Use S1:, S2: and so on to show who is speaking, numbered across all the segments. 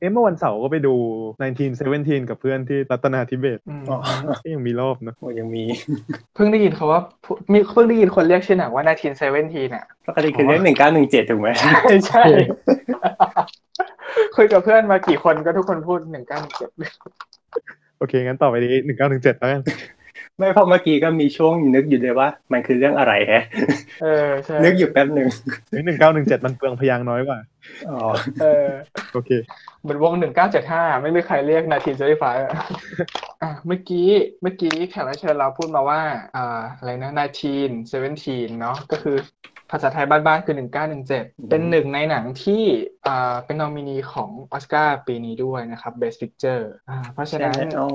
S1: อ๊ะเมื่อวันเสาร์ก็ไปดู 1917 กับเพื่อนที่รัตนาธิเบศ
S2: อืม
S3: อ๋อ
S1: ก็ยังมีรอบนะ
S3: โอ้ยังมี
S2: เพิ่งได้ยินเขาว่ามีเพิ่งได้ยินคนเรียกชื่อหนังว่านาทีนเซเว่นทีน่ะ
S3: ปกติคือเรื่องหนึ่งเก้าหนึ่งเจ็ดถูกไหม
S2: ใช่ใช่คุยกับเพื่อนมากี่คนก็ทุกคนพูดหนึ่งเก้าเจ็ด
S1: โอเค งั้นต่อไปนี้ 1917แล้วกัน
S3: ไม่เพราะเมื่อกี้ก็มีช่วงนึกอยู่เลยว่า มันคือเรื่องอะไรแฮะ
S2: เออใช่
S3: นึกอยู่แป๊บหนึ่ง
S1: 1917 มันเปลืองพยางค์น้อยกว่า
S3: อ๋อ
S2: เออ
S1: โอเค
S2: เหมือนวงหนึ่งเก้าเจ็ดห้าไม่มีใครเรียกนาทีเซเว่นไฟอ่ะเมื่อกี้เมื่อกี้แขกรับเชิญเราพูดมาว่าอ่าอะไรนะนาทีนเซเว่นทีนเนาะก็คือภาษาไทยบ้านๆคือหนึ่งเก้าหนึ่งเจ็ดเป็นหนึ่งในหนังที่อ่าเป็นนอมินีของออสการ์ปีนี้ด้วยนะครับ Best Picture อ่าเพราะฉะ
S3: ใช่
S2: นั้น
S3: ไหมเอา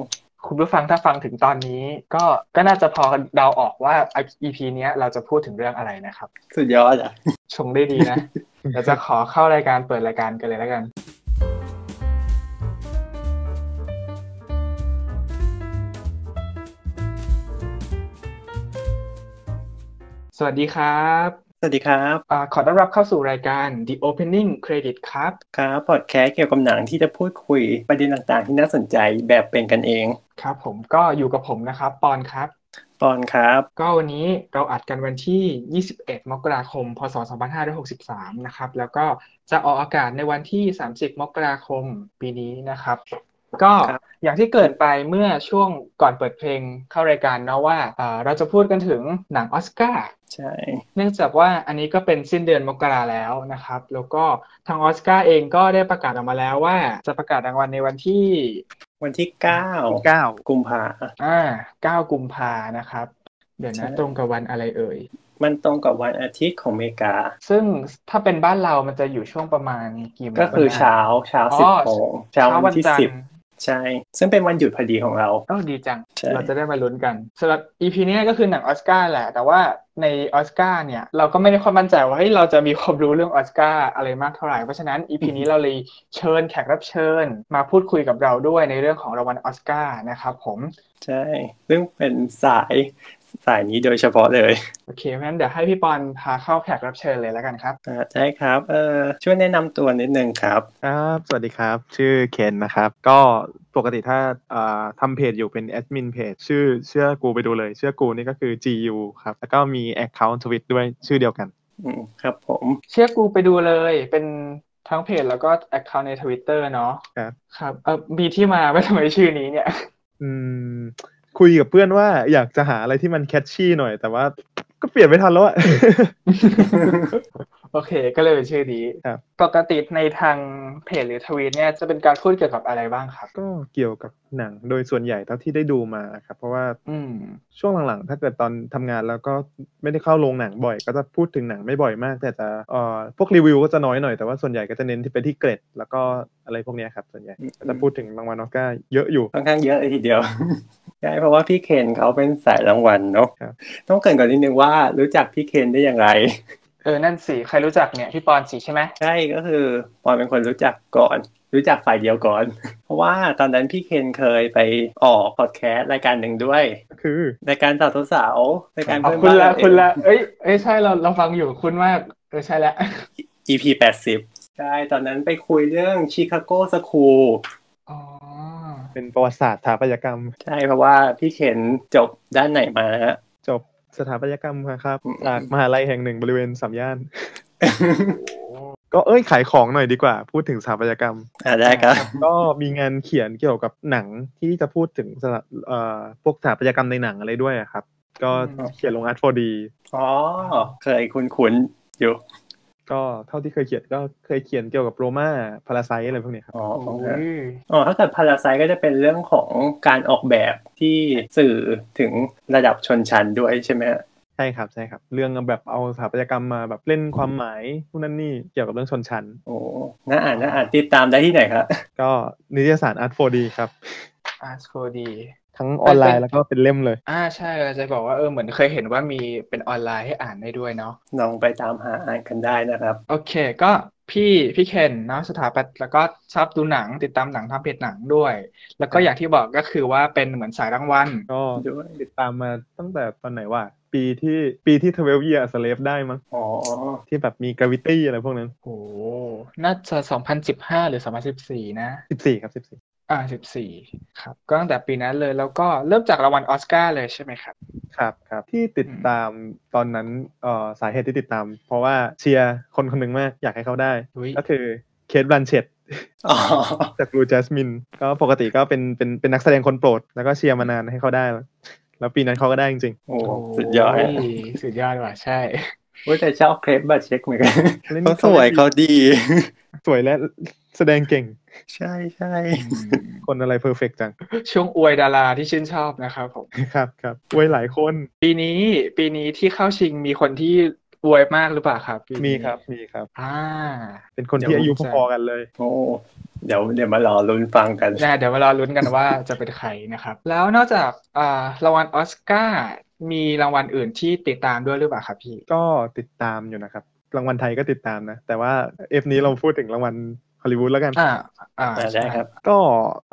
S2: คุณผู้ฟังถ้าฟังถึงตอนนี้ก็ก็น่าจะพอเดาออกว่า EP เนี้ยเราจะพูดถึงเรื่องอะไรนะครับ
S3: สุดยอดอ่ะ
S2: ชงได้ดีนะ เดี๋ยวจะขอเข้ารายการเปิดรายการกันเลยแล้วกัน สวัสดีครับ
S3: สวัสดีครับ
S2: อาขอต้อนรับเข้าสู่รายการ The Opening Credit ครับ
S3: ครับพอดแคสต์เกี่ยวกับหนังที่จะพูดคุยประเด็นต่างๆ ที่น่าสนใจแบบเป็นกันเอง
S2: ครับผมก็อยู่กับผมนะครับ ปอนครับ
S3: ปอนครับ
S2: ก็วันนี้เราอัดกันวันที่ 21 มกราคม พศ 2563 นะครับ แล้วก็จะออกอากาศในวันที่ 30 มกราคมปีนี้นะครับ ก็
S3: ครับ
S2: อย่างที่เกริดไปเมื่อช่วงก่อนเปิดเพลงเข้ารายการเนาะว่าเอ่อเราจะพูดกันถึงหนังออสการ์
S3: ใช่
S2: เนื่องจากว่าอันนี้ก็เป็นสิ้นเดือนมกราแล้วนะครับ แล้วก็ทางออสการ์เองก็ได้ประกาศออกมาแล้วว่าจะประกาศรางวัลในวันที่
S3: วันที่เก้า
S1: 9
S3: กุมภา
S2: อ่า 9 กุมภานะครับ เดี๋ยว
S3: ใช่
S2: นะตรงกับวันอะไรเอ่ย
S3: มันตรงกับวันอาทิตย์ของอเมริกา
S2: ซึ่งถ้าเป็นบ้านเรามันจะอยู่ช่วงประมาณกี่โมง
S3: ก็คือเช้าเช้า
S2: อ๋
S3: สิบ
S2: อ
S3: โมงเช้าวันที่
S2: จันท
S3: สิบ
S2: ร์
S3: ใช่ ซึ่งเป็นวันหยุดพอดีของเรา
S2: เอ้าดีจัง
S3: ใช่
S2: เราจะได้มาลุ้นกันสำหรับ EP เนี้ยก็คือหนังออสการ์แหละ แต่ว่าในออสการ์เนี่ย เราก็ไม่ได้ความมั่นใจว่าเฮ้ยเราจะมีความรู้เรื่องออสการ์อะไรมากเท่าไหร่ เพราะฉะนั้น EP นี้เราเลยเชิญแขกรับเชิญ มาพูดคุยกับเราด้วยในเรื่องของรางวัลออสการ์นะครับผม
S3: ใช่ ซึ่งเป็นสายสายนี้โดยเฉพาะเลย
S2: โอเคเพราะฉะนั้นเดี๋ยวให้พี่ปอนพาเข้าแขกรับเชิญเลยแล้วกันครับ
S3: อ่าใช่ครับเออช่วยแนะนำตัวนิดนึงครับ
S1: ครับ สวัสดีครับ ชื่อเคนนะครับ ก็ปกติถ้าอ่าทำเพจอยู่เป็นแอดมินเพจชื่อเชื่อกูไปดูเลย เชื่อกูนี่ก็คือ GU ครับ แล้วก็มี Account ทวิตด้วยชื่อเดียวกัน
S3: อืมครับผม
S2: เชื่อกูไปดูเลยเป็นทั้งเพจแล้วก็แอคเคาท์ในทวิตเตอร์เนาะ
S1: ครับ
S2: ครับเออมีที่มา ว่าทำไมชื่อนี้เนี่ย
S1: อืม คุยกับเพื่อนว่าอยากจะหาอะไรที่มันแคชชี่หน่อย แต่ว่าก็เปลี่ยนไม่ทันแล้วอะ
S2: โอเค ก็เลยเป็นชื่อนี้
S1: ครับ
S2: ปกติในทางเพจหรือทวีตเนี่ยจะเป็นการพูดเกี่ยวกับอะไรบ้างครับ
S1: ก็เกี่ยวกับหนังโดยส่วนใหญ่เท่าที่ได้ดูมาครับ เพราะว่า
S2: อืม
S1: ช่วงหลังๆ ถ้าเกิดตอนทำงานแล้วก็ไม่ได้เข้าโรงหนังบ่อย ก็จะพูดถึงหนังไม่บ่อยมาก แต่จะเอ่อพวกรีวิวก็จะน้อยหน่อยแต่ว่าส่วนใหญ่ก็จะเน้นที่ไปที่เกรด แล้วก็อะไรพวกเนี้ยครับส่วนใหญ่ก็จะพูดถึงรางวัลออสการ์เยอะอยู่
S3: ค่อนข้างเยอะเลยทีเดียว ใช่เพราะว่าพี่เคนเขาเป็นสายรางวัลเนาะ
S1: ครับ
S3: ต้องเกรินก่อนนิดนึงว่ารู้จักพี่เคนได้อย่างไร
S2: เออ นั่นสิ ใครรู้จักเนี่ยพี่ปอนสิใช่ไหม
S3: ใช่ก็คือปอนเป็นคนรู้จักก่อน รู้จักฝ่ายเดียวก่อน เพราะว่าตอนนั้นพี่เคนเคยไปออกพอดแคสต์รายการหนึ่งด้วย
S1: ก็คือ
S3: รายการสาวสาวๆรายการ
S2: อ๋อคุ
S3: เพื่อน
S2: ณละ
S3: บ้าน
S2: คุณละ เอ้ยเอ้ยใช่เราเราฟังอยู่คุณมากเออใช่แล้ว
S3: เ EP แปดสิบใช่ตอนนั้นไปคุยเรื่องชิคาโกสคูล
S2: อ๋อ
S1: เป็นประวัติศาสตร์สถาปัตยกรรม
S3: ใช่เพราะว่าพี่เข็นจบด้านไหนมานะฮะ
S1: จบสถาปัตยกรรมมาครับ
S3: อืม
S1: จากมหาลัยแห่งหนึ่งบริเวณสามย่าน ก็เอ้ยขายของหน่อยดีกว่า พูดถึงสถาปัตยกรรม
S3: อ่าได้ครับ
S1: ก็มีงานเขียนเกี่ยวกับหนังที่จะพูดถึงสถาเอ่อพวกสถาปัตยกรรมในหนังอะไรด้วยอะครับ ก็
S2: อืม
S1: เขียนลง Art 4D
S3: อ๋อ เคยคุ้นๆอยู่
S1: ก็เท่าที่เคยเขียนก็เคยเขียนเกี่ยวกับโรมาพาราไซอะไรพวกเนี้ยครับ
S3: อ๋อ
S2: โอ้ย
S3: อ๋อถ้าเกิดพาราไซก็จะเป็นเรื่องของการออกแบบที่สื่อถึงระดับชนชั้นด้วยใช่ไหมฮะ
S1: ใช่ครับใช่ครับ เรื่องแบบเอาสถาปัตยกรรมมาแบบเล่นความหมายนู่นนั่นนี่เกี่ยวกับเรื่องชนชั้น
S3: โอ้น่าอ่านน่าอ่านติดตามได้ที่ไหนครับ
S1: ก็นิตยสาร Art 4D ครับ
S2: อาร์โคดี
S1: ทั้งออนไลน์แล้วก็เป็นเล่มเลย
S2: อ่าใช่เราจะบอกว่าเออเหมือนเคยเห็นว่ามีเป็นออนไลน์ให้อ่านได้ด้วยเนาะ
S3: ลองไปตามหาอ่านกันได้นะครับ
S2: โอเค ก็ พี่พี่เคนเนาะสถาปัตย์แล้วก็ชอบดูหนังติดตามหนังทำเพจหนังด้วย แล้วก็อย่างที่บอกก็คือว่าเป็นเหมือนสายรางวัล
S1: ก็
S3: ด้วย
S1: ติดตามมาตั้งแต่ตอนไหนว่า ปีที่ปีที่12 Years a Slave ได้มั้ง
S3: อ๋อ
S1: ที่แบบมี Gravity อะไรพวกนั้น
S2: โอ้โหน่าจะสองพันสิบห้าหรือสองพันสิบสี่นะ
S1: 14 ครับ 14
S2: อ่าสิบสี่ครับ ก็ตั้งแต่ปีนั้นเลยแล้วก็เริ่มจากรางวัลออสการ์เลยใช่ไหมครับ
S1: ครับครับ ที่ติดตามตอนนั้นเอ่อสาเหตุที่ติดตาม เพราะว่าเชียร์คนคนหนึ่งมากอยากให้เขาได้
S2: อุ๊ย
S1: ก็คือเคทบลันเชต
S3: อ๋อ
S1: จาก Blue Jasmine ก็ปกติก็เป็นเป็นเป็นนักแสดงคนโปรด แล้วก็เชียร์มานานให้เขาได้ แล้วแล้วปีนั้นเขาก็ได้จริง
S3: โอ้สุดยอด
S2: โสุดยอดว่ะใช่
S3: เว้ยแต่ชอบเครปบัตเช็คเหมือนกัน
S1: ๆล่น
S3: เขาสวยเขาดี
S1: สวยและแสดงเก่ง
S3: ใช่ใช่
S1: คนอะไรเพอร์เฟกจัง
S2: ช่วงอวยดาราที่ชื่นชอบนะครับผม
S1: ครับครับไว้หลายคน
S2: ปีนี้ปีนี้ที่เข้าชิงมีคนที่อวยมากหรือเปล่าครับปีนี้
S1: มีครับมีครับ
S2: อ่า
S1: เป็นคน
S2: เดี๋
S1: ที่
S2: ยว
S1: อายุพอๆกันเลย
S3: โอ้เดี๋ยวเดี๋ยวมารอลุ้นฟังกัน
S2: นะเดี๋ยวมารอลุ้นกันว่าจะเป็นใครนะครับ แล้วนอกจากอ่ารางวัลออสการ์มีรางวัลอื่นที่ติดตามด้วยหรือเปล่าครับพี่
S1: ก็ติดตามอยู่นะครับ รางวัลไทยก็ติดตามนะ แต่ว่าเอฟนี้เราพูดถึงรางวัลฮอลลีวูดแล้วกัน
S2: อ่า อ่า
S3: ได้
S2: ใช่
S3: ครับ
S1: ก็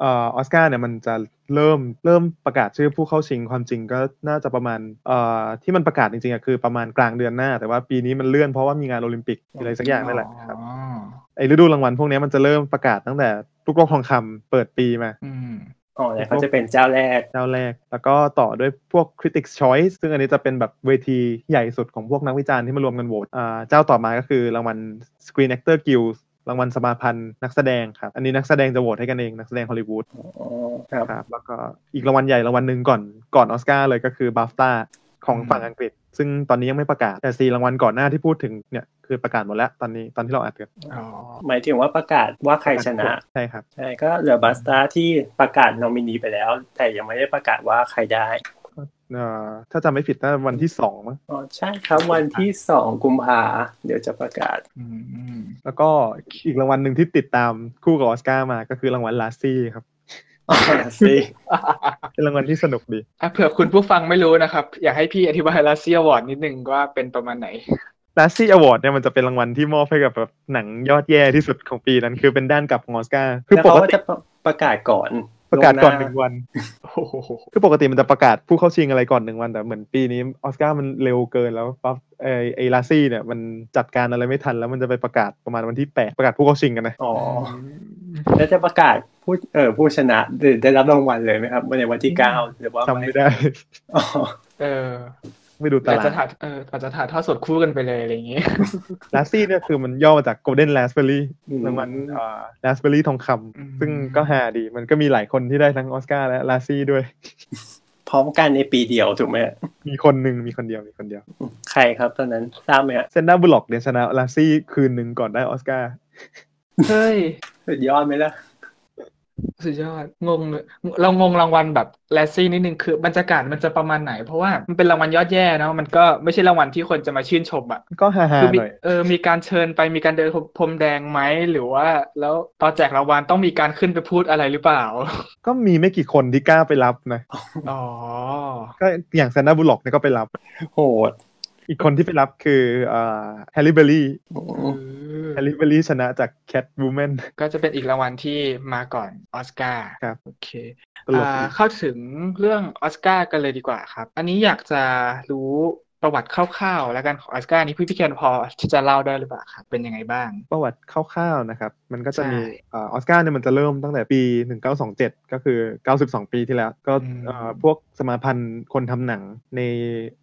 S1: เออออสการ์เนี่ยมันจะเริ่มเริ่มประกาศชื่อผู้เข้าชิงความจริงก็น่าจะประมาณเอ่อที่มันประกาศจริงๆอะคือประมาณกลางเดือนหน้า แต่ว่าปีนี้มันเลื่อนเพราะว่ามีงานโอลิมปิกหรืออะไรสักอย่างนั่นแหละครับ
S2: อ๋อ
S1: ไอฤดูรางวัลพวกเนี้ยมันจะเริ่มประกาศตั้งแต่ลูกโลกทองคำเปิดปีมา
S2: อืม
S3: อ๋อเนี่ยเขาจะเป็นเจ้าแรก
S1: เจ้าแรก แล้วก็ต่อด้วยพวก Critics Choice ซึ่งอันนี้จะเป็นแบบเวทีใหญ่สุดของพวกนักวิจารณ์ที่มารวมกันโหวตอ่าเจ้าต่อมาก็คือรางวัล Screen Actor Guild รางวัลสมาพันธ์นักแสดงครับ อันนี้นักแสดงจะโหวตให้กันเองนักแสดงฮอลลีวูด
S3: อ๋อครับ
S1: ครับ แล้วก็อีกรางวัลใหญ่รางวัลหนึ่งก่อนก่อนออสการ์เลยก็คือ BAFTA ของ
S2: อืม
S1: ฝั่งอังกฤษ ซึ่งตอนนี้ยังไม่ประกาศ แต่สี่รางวัลก่อนหน้าที่พูดถึงเนี่ยคือประกาศหมดแล้วตอนนี้ตอนที่เราอัดกัน
S2: อ๋อ
S3: หมายถึงว่าประกาศว่าใครชนะ
S1: ใช่ครับ
S3: ใช่ก็เหลือบัสตาที่ประกาศนอมินีไปแล้ว แต่ยังไม่ได้ประกาศว่าใครได้
S1: เอ่อถ้าจำไม่ผิดน่าจะวันที่สองมั้ง
S3: อ๋อใช่ครับวันที่สองกุมภาเดี๋ยวจะประกาศ
S2: อืม
S1: แล้วก็อีกรางวัลหนึ่งที่ติดตามคู่กับออสการ์มาก็คือรางวัลลาซี่ครับ
S3: อ๋อสิ
S1: เป็นรางวัลที่สนุกดี
S2: อ่ะเผื่อคุณผู้ฟังไม่รู้นะครับ อยากให้พี่อธิบายลาเซียวอร์ดนิดนึงว่าเป็นประมาณไหน
S1: l a สซี่อวอร์ดเนี่ยมันจะเป็นรางวัลที่มอบให้กับแบบหนังยอดแย่ที่สุดของปีนั้น คือเป็นด้านกลับของออสการ์ คือ
S3: แล้ว
S1: ปก
S3: เขาก็
S1: ติ
S3: จะประกาศก่อน
S1: ประกาศก่อนห
S3: ล่ว
S1: นึ่ง
S3: หา
S1: วัน
S2: โอ้โห
S1: คือปกติมันจะประกาศผู้เข้าชิงอะไรก่อนหนึ่งวัน แต่เหมือนปีนี้ออสการ์มันเร็วเกินแล้วปั๊บเออไอลาซี่เนี่ยมันจัดการอะไรไม่ทันแล้วมันจะไปประกาศประมาณวันที่แปดประกาศผู้เข้าชิงกันนะ
S3: อ๋อแล้วจะประกาศผู้เออผู้ชนะหรือได้รับรางวัลเลยไหมครับในวันที่เก้าหรือว่า
S1: จำไม่ได้
S3: อ๋อ
S2: เออ
S1: ไม่ดูตา
S2: อาจ
S1: รา
S2: จะ
S1: ง
S2: ถ่ายเอออาจจะถ่ายทอดสดคู่กันไปเลยอะไรอย่างงี้
S1: ลาซี่เนี่ยคือมันย่อมาจาก Golden Raspberry
S3: อืม
S1: รางวัลลาสเบอรี่อ Raspberry ทองคำ
S2: อืม
S1: ซึ่งก็หาดีมันก็มีหลายคนที่ได้ทั้งออสการ์และลาซี่ด้วย
S3: พร้อมกันในปีเดียวถูกไหม
S1: มีคนหนึ่งมีคนเดียวมีคนเดียว
S3: ใครครับตอนนั้นทราบไหมฮะ
S1: เซนด้าบุลล็อกเนี่ยชนะลาซี่คืนหนึ่งก่อนได้ออสการ์
S2: เฮ้ย
S3: สุดยอดไหมล่ะ
S2: สุดยอดงงเลยเรางงรางวัลแบบแลสซี่นิดนึงคือบรรยากาศมันจะประมาณไหน เพราะว่ามันเป็นรางวัลยอดแย่เนาะมันก็ไม่ใช่รางวัลที่คนจะมาชื่นชมอ่ะ
S1: ก็ฮา
S2: คือ
S1: ๆ
S2: มี
S1: หน่อย
S2: เออมีการเชิญไปมีการเดินพรมแดงไหมหรือว่า แล้วตอนแจกรางวัลต้องมีการขึ้นไปพูดอะไรหรือเปล่า
S1: ก็มีไม่กี่คนที่กล้าไปรับนะ
S2: อ๋อ
S1: ก็อย่างเซนด้าบุลล็อกเนี่ยก็ไปรับ
S3: โหด
S1: อีกคนที่ไปรับคือเอ่อแฮร์รี่เบอร์รี่
S3: โอ้โห
S1: แฮร์รี่เบอร์รี่ชนะจากแคทบูแมน
S2: ก็จะเป็นอีกรางวัลที่มาก่อนออสการ์
S1: ครับ
S2: โอเค
S1: ตลก
S2: อ่า
S1: ดี
S2: เข้าถึงเรื่องออสการ์กันเลยดีกว่าครับ อันนี้อยากจะรู้ประวัติคร่าวๆ แล้วกันของออสการ์นี้พี่พี่เคนพอที่จะเล่าได้หรือเปล่าครับ เป็นยังไงบ้าง
S1: ประวัติคร่าวๆนะครับ มันก็จะมี
S2: ใช่
S1: เออออสการ์เนี่ยมันจะเริ่มตั้งแต่ปี 1927 ก็คือ 92 ปีที่แล้ว ก็
S2: อืม
S1: เอ่อพวกสมาพันธ์คนทำหนังใน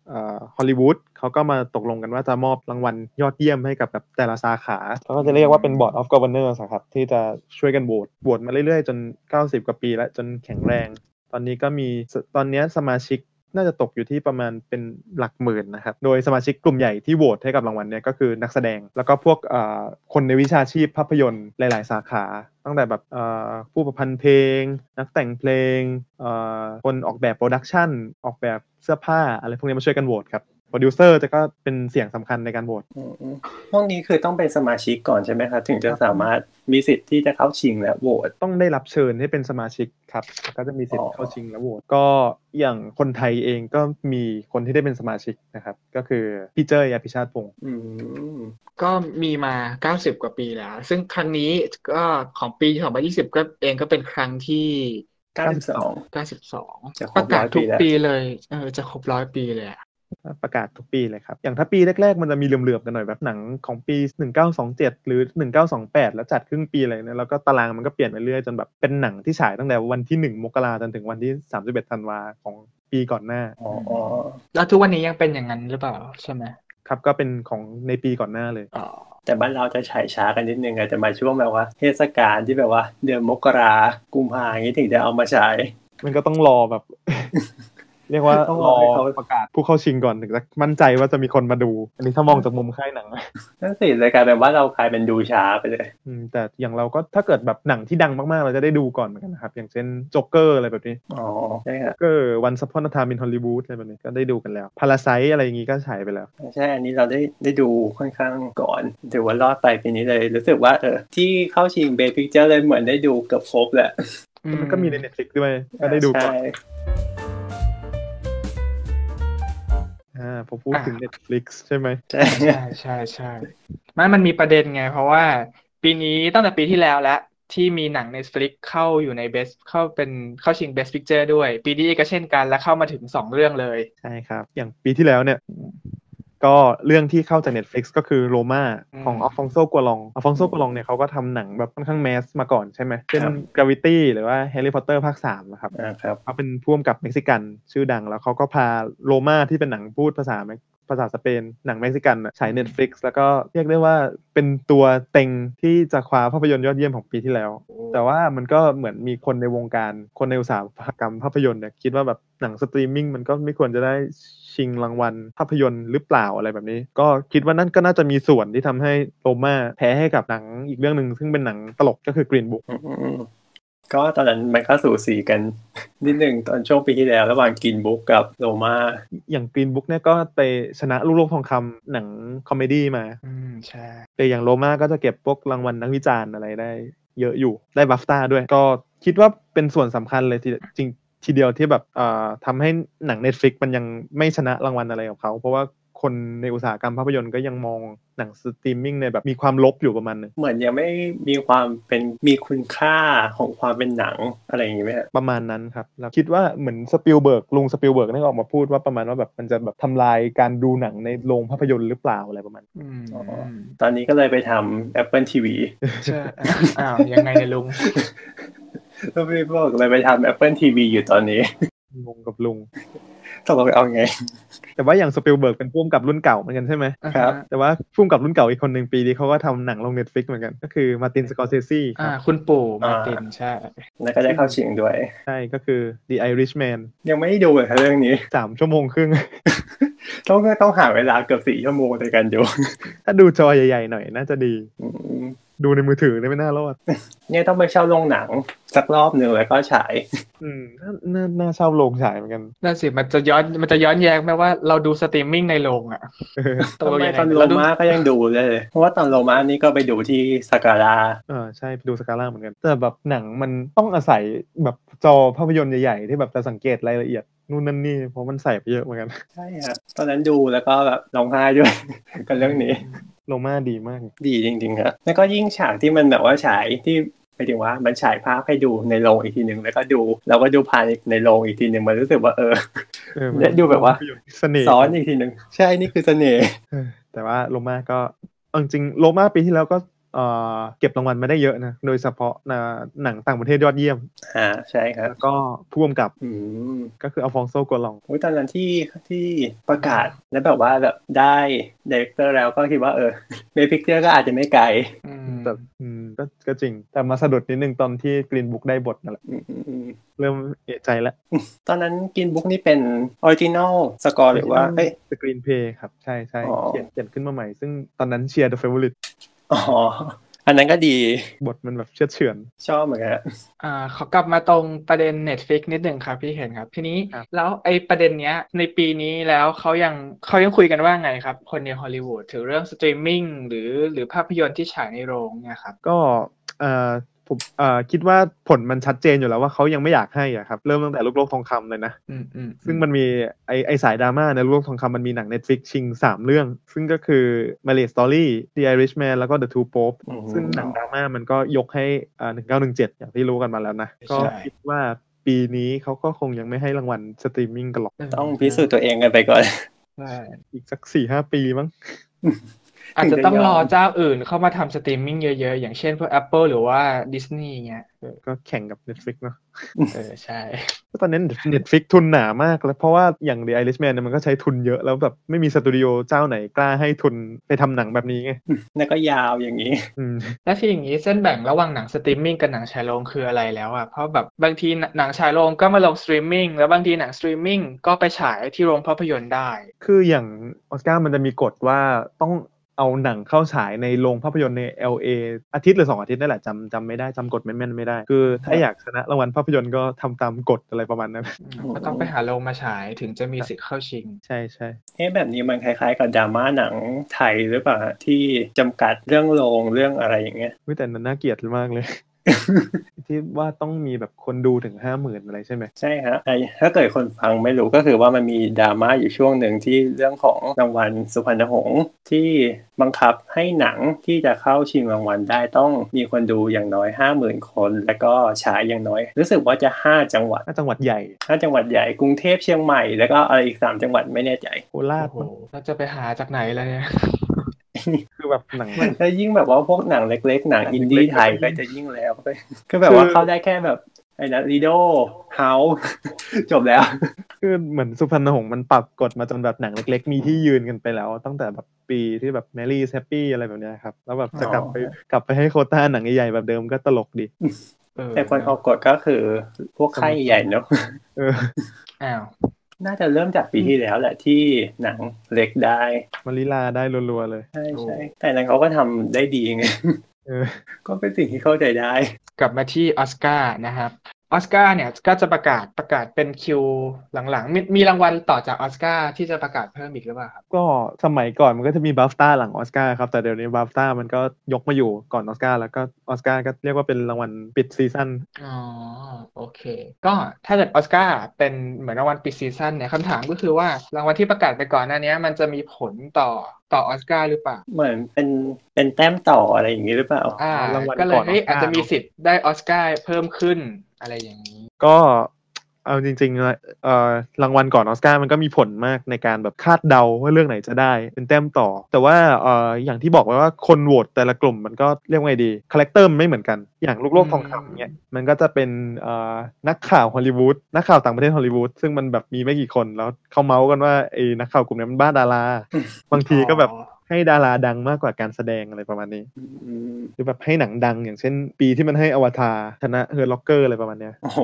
S1: เอ่อฮอลลีวูดเขาก็มาตกลงกันว่าจะมอบรางวัลยอดเยี่ยมให้กับแบบแต่ละสาขาเขาก็จะเรียกว่าเป็น Board of Governors อะครับที่จะช่วยกันโหวตโหวตมาเรื่อยๆ จน 90 กว่าปีแล้วจนแข็งแรง ตอนนี้ก็มีสตอนเนี้ยสมาชิกน่าจะตกอยู่ที่ประมาณเป็นหลักหมื่นนะครับ โดยสมาชิกกลุ่มใหญ่ที่โหวตให้กับรางวัลเนี่ยก็คือนักแสดง แล้วก็พวกเอ่อคนในวิชาชีพภาพยนตร์หลาย ๆ สาขา ตั้งแต่แบบเอ่อผู้ประพันธ์เพลง นักแต่งเพลงเอ่อคนออกแบบโปรดักชันออกแบบเสื้อผ้าอะไรพวกนี้มาช่วยกันโหวตครับ รดิวเซอร์จะก็เป็นเสียงสำคัญในการโหวต
S3: อืมอืมพวกนี้คือต้องเป็นสมาชิกก่อนใช่ไหมครับถึงจะสามารถมีสิทธิ์ที่จะเข้าชิงและโหวต
S1: ต้องได้รับเชิญให้เป็นสมาชิกครับก็จะมีสิท
S3: อ๋
S1: ธิ์
S3: อ
S1: เข้าชิงและโหวตก็อย่างคนไทยเองก็มีคนที่ได้เป็นสมาชิกนะครับ ก็คือพี่เจ้ยอภิชาติพงศ์
S3: อืม
S2: ก็มีมาเก้าสิบกว่าปีแล้ว ซึ่งครั้งนี้ก็ของปีสองพันยี่สิบก็เองก็เป็นครั้งที่
S3: เก้าสิบสอง
S2: เก้าสิบสอง
S3: จะค
S2: ป
S3: ร
S2: ระ
S3: บร้
S2: กา
S3: อ
S2: ศ
S3: ยปี
S2: ทุก
S3: แล้ว
S2: ปีเลยเออจะครบร้อยปีเลยอะ
S1: ประกาศทุกปีเลยครับ อย่างถ้าปีแรก ๆ มันจะมีเหลื่อมๆกันหน่อยแบบหนังของปี 1927 หรือ 1928 แล้วจัดครึ่งปีอะไรเนี่ยแล้วก็ตารางมันก็เปลี่ยนไปเรื่อยจนแบบเป็นหนังที่ฉายตั้งแต่วันที่ 1 มกราจนถึงวันที่ 31 ธันวาของปีก่อนหน้า
S3: อ๋ออ๋อ
S2: แล้วทุกวันนี้ยังเป็นอย่างนั้นหรือเปล่าใช่ไหม
S1: ครับก็เป็นของในปีก่อนหน้าเลย
S2: อ๋อ
S3: แต่บ้านเราจะฉายช้ากันนิดนึงอาจจะมาช่วงแบบว่าเทศกาลที่แบบว่า เดือนมกรากุมภาอย่างนี้ถึงจะเอามาฉาย
S1: มันก็ต้องรอแบบ เรียกว่า
S3: ต้อง
S1: ร
S3: ร
S1: อ
S3: อให้เขา
S1: ประกาศผู้เข้าชิงก่อนถึงจะมั่นใจว่าจะมีคนมาดู อันนี้ถ้ามองจากมุมค่ายหนัง
S3: นั่นสิเลยกลายเป็นว่าเรากลายเป็นดูช้าไปเลย
S1: อืมแต่อย่างเราก็ถ้าเกิดแบบหนังที่ดังมากๆ เราจะได้ดูก่อนเหมือนกันนะครับ อย่างเช่นจ็อกเกอร์อะไรแบบนี้
S3: อ๋อใช่ครับ
S1: ก็วันสัพพนธาม in นฮอลลีวูดอะไรแบบนี้ก็ได้ดูกันแล้วพาราไซอะไรอย่างงี้ก็ฉายไปแล้ว
S3: ใช่อันนี้เราได้ได้ดูค่อนข้างก่อน ถือว่ารอดไปปีนี้เลย รู้สึกว่าเออที่เข้าชิงเบย์พิกเจอร์เลยเหมือนได้ดูเกือบครบแหละ
S1: มันก็มีใน Netflix ด้วยก็ได้ดูก่อน
S3: ใช่
S1: อ่าพอพูดถึง Netflix ใช่ไหม
S3: ใช่
S2: ใช่ใช่ใช่ไม่มันมีประเด็นไง เพราะว่าปีนี้ตั้งแต่ปีที่แล้วแล้ว ที่มีหนังใน Netflix เข้าอยู่ใน Best เข้าเป็นเข้าชิง Best Picture ด้วย ปีนี้ก็เช่นกันและเข้ามาถึงสองเรื่องเลย
S1: ใช่ครับ อย่างปีที่แล้วเนี่ย ก็เรื่องที่เข้าจาก Netflix ก็คือโรมา
S2: อืม
S1: ของอัลฟองโซกัวลองอัลฟองโซกัวลองเนี่ยเขาก็ทำหนังแบบค่อนข้างแมสมาก่อนใช่ไหมเช่น Gravity หรือว่า Harry Potter ภาคสามนะครับ
S3: อ่าครับ
S1: เขาเป็นพ่วงกับเม็กซิกันชื่อดัง แล้วเขาก็พาโรมาที่เป็นหนังพูดภาษาเม็กภาษาสเปน หนังเม็กซิกันน่ะฉาย Netflix แล้วก็เรียกได้ว่าเป็นตัวเต็งที่จะคว้าภาพยนตร์ยอดเยี่ยมของปีที่แล้ว แต่ว่ามันก็เหมือนมีคนในวงการคนในอุตสาหกรรมภาพยนตร์เนี่ยคิดว่าแบบหนังสตรีมมิ่งมันก็ไม่ควรจะได้ชิงรางวัลภาพยนตร์หรือเปล่าอะไรแบบนี้ ก็คิดว่านั่นก็น่าจะมีส่วนที่ทำให้โรมาแพ้ให้กับหนังอีกเรื่องหนึ่งซึ่งเป็นหนังตลกก็คือกรีนบุ๊
S3: อืมอืมอืมก็ตอนนั้นมันก็สูสีกัน นิดหนึ่งตอนช่วงปีที่แล้ว ระหว่างกินบุ๊กกับโรมา
S1: อย่างกรีนบุ๊กเนี่ยก็ไปชนะลูกโลกทองคำหนังคอมเมดี้มา
S2: อืมใช่
S1: แต่อย่างโรมาก็จะเก็บพวกรางวัลนักวิจารณ์อะไรได้เยอะอยู่ได้บัฟตาด้วย ก็คิดว่าเป็นส่วนสำคัญเลยทีจริงทีเดียวที่แบบเอ่อทำให้หนัง Netflix มันยังไม่ชนะรางวัลอะไรกับเขา เพราะว่าคนในอุตสาหกรรมภาพยนตร์ก็ยังมองหนังสตรีมมิ่งในแบบมีความลบอยู่ประมาณหนึง
S3: เหมือนยังไม่มีความเป็นมีคุณค่าของความเป็นหนังอะไรอย่างนี้ไหมฮะ
S1: ประมาณนั้นครับแล้วคิดว่าเหมือนสปิลเบิร์กลุงสปิลเบิร์กนี่ยออกมาพูดว่าประมาณว่าแบบมันจะแบบทำลายการดูหนังในโรงภาพยนตร์หรือเปล่าอะไรประมาณ
S2: อืม
S3: ตอนนี้ก็เลยไปทำ Apple TV
S2: ใช่อ้าวยังไงเนี่ยลุง
S3: แล้ว พี่บอกเลยไปทำ Apple TV อยู่ตอนนี้
S1: ลุงกับลุง
S3: ตกลงเอาไง
S1: แต่ว่าอย่างสปิลเบิร์กเป็นพุ่มกับรุ่นเก่าเหมือนกันใช่ไหม
S3: ครับ
S1: แต่ว่าพุ่มกับรุ่นเก่าอีกคนหนึ่งปีนี้เขาก็ทำหนังลงเน็ตฟลิกเหมือนกัน ก็คือมาตินสกอร์เซซี
S2: อ่า คุณปู่มาร์ตินใช่
S3: แล้วก็ได้เข้าชิงด้วย
S1: ใช่ก็คือ The Irishman
S3: ยังไม่ได้ดูเลยครับเรื่องนี้
S1: สามชั่วโมงค รึ่ง
S3: ต้องต้องหาเวลาเกือบสี่ชั่วโมงในการดู
S1: ถ้าดูจอใหญ่ๆหน่อยน่าจะดี
S3: อืม
S1: ดูในมือถือเนี่ยไม่น่ารอด
S3: เนี่ยต้องไปเช่าโรงหนังสักรอบหนึ่งแล้วก็ฉาย
S1: อืมน่าน่าน่าเช่าโรงฉายเหมือนกัน
S2: นั่นสิมันจะย้อนมันจะย้อนแย้งไหมว่าเราดูสตรีมมิ่งในโรงอ่ะ
S1: เออ
S2: ตกลงยัง
S3: ตอน
S2: ไง
S3: โล
S2: เราดู
S3: มาก็ยังดูเลย เพราะว่าตอนโลมานี่ก็ไปดูที่สกาลา
S1: เออใช่ไปดูสกาล่าเหมือนกัน แต่แบบหนังมันต้องอาศัยแบบจอภาพยนตร์ใหญ่ๆ ที่แบบจะสังเกตรายละเอียดนู่นนั่นนี่เพราะมันใส่ไปเยอะเหมือนกัน
S3: ใช่ครับตอนนั้นดูแล้วก็แบบร้องไห้ด้วย กับเรื่องนี้
S1: โลมาดีมาก
S3: ดีจริงๆครับแล้วก็ยิ่งฉากที่มันแบบว่าฉายที่หมายถึงว่ามันฉายภาพให้ดูในโรงอีกทีหนึ่งแล้วก็ดูเราก็ดูผ่านในโรงอีกทีหนึ่งมันรู้สึกว่าเออ
S1: เออ
S3: เนี่ยดูแบบว่า
S1: เสน่ห์
S3: ซ้อนอีกทีหนึ่งใช่นี่คือเสน่ห์
S1: เออแต่ว่าโรม่าก็เอาจริงๆโรม่าปีที่แล้วก็เอ่อเก็บรางวัลมาได้เยอะนะ โดยเฉพาะนะหนังต่างประเทศยอดเยี่ยม
S3: อ่าใช่ครับ
S1: แล้วก็พ่วงกับ
S3: อืม
S1: ก็คืออัลฟองโซกัวลอง
S3: โอ้ยตอนนั้นที่ที่ประกาศแล้วแบบว่าแบบได้ดีเรคเตอร์แล้วก็คิดว่าเอ อเมพิกเตอร์ก็อาจจะไม่ไกล
S2: อืม
S1: แต่อืมก็ก็จริง แต่มาสะดุดนิดนึงตอนที่กรีนบุ๊กได้บทนั่นแหละ
S3: อืมอืมอืม
S1: เริ่มเอะใจแล้ว
S3: ตอนนั้นกินบุ๊กนี่เป็นออริจินอลสกอร์หรือว่าเอ้ย
S1: สกรีนเพย์ครับ ใช่ใช่
S3: อ๋อ
S1: เขียนเขียนขึ้นมาใหม่ ซึ่งตอนนั้นเชียร์เดอะเฟเวอร์ลิต
S3: อ๋อ อันนั้นก็ดี
S1: บทมันแบบเชื่อดเฉือน
S3: ชอบเหมือนกัน
S2: อ่าขอกลับมาตรงประเด็น Netflix นิดหนึ่งครับพี่เห็นครับ ทีนี้
S1: ครับ
S2: แล้วไอ้ประเด็นเนี้ยในปีนี้แล้วเขายังเขายังคุยกันว่าไงครับ คนในฮอลลีวูดถึงเรื่องสตรีมมิ่งหรือหรือภาพยนตร์ที่ฉายในโรงเนี่ยครับ
S1: ก็เอ่อผมเอ่อคิดว่าผลมันชัดเจนอยู่แล้วว่าเขายังไม่อยากให้อ่ะครับ เริ่มตั้งแต่ลูกโลกทองคำเลยนะ
S2: อืมอืม
S1: ซึ่งมันมีไอไอสายดราม่าในลูกโลกทองคำมันมีหนัง Netflix ชิง 3 เรื่อง ซึ่งก็คือ Marriage Story The Irishman แล้วก็ The Two Popes
S3: อืม
S1: ซึ่งหนังดราม่ามันก็ยกให้อ่า1917 อย่างที่รู้กันมาแล้วนะ ก็คิดว่าปีนี้เขาก็คงยังไม่ให้รางวัลสตรีมมิ่งกันหรอก
S3: ต้องพิสูจน์ตัวเองกันไปก่อน
S2: ใช่
S1: อีกสักสี่ห้าปีมั้ง
S2: อาจจะ
S3: ถึงจะ
S2: ต้องรอย
S3: อม
S2: เจ้าอื่นเข้ามาทำสตรีมมิ่งเยอะๆ อย่างเช่นพวก Apple หรือว่า Disney เงี้ยเออ
S1: ก็แข่งกับ Netflix เนาะ
S2: เออใช่
S1: ก็ตอนนั้น Netflix ทุนหนามากแล้วเพราะว่าอย่าง The Irishman เนี่ยมันก็ใช้ทุนเยอะแล้วแบบไม่มีสตูดิโอเจ้าไหนกล้าให้ทุนไปทำหนังแบบนี้ไง
S3: แล้วก็ยาวอย่างนี้
S1: อืม
S2: แล้วทีอย่างนี้เส้นแบ่งระหว่างหนังสตรีมมิ่งกับหนังฉายโรงคืออะไรแล้วอ่ะ เพราะแบบบางทีหนังฉายโรงก็มาลงสตรีมมิ่งแล้วบางทีหนังสตรีมมิ่งก็ไปฉายที่โรงภาพยนตร์ได้
S1: คืออย่างออสการ์มันจะมีกฎว่าต้องเอาหนังเข้าฉายในโรงภาพยนตร์ใน LA อาทิตย์หรือ 2 อาทิตย์นั่นแหละจำจำไม่ได้จำกฎแม่นๆไม่ได้ คือถ้า
S3: ครับ
S1: อยากชนะรางวัลภาพยนตร์ก็ทำตามกฎอะไรประมาณนั้น
S3: โอ้โห
S2: ก็ต้องไปหาโรงมาฉายถึงจะมีสิทธิ์เข้าชิง
S1: ใช่ใช่
S3: เอ๊ะแบบนี้มันคล้ายๆกับดราม่าหนังไทยหรือเปล่าฮะที่จำกัดเรื่องโรงเรื่องอะไรอย่างเงี้ย
S1: เว้ยแต่นั้นน่าเกลียดมากเลย ที่ว่าต้องมีแบบคนดูถึงห้าหมื่นอะไรใช่ไหม
S3: ใช่ฮะไอ้ถ้าเกิดคนฟังไม่รู้ก็คือว่ามันมีดราม่าอยู่ช่วงหนึ่งที่เรื่องของรางวัลสุพรรณหงส์ที่บังคับให้หนังที่จะเข้าชิงรางวัลได้ต้องมีคนดูอย่างน้อย 50,000 คน แล้วก็ฉายอย่างน้อย รู้สึกว่าจะ 5 จังหวัด
S1: ถ้าจังหวัดใหญ่
S3: 5 จังหวัดใหญ่กรุงเทพเชียงใหม่แล้วก็อะไรอีก 3 จังหวัดไม่แน่ใจ
S1: โคราช
S2: โอ้โหเราจะไปหาจากไหนล่ะเนี่ย
S1: คือแบบหนัง
S3: แล้วยิ่งแบบว่าพวกหนังเล็กๆ หนัง
S1: หนัง
S3: อินดี้
S1: เล็กๆ
S3: ไทย
S1: ก็ยิ่ง
S3: ก็จะยิ่งแล้ว ก็แบบว่า
S1: คือ
S3: เข้าได้แค่แบบไอ้นะลีโดเฮา จบแล้ว
S1: คือเหมือนสุพรรณหงส์มันปรับกฎมาจนแบบหนังเล็กๆ มีที่ยืนกันไปแล้ว ตั้งแต่แบบปีที่แบบแมรี่แฮปปี้อะไรแบบเนี้ยครับแล้วแบบจะกลับไปกลับไปให้โควต้าหนังใหญ่ๆแบบเดิมก็ตลกดี
S2: เออ
S3: แต่คนออกกฎก็คือพวกค่ายใหญ่ๆเนอะ
S1: เออ
S2: อ้าว
S3: น่าจะเริ่มจากปีที่แล้วแหละที่หนังเล็กได้
S1: มาริลาได้รัวๆเลย
S3: ใช่ใช่แต่นั้นเขาก็ทำได้ดีไง
S1: เออ
S3: ก็เป็นสิ่งที่เข้าใจได้
S2: กลับมาที่ออสการ์นะครับออสการ์เนี่ยก็จะประกาศประกาศเป็นคิวหลังๆมีมีรางวัลต่อจากออสการ์ที่จะประกาศเพิ่มอีกหรือเปล่าครับ
S1: ก็สมัยก่อนมันก็จะมีบัฟต้าหลังออสการ์ครับ แต่เดี๋ยวนี้บัฟต้ามันก็ยกมาอยู่ก่อนออสการ์แล้วก็ออสการ์ก็เรียกว่าเป็นรางวัลปิดซีซั่น
S2: อ๋อโอเค ก็ถ้าเกิดออสการ์เป็นเหมือนรางวัลปิดซีซั่นเนี่ยคำถามก็คือว่ารางวัลที่ประกาศไปก่อนหน้านี้มันจะมีผลต่อต่อออสการ์หรือเปล่า
S3: เหมือนเป็นเป็นแต้มต่ออะไรอย่างนี้หรือเปล่า
S2: อ่าร
S1: างวัล
S2: ก็เล
S1: ก่
S2: ย
S1: อนอ
S2: เฮ้ย
S1: อส
S2: อาจ
S1: การ์
S2: จะมี
S1: เนอะ
S2: สิทธิ์ได้ออสการ์เพิ่มขึ้นอะไรอย่างนี้
S1: ก็เอาจริงๆนะเอ่อรางวัลก่อนออสการ์มันก็มีผลมากในการแบบคาดเดาว่าเรื่องไหนจะได้เป็นแต้มต่อ แต่ว่าเอ่ออย่างที่บอกไว้ว่าคนโหวตแต่ละกลุ่มมันก็เรียกว่าไงดีคาแรคเตอร์ไม่เหมือนกัน อย่างลูกโลกทองคำเนี่ยมันก็จะเป็นเอ่อนักข่าวฮอลลีวูดนักข่าวต่างประเทศฮอลลีวูดซึ่งมันแบบมีไม่กี่คนแล้วเขาเมาส์กันว่าไอ้นักข่าวกลุ่มนี้มันบ้าดารา บางทีก็แบบ
S2: อ๋อ
S1: ให้ดาราดังมากกว่าการแสดงอะไรประมาณนี้
S3: อืม
S1: หรือแบบให้หนังดัง อย่างเช่น ปีที่มันให้อวตารชนะเฮอร์ล็อกเกอร์อะไรประมาณเนี้ย
S3: โอ้โห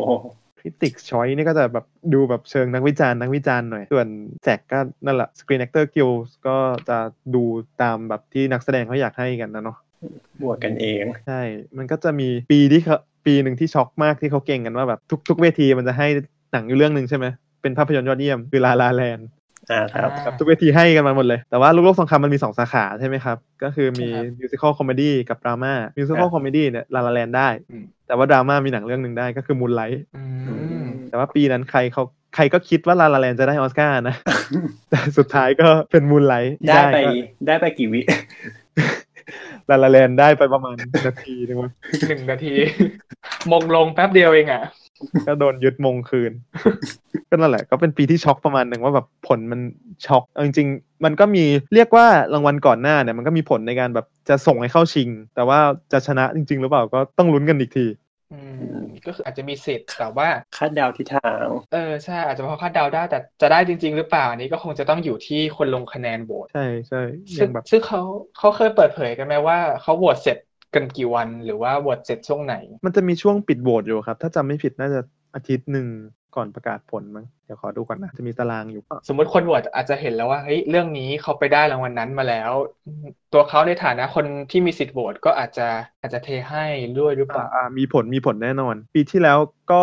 S1: Critics Choice นี่ก็จะแบบดูแบบเชิงนักวิจารณ์นักวิจารณ์หน่อย ส่วนแจกก็นั่นแหละ Screen Actor Guild ก็จะดูตามแบบที่นักแสดงเขาอยากให้กันนะเนาะ
S3: บวกกันเอง
S1: ใช่ มันก็จะมีปีที่เขาปีหนึ่งที่ช็อกมากที่เขาเก่งกันว่าแบบทุกทุกเวทีมันจะให้หนังอยู่เรื่องหนึ่งใช่ไหมเป็นภาพยนตร์ยอดเยี่ยมคือลาลาแลน
S3: อ่าครับ
S1: ครับทุกเวทีให้กันมาหมดเลย แต่ว่าลูกโลกทองคำมันมี 2 สาขาใช่ไหมครับ ก็คือมี
S2: ครับ
S1: มิวสิควลคอมเมดี้กับดราม่ามิวสิคว
S3: ครั
S1: ล
S3: บ
S1: คอมเมดี้เนี่ยลาลาแลนได้
S2: อืม
S1: แต่ว่าดราม่ามีหนังเรื่องหนึ่งได้ก็คือมู l ไลท์
S2: อื
S3: อื
S2: ม
S3: ม
S1: แต่ว่าปีนั้นใครเขาใครก็คิดว่าลาลาแลนจะได้ออสการ์นะ แต่สุดท้ายก็เป็นมู l ไลท์
S3: ได้ไปได้ไปกี่วิ
S1: ลาลาแลนได้ไปประมาณ นาทีนึง วะ
S2: หนึ่งนาที มงลงแป๊บเดียวเองอ่ะ
S1: ก็โดนยึดมงคืน ก็นั่นแหละก็เป็นปีที่ช็อกประมาณหนึ่งว่าแบบผลมันช็อกเอาจริงๆ มันก็มีเรียกว่ารางวัลก่อนหน้าเนี่ยมันก็มีผลในการแบบจะส่งให้เข้าชิง แต่ว่าจะชนะจริง ๆ หรือเปล่าก็ต้องลุ้นกันอีกที
S2: อืมก็คืออาจจะมีสิทธิ์แต่ว่า
S3: คาดเดาวทิศทาง
S2: เออใช่อาจจะพอคาดเดาได้แต่จะได้จริง ๆ หรือเปล่าอันนี้ก็คงจะต้องอยู่ที่คนลงคะแนนโหวต
S1: ใช่ใช่อ
S2: ซึ่
S1: ย่าง งแบบ
S2: ซึ่งเขาเขาเคยเปิดเผยกันไหมว่าเขาโหวตเสร็จกันกี่วันหรือว่าโหวตเสร็จช่วงไหน
S1: มันจะมีช่วงปิดโหวตอยู่ครับ ถ้าจำไม่ผิดน่าจะ อาทิตย์หนึ่งก่อนประกาศผลมั้งเดี๋ยวขอดูก่อนนะจะมีตารางอยู่
S2: สมมติคนโหวตอาจจะเห็นแล้วว่าเฮ้ยเรื่องนี้เขาไปได้รางวัลนั้นมาแล้ว ตัวเขาในฐานะคนที่มีสิทธิ์โหวตก็อาจจะอาจจะเทให้ด้วยหรือเป
S1: อ่า
S2: ล่า
S1: อ่ามีผลมีผลแน่นอน ปีที่แล้วก็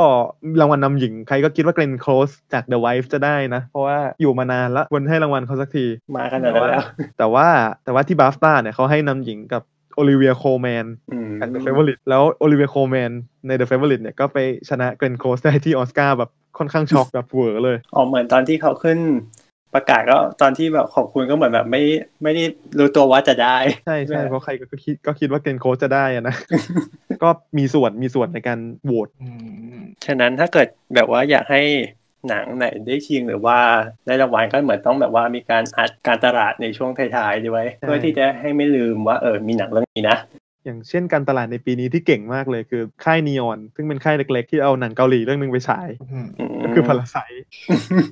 S1: รางวัลนนำหญิงใครก็คิดว่าเกรนโคลสจาก The Wife จะได้นะ เพราะว่าอยู่มานานละควรให้รางวัลเขาสักที
S3: มาขนาดนั้นแล้ว
S1: แต่ว่าแต่ว่าที่บาฟตาเนี่ยเขาให้นำหญิงกับโอลิเวียโคลแมน
S3: อืม
S1: จาก The Favorite แล้วโอลิเวียโคลแมนใน The Favorite เนี่ยก็ไปชนะเกรนโคลสได้ที่ออสการ์แบบค่อนข้างช็อกแบบเหวอเลย
S3: อ๋อเหมือนตอนที่เขาขึ้น ประกาศก็ตอนที่แบบขอบคุณก็เหมือนแบบไม่ไม่ได้รู้ตัวว่าจะได้
S1: ใช่
S3: ใช่
S1: ใช่เพราะใครก็คิดก็คิดว่าเกรนโคลสจะได้อะนะ ก็มีส่วนมีส่วนในการโหวต
S2: อืม
S3: ฉะนั้นถ้าเกิดแบบว่าอยากให้หนังไหนได้ชิงหรือว่าได้รางวัลก็เหมือนต้องแบบว่ามีการอัดการตลาดในช่วงท้ายๆด้วย
S1: ใช่
S3: เพื่อที่จะให้ไม่ลืมว่าเออมีหนังเรื่องนี้นะ
S1: อย่างเช่นการตลาดในปีนี้ที่เก่งมากเลยคือค่ายนีออน ซึ่งเป็นค่ายเล็กๆ ที่เอาหนังเกาหลีเรื่องหนึงไปฉาย
S2: อืม
S3: อืม
S1: ก็คือพาราไซ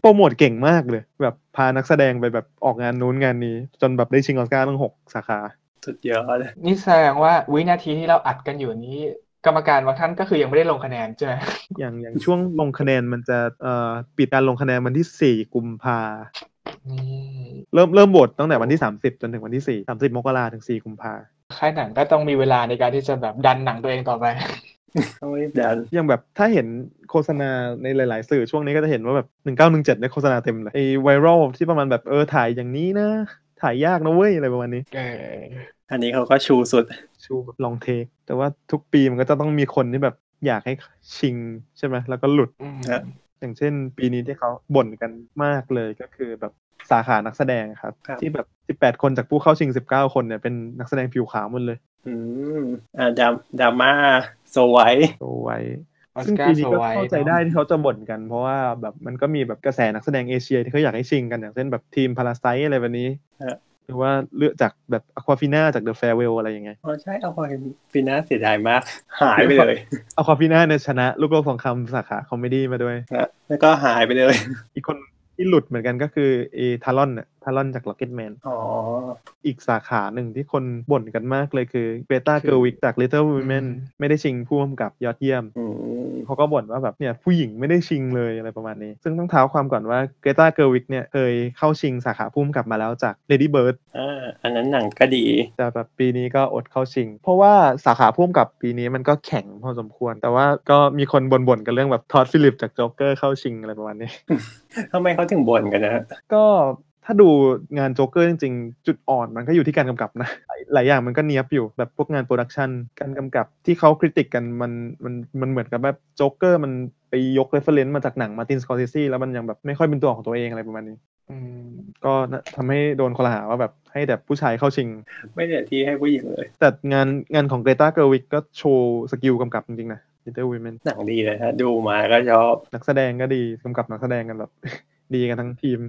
S1: โปรโมทเก่งมากเลย แบบพานักแสดงไปแบบออกงานนู้นงานนี้ จนแบบได้ชิงออสการ์ตั้งหกสาขา
S3: สุดยอดเลย
S2: นี่แสดงว่าวินาทีที่เราอัดกันอยู่นี้ กรรมการบางท่านก็คือยังไม่ได้ลงคะแนนใช่ไหม
S1: อย่างอย่างช่วงลงคะแนนมันจะเอ่อปิดการลงคะแนนวันที่สี่กุมภา
S2: นี่
S1: เริ่มเริ่มโหวตตั้งแต่วันที่สามสิบจนถึงวันที่สี่สามสิบมกราถึงสี่กุมภา
S2: ค่ายหนังก็ต้องมีเวลาในการที่จะแบบดันหนังตัวเองต่อไป
S3: ต้องรีบดัน
S1: ยังแบบถ้าเห็นโฆษณาในหลาย ๆ สื่อช่วงนี้ก็จะเห็นว่าแบบหนึ่งเก้าหนึ่งเจ็ดในยโฆษณาเต็มเลยไอ้ไวรัลที่ประมาณแบบเออถ่ายอย่างนี้นะ ถ่ายยากนะเว้ยอะไรประมาณนี้
S2: เออ
S3: อันนี้เขาก็ชูสุด
S1: ชูแบบลองเทค แต่ว่าทุกปีมันก็จะต้องมีคนที่แบบอยากให้ชิงใช่ไหมแล้วก็หลุด
S2: อืม
S3: ครับ
S1: อย่างเช่น ปีนี้ที่เขาบ่นกันมากเลยก็คือแบบสาขานักแสดงครับ
S3: ครับ
S1: ที่แบบ 18 คนจากผู้เข้าชิง 19 คนเนี่ยเป็นนักแสดงผิวขาวหมดเลย
S3: อืมอ่าดราดราม่าโซไว
S1: โตไว้
S2: ออส
S1: ซึ่ง
S2: กา
S1: ปี
S2: ร์
S1: นี้
S2: โซ
S1: ก็
S2: ไวท์
S1: เข้าใจได้ที่เขาจะบ่นกัน เพราะว่าแบบมันก็มีแบบกระแสนักแสดงเอเชียที่เขาอยากให้ชิงกันอย่างเช่นแบบทีมพาราไซอะไรแบบนี้หรือว่าเลือกจากแบบอควาฟิน่าจากเดอะแฟร์เวลอะไรอย่างเงี้ย
S3: อ๋อใช่เอาพอฟิน่าเสียดายมาก หายไปเลย
S1: อควาฟิน่าเนี่ยชนะลูกโลกทองคำสาขาคอมเมดี้มาด้วย
S3: นะแล้วก็หายไปเลย
S1: อีกคนที่หลุดเหมือนกันก็คือเอทารอนน่ะทารอนจาก Rocket Man
S3: อ๋อ
S1: อีกสาขาหนึ่งที่คนบ่นกันมากเลยคือเบต้าเก r ร์วิกจาก Little Women ไม่ได้ชิงผู้กำกับยอดเยี่ยม
S3: อืม
S1: เขาก็บ่นว่าแบบเนี่ยผู้หญิงไม่ได้ชิงเลยอะไรประมาณนี้ ซึ่งต้องเท้าความก่อนว่าเกต้าเก r ร์วิกเนี่ยเคยเข้าชิงสาขาผู้กำกับมาแล้วจาก Lady Bird
S3: อ่าอันนั้นหนังก็ดี
S1: แต่แบบปีนี้ก็อดเข้าชิง เพราะว่าสาขาพุ่มกับปีนี้มันก็แข็งพอสมควร แต่ว่าก็มีคนบ่นๆกันเรื่องแบบทอดฟิลิปจากจ็อกเกอร์เข้าชิงอะไรประมาณนี้
S3: ทำไมเขาถึงบ่นกันนะฮะ
S1: ก็ถ้าดูงานโจ๊กเกอร์จริงๆ จุดอ่อนมันก็อยู่ที่การกำกับนะ หลายอย่างมันก็เนียบอยู่แบบพวกงานโปรดักชันการกำกับที่เขาคริติกกันมันมันมันเหมือนกับแบบโจ๊กเกอร์มันไปยกเรฟเฟรนซ์มาจากหนังมาตินสกอร์ซิซีแล้วมันยังแบบไม่ค่อยเป็นตัวของตัวเองอะไรประมาณนี้
S2: อืม
S1: ก็น่ะทำให้โดนคอรหาว่าแบบให้แต่ผู้ชายเข้าชิง
S3: ไม่เหลือที่ให้ผู้หญิงเลย
S1: แต่งานงานของเกรตาเกอร์วิกก็โชว์สกิลกำกับจริงๆนะ Little Women
S3: หนังดีเลยฮะดูมาก็ชอบ
S1: นักแสดงก็ดีกำกับนักแสดงกันแบบ ดีกันทั้งทีม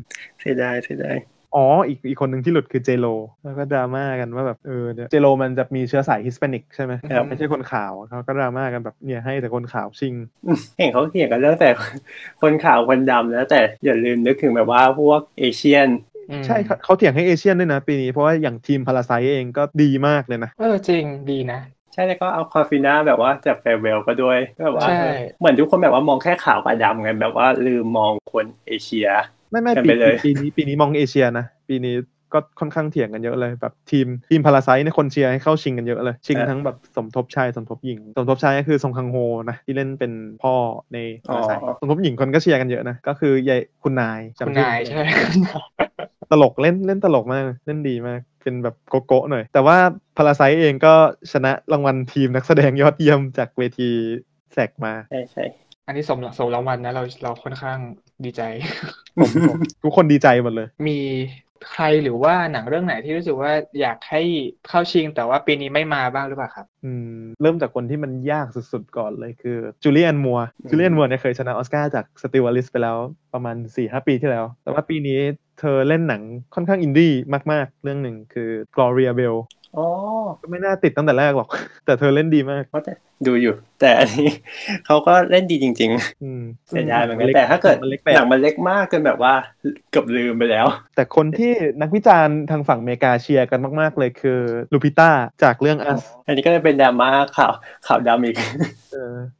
S3: เสียดายเสียดาย
S1: อ๋อ อีกอีกคนหนึ่งที่หลุดคือเจโ o แล้วก็ดราม่ากันว่าแบบเออเนี่ยเจโ o มันจะมีเชื้อสายฮิสแปนิกใช่ไหมไม่ใช่คนขาวเขาก็ดราม่ากันแบบเนี่ยให้แต่คนขาวชิง
S3: เห็นเขาเถียงกันเรื่อง แต่ คนขาวคนดำแล้วแต่อย่าลืมนึกถึงแบบว่าพวกเอเชียน
S2: อืม
S1: ใช่เขาเขาเถียงให้เอเชียนด้วยนะปีนี้ เพราะว่าอย่างทีมพาราไซเองก็ดีมากเลยนะ
S2: เออจริงดีนะ
S3: ใช่แล้วก็เอาคาฟิน่าแบบว่าจากแฟร์เวลก็ด้วยแบบว่า
S2: ใช่
S3: เหมือนทุกคนแบบว่ามองแค่ขาวกับดำไงแบบว่าลืมมองคนเอเชีย
S1: ไม่ไม่
S3: กัน
S1: ปี
S3: ไปเลย
S1: ปีนี้ปีนี้มองเอเชียนะ ปีนี้ก็ค่อนข้างเถียงกันเยอะเลยแบบทีมทีมพาราไซเนี่ยคนเชียร์ให้เข้าชิงกันเยอะเลย ชิงทั้งแบบสมทบชายสมทบหญิง สมทบชายก็คือซงคังโฮนะที่เล่นเป็นพ่อในพาราไซสมทบหญิงคนก็เชียร์กันเยอะนะก็คือยายคุณนาย
S2: คุณ
S1: จำชื่อ
S2: นายใช่ไหม
S1: ตลกเล่นเล่นตลกมากเล่นดีมาก เป็นแบบโกโก้หน่อย แต่ว่าพาราไซเองก็ชนะรางวัลทีมนักแสดงยอดเยี่ยมจากเวทีแสก มา
S3: ใช่ใช่
S2: อันนี้สมสมรางวัลนะเราเราค่อนข้างดี ใจ
S1: ผมผมทุกคนดีใจหมดเลย
S2: มีใครหรือว่าหนังเรื่องไหนที่รู้สึกว่าอยากให้เข้าชิงแต่ว่าปีนี้ไม่มาบ้างหรือเปล่าครับ
S1: อืมเริ่มจากคนที่มันยากสุดๆ ก่อนเลยคือจูเลียนมัวจูเลียนมัวเนี่ยเคยชนะออสการ์จากสติว a ลิสไปแล้วประมาณ 4-5 ปีที่แล้ว แต่ว่าปีนี้เธอเล่นหนังค่อนข้างอินดี้มากๆ เรื่องหนึ่งคือ Gloria Bell
S3: อ๋อ
S1: ก็ไม่น่าติดตั้งแต่แรกหรอก แต่เธอเล่นดีมาก
S3: ก็แต่ดูอยู่ แต่อันนี้ เขาก็เล่นดีจริง
S1: อืม
S3: ๆเสียดายเหมือนกันแต่ถ้าเกิด
S1: มันเล็กแปลก
S3: หนังมันเล็กมากจนแบบว่าเกือบลืมไปแล้ว
S1: แต่คนที่นักวิจารณ์ทางฝั่งอเมริกาเชียร์กันมาก ๆ เลยคือลูพิต้าจากเรื่องอัส
S3: อันนี้ก็เลยเป็นดราม่าข่าวข่าวดำอีก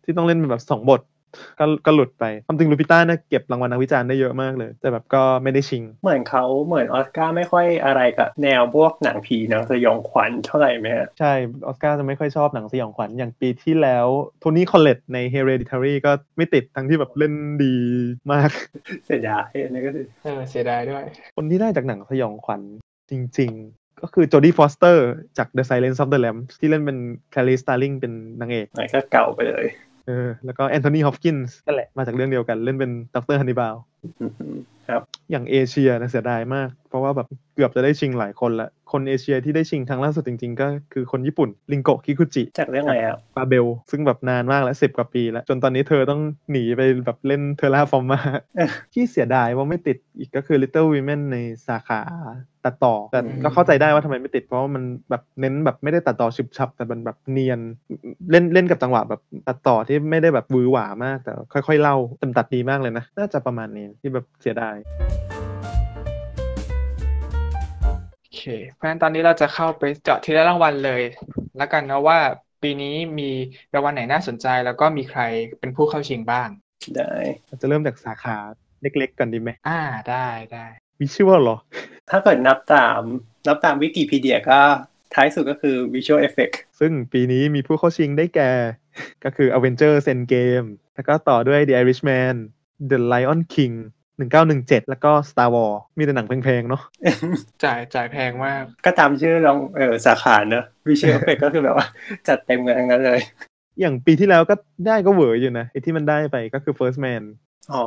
S1: ที่ต้องเล่นเป็นแบบสองบท ก็ก็หลุดไปความจริงลูปิต้าเนี่ยเก็บรางวัลนักวิจารณ์ได้เยอะมากเลย แต่แบบก็ไม่ได้ชิง
S3: เหมือนเขาเหมือนออสการ์ไม่ค่อยอะไรกับแนวพวกหนังผีหนังสยองขวัญเท่าไหร่ไหมฮะ
S1: ใช่ ออสการ์จะไม่ค่อยชอบหนังสยองขวัญอย่างปีที่แล้วโทนี่คอลเลตใน Hereditary ก็ไม่ติดทั้งที่แบบเล่นดีมาก
S3: เสียดายอันนี้ก็คือ
S2: เออเสียดายด้วย
S1: คนที่ได้จากหนังสยองขวัญจริง ๆ ก็คือโจดี้ฟอสเตอร์จาก The Silence of the Lambs ที่เล่นเป็นแคลรีสตาร์ลิงเป็นนางเอก
S3: ไหนก็เก่าไปเลย
S1: เออแล้วก็แอนโทนีฮอปกินส์นั่นแหละมาจากเรื่องเดียวกันเล่นเป็นดรฮันนิบาล
S3: อืม
S1: อย่างเอเชียนะเสียดายมาก เพราะว่าแบบเกือบจะได้ชิงหลายคนละคนเอเชียที่ได้ชิงครั้งล่าสุดจริงๆ ก็คือคนญี่ปุ่น ริงโกะคิคุจิ
S3: ๆจากเรื่องอะไรครับ
S1: ปาเบล ซึ่งแบบนานมากแล้วสิบกว่าปีแล้ว จนตอนนี้เธอต้องหนีไปแบบเล่นเทอร่าฟอร์มา ที่เสียดายว่าไม่ติดอีกก็คือ Little Women ในสาขาตัดต่อ แต่ก็เข้าใจได้ว่าทำไมไม่ติดเพราะว่ามันแบบเน้นแบบไม่ได้ตัดต่อฉุบฉับ แต่มันแบบเนียนเล่นเล่นกับจังหวะแบบตัดต่อที่ไม่ได้แบบหวือหวามาก แต่ค่อย ๆ เล่าแต่มันตัดดีมากเลยนะ น่าจะประมาณนี้ที่แบบเสียดาย
S2: โอเค เพราะฉะนั้นตอนนี้เราจะเข้าไปเจาะทีละรางวัลเลย แล้วกันนะว่าปีนี้มีรางวัลไหนน่าสนใจแล้วก็มีใครเป็นผู้เข้าชิงบ้าง
S3: ได้
S1: เราจะเริ่มจากสาขาเล็กๆก่อนดีไหม
S2: อ่าได้ได้
S1: วิชวลหรอ
S3: ถ้าเกิดนับตามนับตามวิกิพีเดียก็ท้ายสุดก็คือ Visual Effect
S1: ซึ่งปีนี้มีผู้เข้าชิงได้แก่ ก็คือ Avengers Endgame แล้วก็ต่อด้วย The Irishman The Lion King 1917 แล้วก็ Star Wars มีแต่หนังแพงๆ เนาะ
S2: จ่ายจ่ายแพงมาก
S3: ก็ตามชื่อลองเออสาขาเนอะ Visual Effect ก็คือแบบว่า จัดเต็มกันทั้งนั้นเลย
S1: อย่างปีที่แล้วก็ได้ก็เหวออยู่นะไอที่มันได้ไปก็คือ First Man
S3: อ๋อ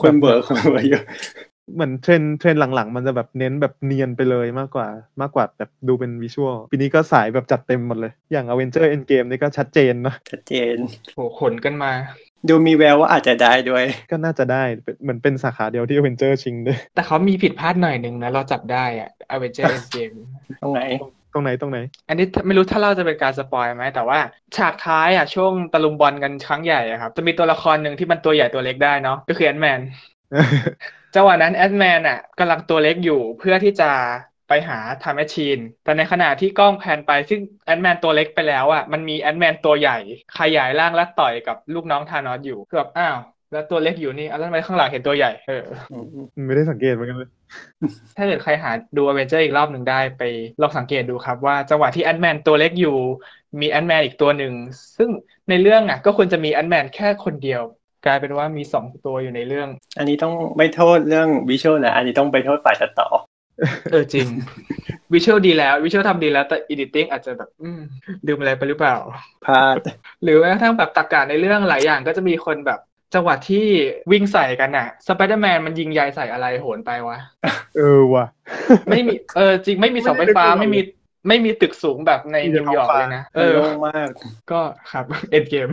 S3: ควรเบอร์ควรเบอร์เยอะ
S1: เหมือนเทรนด์เทรนด์หลังๆ มันจะแบบเน้นแบบเนียนไปเลยมากกว่ามากกว่าแบบดูเป็นวิชวลปีนี้ก็สายแบบจัดเต็มหมดเลย อย่าง Avengers Endgame นี่ก็ชัดเจนนะ
S3: ชัดเจน
S2: โหขนกันมา
S3: ดูมีแววว่าอาจจะได้ด้วย
S1: ก็น่าจะได้เป็นเหมือนเป็นสาขาเดียวที่ Avenger ชิงด้วย
S2: แต่เขามีผิดพลาดหน่อยหนึงนะเราจับได้อะอเวนเจอร์เอ็นเกม
S3: ตรงไหน
S1: ตรงไหนตรงไหน
S2: อันนี้ไม่รู้ถ้าเราจะเป็นการสปอยไหมแต่ว่าฉากท้ายอ่ะช่วงตะลุมบอลกันครั้งใหญ่อะครับจะมีตัวละครหนึ่งที่มันตัวใหญ่ตัวเล็กได้เนาะก็คือแอนแมนจังหวะนั้นแอนแมนอ่ะกำลังตัวเล็กอยู่เพื่อที่จะไปหาทำแมชชีน แต่ในขณะที่กล้องแพนไปซึ่งแอนแมนตัวเล็กไปแล้วอ่ะมันมีแอนแมนตัวใหญ่ขยายร่างและต่อยกับลูกน้องธานอสอยู่คือแบบอ้าว แล้วตัวเล็กอยู่นี่เอาแล้วทำไมข้างหลังเห็นตัวใหญ่เออ
S1: ไม่ได้สังเกตเหมือนกันเลย
S2: ถ้าเกิดใครหาดูอเวนเจอร์อีกรอบหนึ่งได้ไปลองสังเกตดูครับว่าจังหวะที่แอนแมนตัวเล็กอยู่ มีแอนแมนอีกตัวหนึ่ง ซึ่งในเรื่องอ่ะก็ควรจะมีแอนแมนแค่คนเดียว กลายเป็นว่ามีสองตัวอยู่ในเรื่อง
S3: อันนี้ต้องไม่โทษเรื่องวิชวลนะ อันนี้ต้องไปโทษฝ่ายตัดต่อ
S2: เออจริง วิชวลดีแล้ววิชวลทำดีแล้วแต่อีดิติ้งอาจจะแบบอืมลืมอะไรไปหรือเปล่า
S3: พลาด
S2: หรือแม้กระทั่งแบบตรรกะในเรื่องหลายอย่างก็จะมีคนแบบจังหวะที่วิ่งใส่กันอ่ะสไปเดอร์แมนมันยิงยายใส่อะไรโหนไปวะ
S1: เออว่ะ
S2: ไม่มีเออจริงไม่มีเสาไฟฟ้า
S1: ไม่ได้
S2: ไม่มีไม่มีตึกสูงแบบใน
S1: มีแต่
S2: นิวยอร์ก
S1: ท้องฟ้า
S2: เลยนะ
S3: เอ
S2: เอ
S3: อ
S2: อ
S3: โล่งมาก
S2: ก็ครับ เอ็นเกม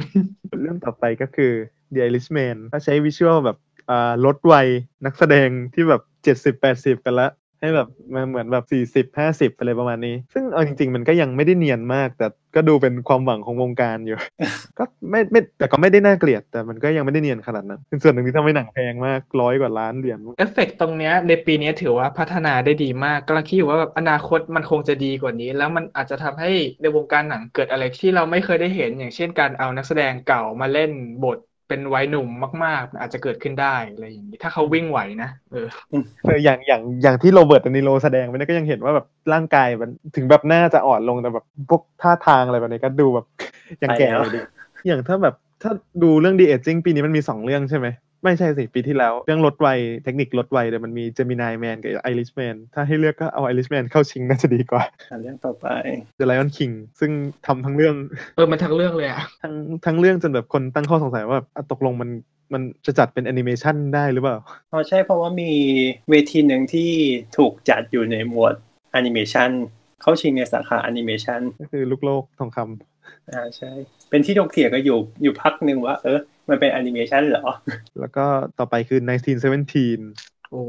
S1: เรื่องต่อไปก็คือ The Irishman ถ้าใช้วิชวลแบบอ่าลดวัยนักแสดงที่แบบ 70 80 กันละ ให้แบบมาเหมือนแบบ 40 50 อะไรประมาณนี้ ซึ่งเอาจริง ๆ มันก็ยังไม่ได้เนียนมาก แต่ก็ดูเป็นความหวังของวงการอยู่ ก็ไม่ไม่แต่ก็ไม่ได้น่าเกลียด แต่มันก็ยังไม่ได้เนียนขนาดนั้นเป็นส่วนหนึ่งที่ทำให้หนังแพงมากร้อยกว่าล้านเหรียญ
S2: เอฟเฟกต์ตรงเนี้ยในปีเนี้ยถือว่าพัฒนาได้ดีมากกำลังคิดอยู่ว่าแบบอนาคตมันคงจะดีกว่านี้ แล้วมันอาจจะทำให้ในวงการหนังเกิดอะไรที่เราไม่เคยได้เห็น อย่างเช่นการเอานักแสดงเก่ามาเล่นบทเป็นวัยหนุ่มมากๆ อาจจะเกิดขึ้นได้อะไรอย่างนี้ถ้าเขาวิ่งไหวนะเออ
S1: เอออย่างอย่างอย่างที่โรเบิร์ตดานิโลแสดงไปเนี่ยก็ยังเห็นว่าแบบร่างกายมันถึงแบบหน้าจะอ่อนลงแต่แบบพวกท่าทางอะไรแบบนี้ก็ดูแบบ ยังแก่อยู่ดีอย่างถ้าแบบถ้าดูเรื่องดีเอจ i ิงปีนี้มันมีสองเรื่องใช่ไหม ไม่ใช่สิ ปีที่แล้ว เรื่องลดวัยเทคนิคลดวัยเดี๋ยวมันมีเจมินายแมนกับไอริชแมนถ้าให้เลือกก็เอาไอริชแมนเข้าชิงน่าจะดีกว่า
S3: อ่ะเรื่องต่อไป
S1: The Lion King ซึ่งทำทั้งเรื่อง
S2: เออมันทั้งเรื่องเลยอะ
S1: ทั้งทั้งเรื่องจนแบบคนตั้งข้อสงสัยว่าแบบอ่ะตกลงมันมันจะจัดเป็นแอนิเมชันได้หรือเปล่า
S3: อ๋อใช่เพราะว่ามีเวทีหนึ่งที่ถูกจัดอยู่ในหมวดแอนิเมชันเข้าชิงในสาขาแอนิเมชัน
S1: ก็คือลูกโลกทองคำ
S3: อ่าใช่ เป็นที่ถกเถียงกันอยู่อยู่พักหนึ่งว่า เออ มันเป็นแอนิเมชันเหรอ
S1: แล้วก็ต่อไปคือ 1917
S2: โอ้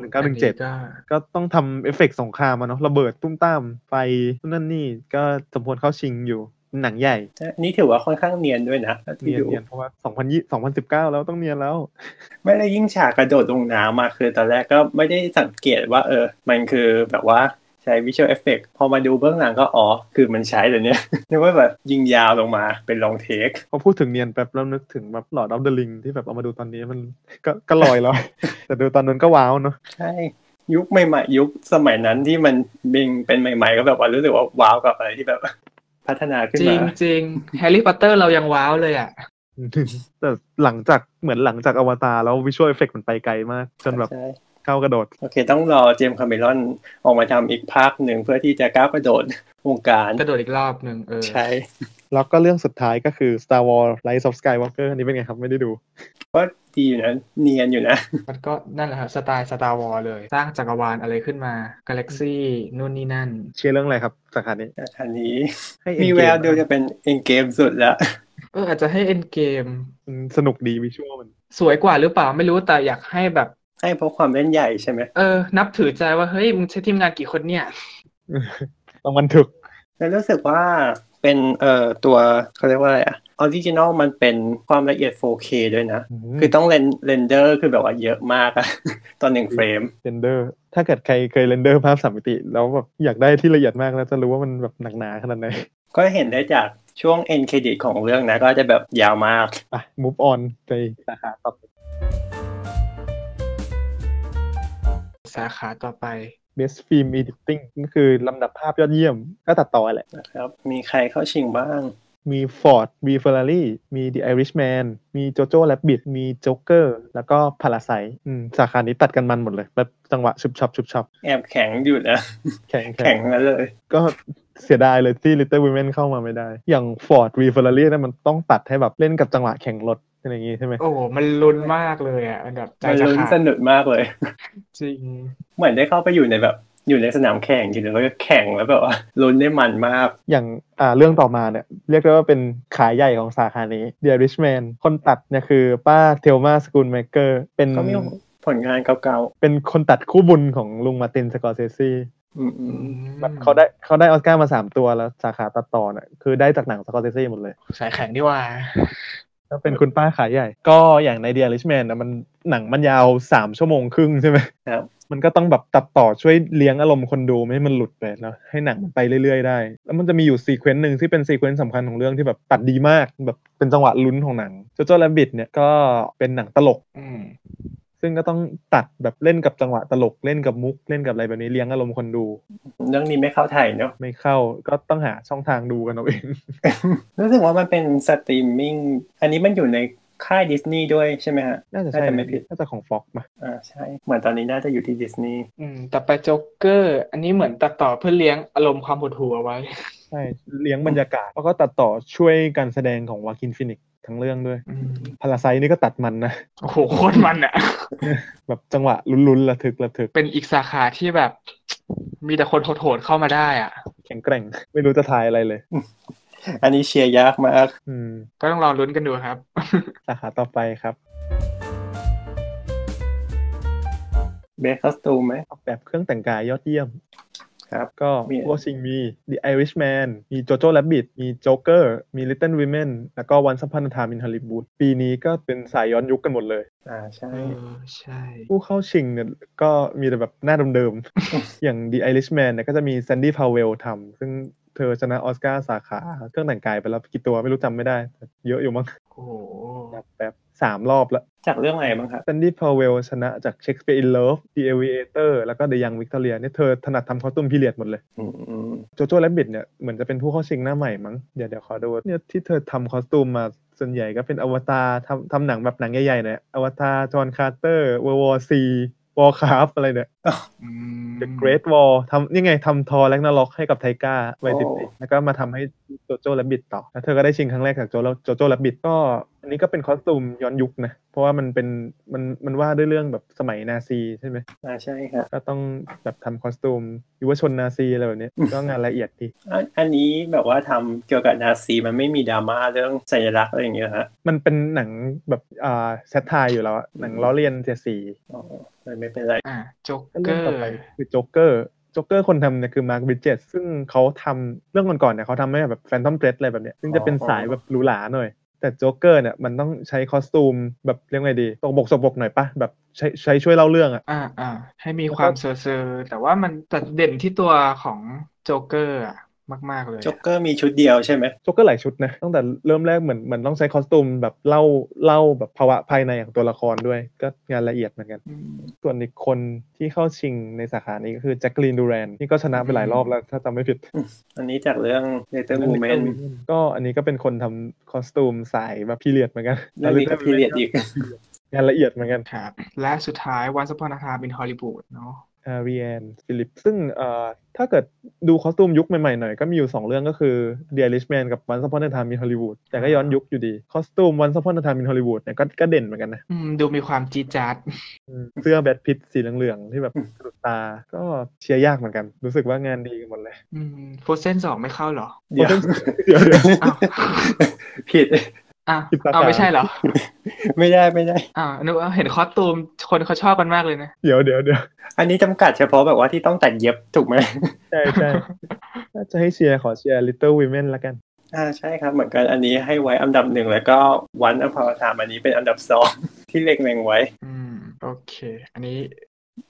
S1: หนึ่งเก้าหนึ่งเจ็ด
S2: อัก็
S1: ก็ต้องทำเอฟเฟกต์สงครามอะเนาะระเบิดตุ้มตามไฟนู่นนั่นนี่ก็สมควรเข้าชิงอยู่หนังใหญ่
S3: นี่ถือว่าค่อนข้างเนียนด้วยนะที่
S1: เนียน
S3: ดู
S1: เนียนเพราะว่า2020 2019 แล้วต้องเนียนแล้ว
S3: ไม่ได้ยิ่งฉากกระโดดลงน้ำมาคือตอนแรกก็ไม่ได้สังเกตว่า เออ มันคือแบบว่า ใช้วิชวลเอฟเฟกพอมาดูเบื้องหลังก็อ๋อ คือมันใช้แต่เนี้ย นึกว่าแบบยิงยาวลงมาเป็นลองเทค
S1: พอพูดถึงเนียนแป๊บแล้วนึกถึงแบบหลอดอัลเดลิงที่แบบเอามาดูตอนนี้ มันก็ก็ลอยแล้ว แต่ดูตอนนั้นก็ว้าวเนาะ
S3: ใช่ ยุคใหม่ๆ ยุคสมัยนั้นที่มันบิงเป็นใหม่ๆ ก็แบบว่ารู้สึกว่าว้าวกับอะไรที่แบบ พัฒนาขึ้น
S2: จริ
S3: มาง
S2: จริงแฮร์รี่พอตเตอร์เรายังว้าวเลยอ่ะ
S1: แต่หลังจากเหมือนหลังจากอวตารแล้ววิชวลเอฟเฟกมันไปไกลมาก จนแบบ
S3: ใช่
S1: เข้ากระโดด
S3: โอเค ต้องรอเจมส์คาเมรอนออกมาทำอีกภาคหนึ่งเพื่อที่จะก้าวกระโดดวงการ
S2: กระโดดอีกรอบหนึ่งเออ
S3: ใช่
S1: แล้วก็เรื่องสุดท้ายก็คือ Star Wars Rise of Skywalker อันนี้เป็นไงครับไม่ได้ดู
S3: ก็ดีอยู่นะเนียนอยู่นะ
S2: มันก็นั่นแหละครับสไตล์สตาร์วอลเลย สร้างจักรวาลอะไรขึ้นมากาแล็กซี่นู่นนี่นั่น
S1: เชียร์เรื่องอะไรครับสาขานี้
S3: อันนี้
S1: ให้ Endgame
S3: มีแววดูจะเป็นเอ็นเกมสุดแล้ว
S2: เอออาจจะให้เอ็นเกม
S1: อืมสนุกดีวิชวลมัน
S2: สวยกว่าหรือเปล่าไม่รู้แต่อยากให้แบบ
S3: ให้เพราะความเล่นใหญ่ใช่ไหม
S2: เออ นับถือใจว่า เฮ้ย มึงใช้ทีมงานกี่คนเนี่ย
S1: รางวัลถึก
S3: แล้วรู้สึกว่าเป็นเอ่อตัวเขาเรียกว่าอะไรอะออริจินอลมันเป็นความละเอียด 4K ด้วยนะ คือต้องเรนเรนเดอร์คือแบบว่าเยอะมากอะ ตอนหนึ่งเฟรม
S1: เรนเดอร์ ถ้าเกิดใครเคยเรนเดอร์ภาพสามมิติ แล้วแบบอยากได้ที่ละเอียดมากแล้วจะรู้ว่ามันแบบหนักหนาขนาดไหน
S3: ก็เห็นได้จากช่วงเอ็นเครดิตของเรื่องนะ ก็จะแบบยาวมาก
S1: อ่ะ move on ไปสาขาต่อไป
S2: สาขาต่อไป
S1: best film editing ก็คือลำดับภาพยอดเยี่ยม ก็ตัดต่อแหละ
S3: นะครับ มีใครเข้าชิงบ้าง
S1: มี Ford มี Ferrari มี The Irishman มี Jojo Rabbit มี Joker แล้วก็ Parasite อืมสาขานี้ตัดกันมันหมดเลย แบบจังหวะชุบชับชุบชับ
S3: แอบแข็งอยู่นะ
S1: แข่ง
S3: แข็
S1: แข่
S3: ง
S1: ง
S3: ทั้งนั้นเลย
S1: ก็เสียดายเลยที่ Little Women เข้ามาไม่ได้ อย่าง Ford v Ferrari นั่นมันต้องตัดให้แบบเล่นกับจังหวะแข่งรถอะไรอย่างงี้ใช่ไหม
S2: โอ้โหมันลุ้นมากเลยอ่ะมันแบบใจ
S3: มัน
S2: จะ
S3: ลุ้น
S2: ขาด
S3: สนุกมากเลย
S2: จริง
S3: เหมือนได้เข้าไปอยู่ในแบบ อยู่ในสนามแข่งจริงๆแล้วก็แข่งแล้วแบบว่าลุ้นได้มันมาก
S1: อย่างอ่าเรื่องต่อมาเนี่ย เรียกได้ว่าเป็นขายใหญ่ของสาขานี้ The Irishman คนตัดเนี่ยคือป้าเทลมาสกูลเมเกอร์เป็น
S3: ก็มีผลงานเก่า
S1: เป็นคนตัดคู่บุญของลุงมาร์ตินสกอร์เซซี
S3: ๆอื
S2: อื
S3: ม
S2: ม
S1: แบบเขาได้เขาได้ออสการ์มาสามตัวแล้วสาขาตัดต่อเนี่ยคือได้จากหนังสกอร์เซซีหมดเลย
S2: สายแข็งดีกว่า
S1: ก็เป็นคุณป้าขายใหญ่ ก็อย่างในเดียริชแมนนะมันหนังมันยาวสามชั่วโมงครึ่งใช่ไหม
S3: ๆครับ
S1: มันก็ต้องแบบตัดต่อช่วยเลี้ยงอารมณ์คนดูไม่ให้มันหลุดไปแล้วให้หนังมันไปเรื่อยๆได้ แล้วมันจะมีอยู่ซีเควนต์หนึ่งที่เป็นซีเควนต์สำคัญของเรื่องที่แบบตัดดีมากแบบเป็นจังหวะลุ้นของหนังโจโจ้แรบบิทเนี่ยก็เป็นหนังตลก
S2: อืม
S1: ซึ่งก็ต้องตัดแบบเล่นกับจังหวะตลกเล่นกับมุกเล่นกับอะไรแบบนี้เลี้ยงอารมณ์คนดู
S3: เรื่องนี้ไม่เข้าไทยเนอะ
S1: ไม่เข้าก็ต้องหาช่องทางดูกันเอาเอง
S3: รู้สึกว่ามันเป็นสตรีมมิ่ง อันนี้มันอยู่ในค่ายดิสนีย์ด้วยใช่ไหมฮะ
S1: น่าจะใช่
S3: น่าจะ
S1: นะ
S3: ไม่ผิด
S1: น่าจะของฟ็อกมา
S3: อ่าใช่ เหมือนตอนนี้น่าจะอยู่ที่ดิสนีย์
S2: อืม ต่อไปโจ๊กเกอร์ อันนี้เหมือนตัดต่อเพื่อเลี้ยงอารมณ์ความหดหู่เอาไว้
S1: ใช่เลี้ยงบรรยากาศ แล้วก็ตัดต่อช่วยการแสดงของวากินฟินิกทั้งเรื่องด้วย
S2: อืม
S1: พาราไซนี่ก็ตัดมันนะ
S2: โอ้โหโคตรมันอ่ะ
S1: แบบจังหวะลุ้นๆระทึกระทึก
S2: เป็นอีกสาขาที่แบบ มีแต่คนโหดๆเข้ามาได้อ่ะ
S1: แข็งแกร่ง ไม่รู้จะทายอะไรเลย
S3: อันนี้เชียร์ยากมาก
S1: อืม
S2: ก็ต้องรอลุ้นกันดูครับ
S1: สาขาต่อไปครับ
S3: เบสคอสตูมไหม
S1: ออกแบบเครื่องแต่งกายยอดเยี่ยม
S3: ครับ
S1: ก็
S3: มี
S1: วอชิงมี The Irishman มี Jojo Rabbit มี Joker มี Little Women แล้วก็ Once Upon a Time in Hollywood ปีนี้ก็เป็นสายย้อนยุคกันหมดเลย
S3: อ่าใช่
S2: เออ ใช่
S1: ผู้เข้าชิงเนี่ยก็มีแต่แบบหน้าเดิม ๆ อย่าง The Irishman เนี่ยก็จะมี Sandy Powell ทำซึ่งเธอชนะออสการ์สาขา เครื่องแต่งกายไปแล้วกี่ตัวไม่รู้จำไม่ได้แต่เยอะอยู่มั้ง
S2: โอ้โห
S1: นับแบบสามรอบละ
S3: จากเรื่องอะไรบ้างครับ
S1: Sandy Powell ชนะจาก Shakespeare in Love The Aviator แล้วก็ The Young Victoria เนี่ยเธอถนัดทำคอสตูมพิเรียดหมดเลย
S3: อืม
S1: Jojo Rabbit เนี่ยเหมือนจะเป็นผู้เข้าชิงหน้าใหม่มั้งเดี๋ยวเดี๋ยวขอดูเนี่ยที่เธอทำคอสตูมมาส่วนใหญ่ก็เป็นอวตารทำทำหนังแบบหนังใหญ่ๆเนี่ยอวตารจอห์นคาร์เตอร์วอร์วอซีวอร์คราฟอะไรเนี่ย
S2: อืม
S1: The Great Wall ทำยังไงทำทอแล็กนาล็อกให้กับไทก้าไว้ติด
S3: โอ้
S1: ๆแล้วก็มาทำให้โจโจ้และบิดต่อ แล้วเธอก็ได้ชิงครั้งแรกจากโจโจ้โจโจ้และบิดก็ อันนี้ก็เป็นคอสตูมย้อนยุคนะ เพราะว่ามันเป็นมันมันว่าด้วยเรื่องแบบสมัยนาซีใช่ไหม
S3: อ่าใช่ครับ
S1: ก็ต้องแบบทำคอสตูมยุวชนนาซีอะไรแบบเนี้ยก็งานละเอียดดี
S3: อันอันนี้แบบว่าทำเกี่ยวกับนาซีมันไม่มีดราม่าเรื่องสัญลักษณ์อะไรอย่างเงี้ยฮะ
S1: มันเป็นหนังแบบอ่าแซทไทยอยู่แล้วอะหนังล้อเลียนเสียดสี
S3: อ๋อเลยไม่เป็นไร
S2: อ่ะโจ๊กเก
S1: เรื่
S2: อ
S1: อง
S2: ร์
S1: ต่อไปคือโจ๊กเกอร์โจ๊กเกอร์คนทำเนี่ยคือมาร์คบิจเจตซึ่งเขาทำเรื่องก่อนๆเนี่ยเขาทำให้แบบแฟนตอมเ r รสอะไรแบบเนี้ยซึ่งจะเป็น
S3: อ๋อ
S1: สายแบบหรูหราหน่อย แต่โจ๊กเกอร์เนี่ยมันต้องใช้คอสตูมแบบเรียกไงดีตกบกสกบกหน่อยปะแบบใช้ใช้ช่วยเล่าเรื่องอะ
S2: อ่าอ่าให้มีความเซอร์เซอร์แต่ว่ามันแต่เด่นที่ตัวของโจ๊กเกอร์อะมาก ๆ เลย
S3: จ็อกเกอร์มีชุดเดียวใช่ไหม
S1: โจ๊กเกอร์หลายชุดนะตั้งแต่เริ่มแรกเหมือนเหมือนต้องใช้คอสตูมแบบเล่าเล่าแบบภาวะภายในของตัวละครด้วย ก็งานละเอียดเหมือนกัน
S2: อืม
S1: ส่วนอีกคนที่เข้าชิงในสาขานี้ก็คือแจ็คลีนดูแรนนี่ก็ชนะไปหลายรอบแล้วถ้าจำไม่ผิด
S3: อันนี้จากเรื่อง Little
S1: เรื่อง
S3: Women
S1: Little Women ก็อันนี้ก็เป็นคนทำคอสตูมสายแบบพีเรียดเหมือนกัน
S3: เรื่องนี้ก็พีเรียดอีก
S1: งานละเอียดเหมือนกัน
S2: ครับและสุดท้าย Once Upon a Time in Hollywood เนาะ
S1: อารีแอนฟิลิปซึ่งเอ่อถ้าเกิดดูคอสตูมยุคใหม่ๆหน่อยก็มีอยู่ 2 เรื่องก็คือ The Irishman กับ Once Upon a Time in Hollywood แต่ก็ย้อนยุคอยู่ดี คอสตูม Once Upon a Time in Hollywood เนี่ยก็ก็เด่นเหมือนกันนะ
S2: อืมดูมีความจีดจัด
S1: อืมเสื้อแบทพิทสีเหลืองๆ ที่แบบ
S3: อืม
S1: สะดุดตาก็เชียร์ยากเหมือนกัน รู้สึกว่างานดีกันหมดเลย
S2: อืมโฟเซนสองไม่เข้าเหรอ
S3: เดี๋ยว
S1: เดี๋ยวเดี๋ ยว
S2: อ้าว
S3: ผิด
S2: อ่ะ
S1: ผิดสาขา
S2: เอาไม่ใช่เหรอ
S3: ไม่ได้ไม่ได้
S2: อ่านึกว่าเห็นคอสตูมคนเขาชอบกันมากเลยนะ
S1: เดี๋ยวเดี๋ยวเดี๋ยว
S3: อันนี้จำกัดเฉพาะแบบว่าที่ต้องตัดเย็บถูกไหม
S1: ใช่ใช่ถ้าจะให้เชียร์ขอเชียร์ Little Women ละกัน
S3: อ่าใช่ครับเหมือนกันอันนี้ให้ไว้อันดับหนึ่งแล้วก็วันอพาธามอันนี้เป็นอันดับสอง ที่เล็งเล็งไว้
S2: อืมโอเค อันนี้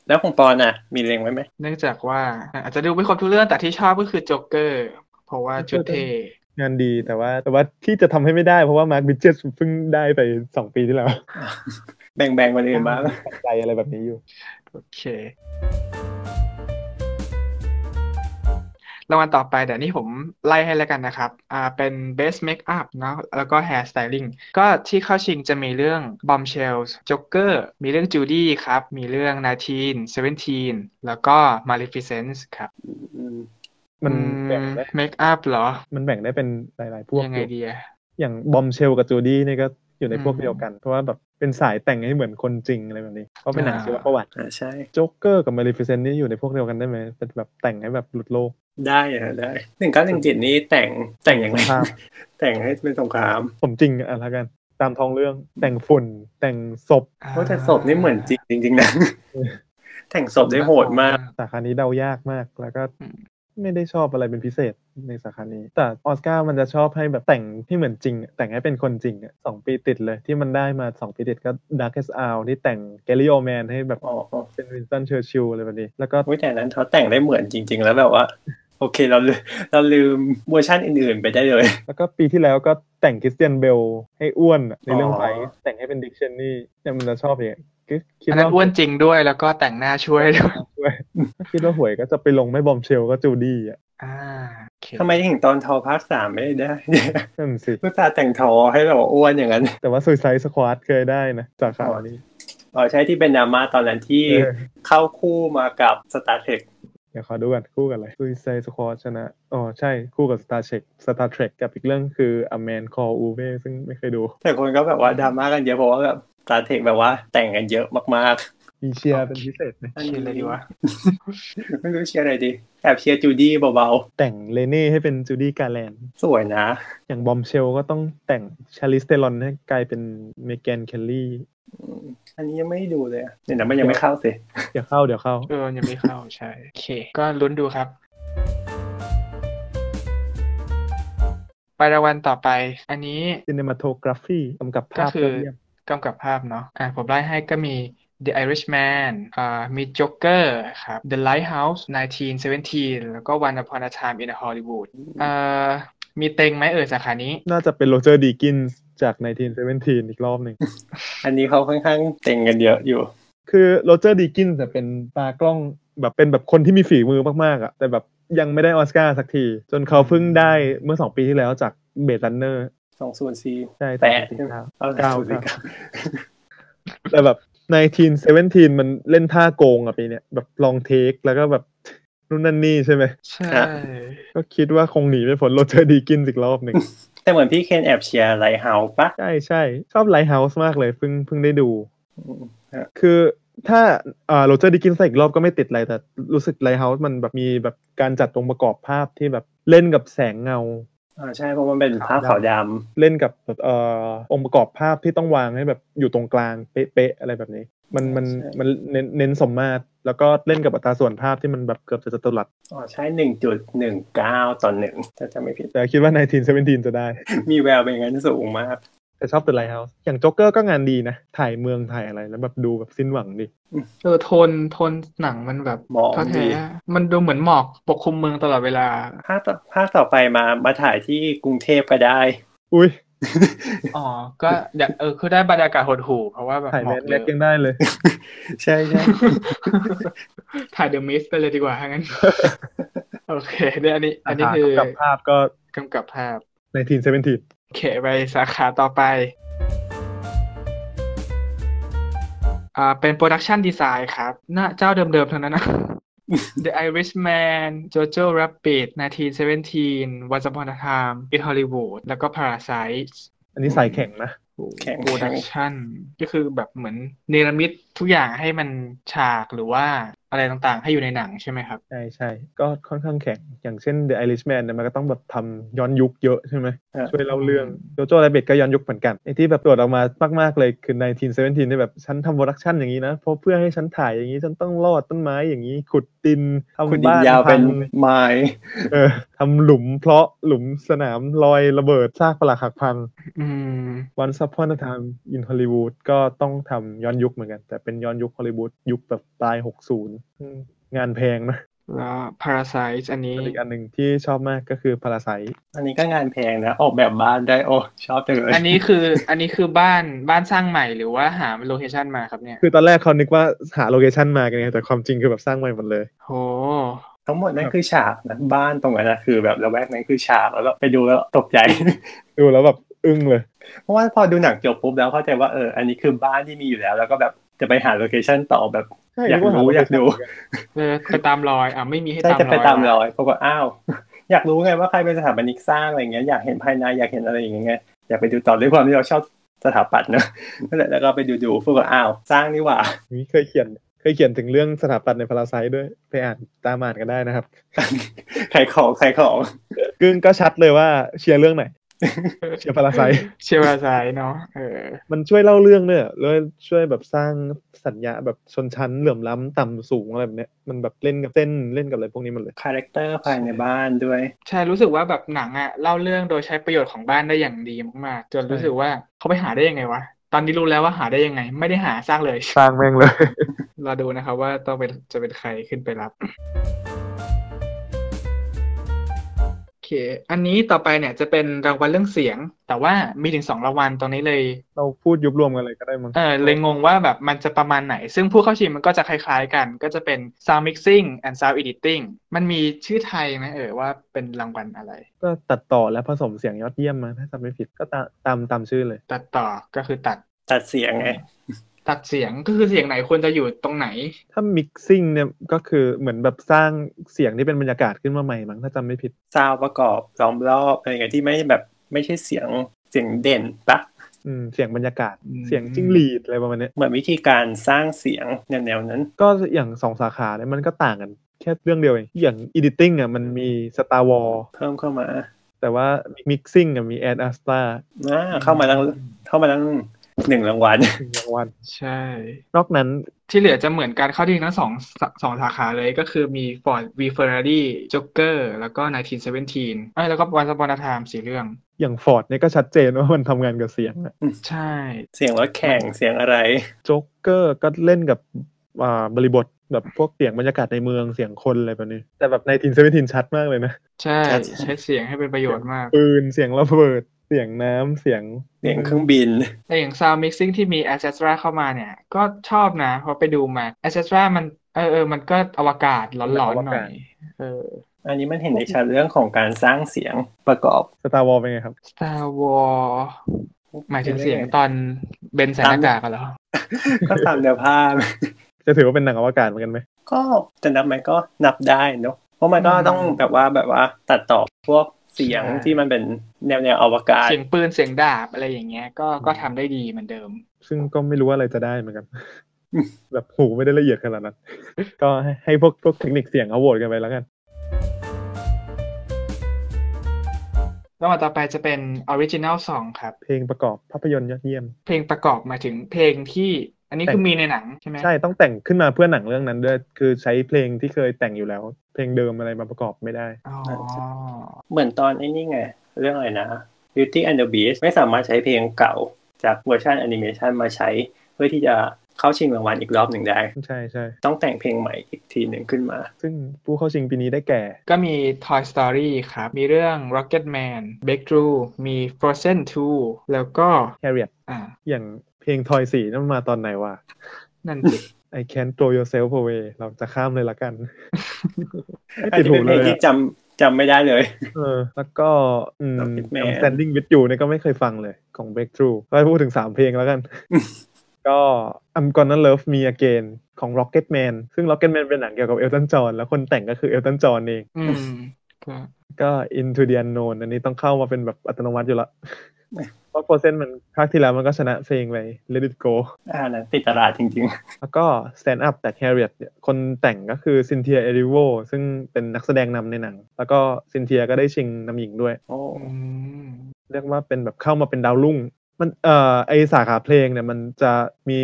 S3: แล้วของปอนอ่ะ มีเล็งไว้ไหม
S2: เนื่องจากว่าอาจจะดูไม่ครบทุกเรื่องแต่ที่ชอบก็คือโจ๊กเกอร์เพราะว่าชุดเท
S1: งานดีแต่ว่าแต่ว่าที่จะทำให้ไม่ได้เพราะว่ามาร์คบิเจสเพิ่งได้ไปสองปีที่แล้ว
S3: แบ่งแบ่งๆคนอื่นบ้าง
S1: ปัจจัยอะไรแบบนี้อยู่
S2: โอเครางวัลต่อไปเดี๋ยวนี้ผมไล่ให้แล้วกันนะครับ อ่าเป็น Best Makeup เนาะแล้วก็ Hair Styling ก็ที่เข้าชิงจะมีเรื่อง Bombshells Joker มีเรื่อง Judy ครับ มีเรื่อง Nineteen Seventeen แล้วก็ Maleficent ครับ
S3: อืม
S1: มัน
S2: อื
S1: แบ่งได้
S2: เมคอัพเหรอ
S1: มันแบ่งได้เป็นหลายๆพวก
S2: ยัง
S1: อ
S2: ไง
S1: ยู่
S2: ดีอะ
S1: อย่างบอมเชลกับจูดี้นี่ก็อยู่ในพวก
S2: อืม
S1: เดียวกัน เพราะว่าแบบเป็นสายแต่งให้เหมือนคนจริงอะไรแบบนี้เพราะเป็นหนัง
S2: อ่า
S1: ชีวประวัติ
S3: อ่าใช่
S1: โจ๊กเกอร์กับมาริฟิเซนนี่อยู่ในพวกเดียวกันได้ไหมเป็นแบบแต่งให้แบบหลุดโลก
S3: ได้อะได้หนึ่งเก้าหนึ่งจนี้แต่งแต่งอย่างไร
S1: ภาพ
S3: แต่งให้เป็นสงคราม
S1: ผมจริงอะละกัน ตามท้องเรื่องแต่งฝุ่นแต่งศพ
S2: อ่า
S3: เพราะแต่ศพนี่เหมือนจริงจริงๆนะ แต่งศพได้โหดมาก
S1: สาขานี้เดายากมากแล้วก็ไม่ได้ชอบอะไรเป็นพิเศษในสาขานี้ แต่ออสการ์มันจะชอบให้แบบแต่งที่เหมือนจริงอะแต่งให้เป็นคนจริงอะสองปีติดเลย ที่มันได้มาสองปีติดก็ Darkest Hour ที่แต่งแกลิโอแมนให้แบบ
S3: อ๋อ
S1: เป็นวินสตันเชอร์ชิลอะไรแบบนี้แล้วก็
S3: โอ้ยแต่นั้นเขาแต่งได้เหมือนจริง ๆ แล้วแบบว่า โอเคเราลืมเราลืมเวอร์ชันอื่นๆ ไปได้เลย
S1: แล้วก็ปีที่แล้วก็แต่งคริสเตียนเบลให้อ้วนอะในเรื่อง
S3: อ๋อ
S1: ไฟแต่งให้เป็นดิกชันนี่เนี่ยมันจะชอบอย่างเงี้ยคิดคิด
S2: อันนั้
S1: ว่าน
S2: อ้วนจริงด้วยแล้วก็แต่งหน้าช่วยด้วย
S1: คิดว่าหวยก็จะไปลงไม่บอมเชลก็จูดี้อ่ะ
S2: อ่าโอเค
S3: ทำไมถึงตอนทอภาคสามไม่ได้
S1: นั่นสิ
S3: ลูกตาแต่งทอให้แบบว่าอ้วนอย่างนั้น
S1: แต่ว่า i ซ i d e Squad เคยได้นะจากข่าวนี้
S3: อ๋อใช่ที่เป็นดราม่าตอนนั้นที่
S1: เออ
S3: เข้าคู่มากับ Star Trek
S1: เดี๋ยวขอดูกันคู่กันอะไร i ซ i d e Squad ชนะ อ๋อ ใช่คู่กับ Star Trek Star Trek กับอีกเรื่องคือ A Man Call Uwe ซึ่งไม่เคยดู
S3: แต่คนก็แบบว่าดราม่ากันเยอะเพราะว่าแบบ Star Trek แบบว่าแต่งกันเยอะมาก
S1: มีเชียร์เป็นพิเศษเลย
S2: เชียร์เลยดีวะ
S3: ๆ ไม่รู้เชียร์อะไรดีแอบเชียร์จูดี้เบา
S1: แต่งเลเน่ให้เป็นจูดี้กาแลน
S3: ๆ สวยนะ
S1: อย่างบอมเชลก็ต้องแต่งชาลิสเตลอนให้กลายเป็นเมแกนแคลลี่
S3: อันนี้ยังไม่ได้ดูเลยอะเนี่ยนะมันยังไม่เข้าสิ
S1: เดี๋ยวเข้าเดี๋ยวเข้า
S2: เออยังไม่เข้าใช่โอเค ก็ลุ้นดูครับ ไปรางวัลต่อไป อันนี้
S1: cinematography กำกับ
S2: ก็
S1: ภาพ
S2: คือย
S1: ดเยี่ยม
S2: กำกับภาพเนาะอ่าผมไล่ให้ก็มี The Irishman อ่ามี Joker ครับ The Lighthouse 1917 แล้วก็ One Upon a Time in Hollywood อ่ามีเต็งไหมเอ่ยสาขานี้
S1: น่าจะเป็นโรเจอร์ดีกินส์จาก 1917 อีกรอบหนึ่ง
S3: อันนี้เขาค่อนข้างแต่งกันเยอะอยู่
S1: คือโรเจอร์ดีกินส์เนี่ยเป็นตากล้องแบบเป็นแบบคนที่มีฝีมือมากๆอะแต่แบบยังไม่ได้ออสการ์สักที จนเขาเพิ่งได้เมื่อ 2 ปีที่แล้วจากเบด e ันเนอร์
S3: สองส่วนสี่
S1: ใช่
S3: แปด
S1: สองปีที่แล้ว
S3: เอา
S1: เก้า
S3: ส่วนสี่เก้า
S1: แต่แบบ 1917 มันเล่นท่าโกงอะปีเนี้ยแบบลองเทคแล้วก็แบบนู่นนั่นนี่ใช่ไหม
S2: ใช่
S1: ก็คิดว่าคงหนีไม่พ้นโรเจอร์ดีกินส์อีกรอบหนึ่ง
S3: แต่เหมือนพี่เคนแอบเชียร์ไลท์เฮาส์ปะ
S1: ใช่ใช่ชอบไลท์เฮาส์มากเลยเพิ่งเพิ่งได้ดู
S3: อืม
S1: คือถ้าอ่าโรเจอร์ดิกินใส่อีกรอบก็ไม่ติดอะไรแต่รู้สึกไลท์เฮาส์มันแบบมีแบบการจัดองค์ประกอบภาพที่แบบเล่นกับแสงเงา
S3: อ่าใช่เพราะมันเป็นภาพขาวดำ
S1: เล่นกับแบบเอ่อองค์ประกอบภาพที่ต้องวางให้แบบอยู่ตรงกลางเป๊ะๆอะไรแบบนี้ มันมัน
S3: ใช่
S1: มันเน้นเน้นสมมาตรแล้วก็เล่นกับอัตราส่วนภาพที่มันแบบเกือบจะจัตุรัส
S3: อ๋อใช่หนึ่งจุดหนึ่งเก้าต่อหนึ่งถ้าจำไม่ผิด
S1: แต่คิดว่า 1917 จะได้
S3: มีแววเป็นอย่างนั้นสูงมาก
S1: แต่ชอบ The Lighthouse อย่างโจ๊กเกอร์ก็งานดีนะ ถ่ายเมืองถ่ายอะไรแล้วแบบดูแบบสิ้นหวังดิ
S2: เออโทนโทนหนังมันแบบ
S3: หมอก
S2: ท้อแท้
S3: ดี
S2: มันดูเหมือนหมอกปกคลุมเมืองตลอดเวลา
S3: ภาคต่อภาคต่อไปมามาถ่ายที่กรุงเทพก็ได้
S1: อุ้ย
S2: อ๋อ ก็อยากเออคือได้บรรยากาศหดหู่เพราะว่าแบบ
S1: ถ่าย
S2: หม
S1: แม
S2: อก
S1: ส
S2: เย
S1: เล็ก
S2: อะ
S1: ยังได้เลย
S3: ใช่ใช่
S2: ถ่ายเดอะมิสไปเลยดีกว่าถ้ างั้น โอเคเนี่ยอันนี้ อันนี้คือ
S1: กับภาพก็
S2: กำกับภาพ
S1: ในทีนเซเวนที
S2: โอเคไปสาขาต่อไป อ่า เป็นโปรดักชันดีไซน์ครับหน้าเจ้าเดิมๆทั้งนั้นนะ The Irishman Jojo Rabbit 1917 Once Upon a Time in Hollywood แล้วก็ Parasite
S1: อันนี้สายแข็งนะ
S3: แข็ง
S2: โปรดักชันก็คือแบบเหมือนเนรมิตทุกอย่างให้มันฉากหรือว่าอะไรต่างๆ ให้อยู่ในหนังใช่ไหมครับ
S1: ใช่ใช่ก็ค่อนข้างแข็ง อย่างเช่น The Irishman เนี่ยมันก็ต้องแบบทำย้อนยุคเยอะใช่ไหม
S3: อ่ะ
S1: ช่วยเล่าเรื่องโจโจ้ไรเบ t ก็ย้อนยุคเหมือนกันไอ้ที่แบบตรวจออกมามาก ๆ เลยคือ1917ที่แบบฉันทำโปรดักชันอย่างนี้นะ เพราะเพื่อให้ฉันถ่ายอย่างนี้ ฉันต้องลอดต้นไม้อย่างนี้ ขุดดิน
S3: คุณ
S1: ทำ
S3: ดิน
S1: บ้าน
S3: ยาวเป็น
S1: พัง
S3: ไม้
S1: เออทำหลุมเพราะหลุมสนามลอยระเบิดซากปรักหักพัง
S2: อืม
S1: วันซัพพอร์ตไทม์อินฮอลลีวูดก็ต้องทำย้อนยุคเหมือนกัน แต่เป็นย้อนยุคฮอลลีวูดยุคแบบปลาย 60 งานแพงนะ
S2: แล้ว Parasite อันนี้
S1: อีกอันหนึ่งที่ชอบมากก็คือพาราไซ
S3: อันนี้ก็งานแพงนะ ออกแบบบ้านได้โอ้ชอบจังเลย
S2: อันนี้คืออันนี้คือบ้านบ้านสร้างใหม่หรือว่าหาโลเคชันมาครับเนี่ย
S1: คือตอนแรกเขานึกว่าหาโลเคชันมากันไงแต่ความจริงคือแบบสร้างใหม่หมดเลย
S2: โห
S3: ทั้งหมดนั่นคือฉากนะบ้านตรงนั้นนะคือแบบระแวกนั้นคือฉากแล้วก็ไปดูแล้วตกใจ
S1: ดูแล้วแบบอึ้งเลย
S3: เพราะว่าพอดูหนังจบปุ๊บแล้วเข้าใจว่าเอออันนี้คือบ้านที่มีอยู่แล้ว แล้วก็แบบจะไปหาโลเคชั่นต่อแบบ
S1: ใช่
S3: อยาก
S1: นึว่ห
S3: รู้อยากดู
S1: location
S2: เออไปตามรอยอ่ะไม่มีให้
S3: ใช่
S2: ตาม
S3: จะไป
S2: รอย
S3: ตามรอยปรากฏอ้าว อยากรู้ไงว่าใครเป็นสถาปนิกสร้างอะไรเงี้ยอยากเห็นภายในอยากเห็นอะไรอย่างเงี้ยไงอยากไปดูต่อด้วยความที่เราชอบสถาปัตย์เนอะ นั่นแหละแล้วก็ไปดูดูๆปรากฏอ้าวสร้างนี่หว่า
S1: มีเคยเขียนเคยเขียนถึงเรื่องสถาปัตย์ในพาราไซด้วยไปอ่านตามอ่านกันได้นะครับ
S3: ใครของใครของ
S1: กึ้งก็ชัดเลยว่าเชียร์เรื่องไหน เชียร์พาราไซ
S2: เชียร์ Parasite เนาะเออ
S1: มันช่วยเล่าเรื่องเนี่ยแล้วช่วยแบบสร้างสัญญาแบบชนชั้นเหลื่อมล้ำต่ำสูงอะไรแบบเนี้ยมันแบบเล่นกับเส้นเล่นกับอะไรพวกนี้หมันเลย
S3: คาแรคเตอร์ภายในบ้านด้วย
S2: ใช่รู้สึกว่าแบบหนังอ่ะเล่าเรื่องโดยใช้ประโยชน์ของบ้านได้อย่างดีมากๆจนรู้สึกว่าเขาไปหาได้ยังไงวะตอนนี้รู้แล้วว่าหาได้ยังไง ไม่ได้หาสร้างเลย
S1: สร้างแม่งเลย
S2: รอดูนะครับว่าต้องเป็นจะเป็นใครขึ้นไปรับ โอเค อันนี้ต่อไปเนี่ยจะเป็นรางวัลเรื่องเสียง แต่ว่ามีถึงสองรางวัลตรงนี้เลย
S1: เราพูดยุบรวมกันเลยก็ได้มั้ง
S2: เออเลยงงว่าแบบมันจะประมาณไหน ซึ่งผู้เข้าชิงมันก็จะคล้ายๆกัน ก็จะเป็น sound mixing and sound editing มันมีชื่อไทยไหมเออว่าเป็นรางวัลอะไร
S1: ก็ตัดต่อและผสมเสียงยอดเยี่ยมมาถ้าจำไม่ผิดก็ตามตามตามชื่อเลย
S2: ตัดต่อก็คือตัด
S3: ตัดเสียงไง
S2: ตัดเสียงก็คือเสียงไหนควรจะอยู่ตรงไหน
S1: ถ้า mixing เนี่ยก็คือเหมือนแบบสร้างเสียงที่เป็นบรรยากาศขึ้นมาใหม่มั้งถ้าจำไม่ผิด
S3: ซาวด์ประกอบล้อมรอบอะไรเงี้ยที่ไม่แบบไม่ใช่เสียงเสียงเด่นปะ
S1: อืมเสียงบรรยากาศ
S2: อืม
S1: เสียงจิ้งหรีดอะไรประมาณเนี้ย
S3: เหมือนวิธีการสร้างเสียงแนวๆนั้น
S1: ก็อย่างสองสาขาเนี่ยมันก็ต่างกันแค่เรื่องเดียวเองอย่าง editing อ่ะมันมี Star War
S3: เพิ่มเข้ามา
S1: แต่ว่า mixing อ่ะมี Ad Astra
S3: อ่าเข้ามาตั้งเข้ามาตั้งหนึ่งรางวัล
S1: หนึ่งรางวัล
S2: ใช่
S1: นอกนั้น
S2: ที่เหลือจะเหมือนกันเข้าที่ทั้งสองสสองสาขาเลยก็คือมี Ford v Ferrari Joker แล้วก็ 1917เอ้ยแล้วก็ Once Upon a Time สี่เรื่อง
S1: อย่างฟอร์ดเนี่ยก็ชัดเจนว่ามันทำงานกับเสียง
S2: ใช่
S3: เสียงรถแข่งเสียงอะไร
S1: จ็อกเกอร์ก็เล่นกับอ่าบริบทแบบพวกเสียงบรรยากาศในเมืองเสียงคนอะไรแบบนี้ แต่แบบในทีนเซเว่นทีนชัดมากเลยนะ
S2: ใช่
S3: ครับ
S2: ใช้เสียงให้เป็นประโยชน์มาก
S1: ปืนเสียงระเบิดเสียงน้ำเสียง
S3: เสียงเครื่องบิน
S2: แต่อย่าง Sound Mixing ที่มี a c c e s t r a เข้ามาเนี่ย ก็ชอบนะเพราะไปดูมา a c c e s t r a มันเออเออมันก็อวกาศหลอนๆหน่อยเออ
S3: อันนี้มันเห็นในชัดเรื่องของการสร้างเสียงประกอบ
S1: สตาร์วอลเป็นไงครับ
S2: Star Wars หมายถึงเสียงตอนเบนใส่หน้ากากอะเหรอ
S3: ก็ตามแนวภาพ
S1: จะถือว่าเป็นหนังอวกาศเหมือนกันไหม
S3: ก็จะนับไหมก็นับได้เนอะเพราะมันก็ต้องแบบว่าแบบว่าตัดต่อพวกเสียง
S2: ใช่
S3: ที่มันเป็นแนวแนวอวกาศ
S2: เสียงปืนเสียงดาบอะไรอย่างเงี้ยก็ก็ทำได้ดีเหมือนเดิม
S1: ซึ่งก็ไม่รู้ว่าอะไรจะได้เหมือนกัน
S3: อืม
S1: แบบหูไม่ได้ละเอียดขนาดนั้น ก็ให้ให้พวกพวกเทคนิคเสียงเอาโหวตกันไปแล้วกัน
S2: รางวัลต่อไปจะเป็น Original Song ครับ
S1: เพลงประกอบภาพยนตร์ยอดเยี่ยม
S2: เพลงประกอบหมายถึงเพลงที่ อันนี้
S1: แต่ง
S2: คือมีในหนังใช่ไหม
S1: ใช่ต้องแต่งขึ้นมาเพื่อหนังเรื่องนั้นด้วยคือใช้เพลงที่เคยแต่งอยู่แล้ว เพลงเดิมอะไรมาประกอบไม่ได้
S2: อ๋อ
S3: เหมือนตอนไอ้นี่ไง เรื่องอะไรนะ Beauty and the Beast ไม่สามารถใช้เพลงเก่าจากเวอร์ชันแอนิเมชันมาใช้ เพื่อที่จะเข้าชิงรางวัลอีกรอบหนึ่งได้
S1: ใช่ใช่
S3: ต้องแต่งเพลงใหม่อีกทีหนึ่งขึ้นมา
S1: ซึ่งผู้เข้าชิงปีนี้ได้แก่
S2: ก็มี Toy Story ครับ มีเรื่อง Rocket Man b a k e r o o มี Frozen 2 แล้วก็
S1: Harriet
S2: อ่า
S1: อย่างเพลงทอยสีนั่นมาตอนไหนวะ
S2: นั่น สิ
S1: I can't throw yourself away เราจะข้ามเลยละกัน ไม่
S3: อาจ
S1: ติด
S3: จะ
S1: หู
S3: เป็น
S1: เลย
S3: เพลงที่
S1: อะ
S3: จำจำไม่ได้เลย
S1: เออ แล้วก็อืม
S3: Rocket Man
S1: I'm standing with you เนี่ยก็ไม่เคยฟังเลยของ Breakthrough ก็พูดถึงสามเพลง แล้วกัน ก็ I'm gonna love me again ของ Rocket Man ซึ่ง Rocket Man เป็นหนังเกี่ยวกับเอลตันจอห์นแล้วคนแต่งก็คือเอลตันจอห์นเอง
S2: อืมก็
S1: ก็ into the unknown อันนี้ต้องเข้ามาเป็นแบบอัตโนมัติอยู่ละ เพราะเปอร์เซ็นต์มันภาคที่แล้วมันก็ชนะเพลงไป Let it go
S3: อ่านะติดตลาดจริง
S1: แล้วก็ Stand Up จาก Harriet เนี่ยคนแต่งก็คือซินเทียเอริโวซึ่งเป็นนักแสดงนำในหนัง แล้วก็ซินเทียก็ได้ชิงนำหญิงด้วย
S3: ๆ โอ้
S2: อืม
S1: เรียกว่าเป็นแบบเข้ามาเป็นดาวรุ่ง มันเอ่อไอสาขาเพลงเนี่ยมันจะมี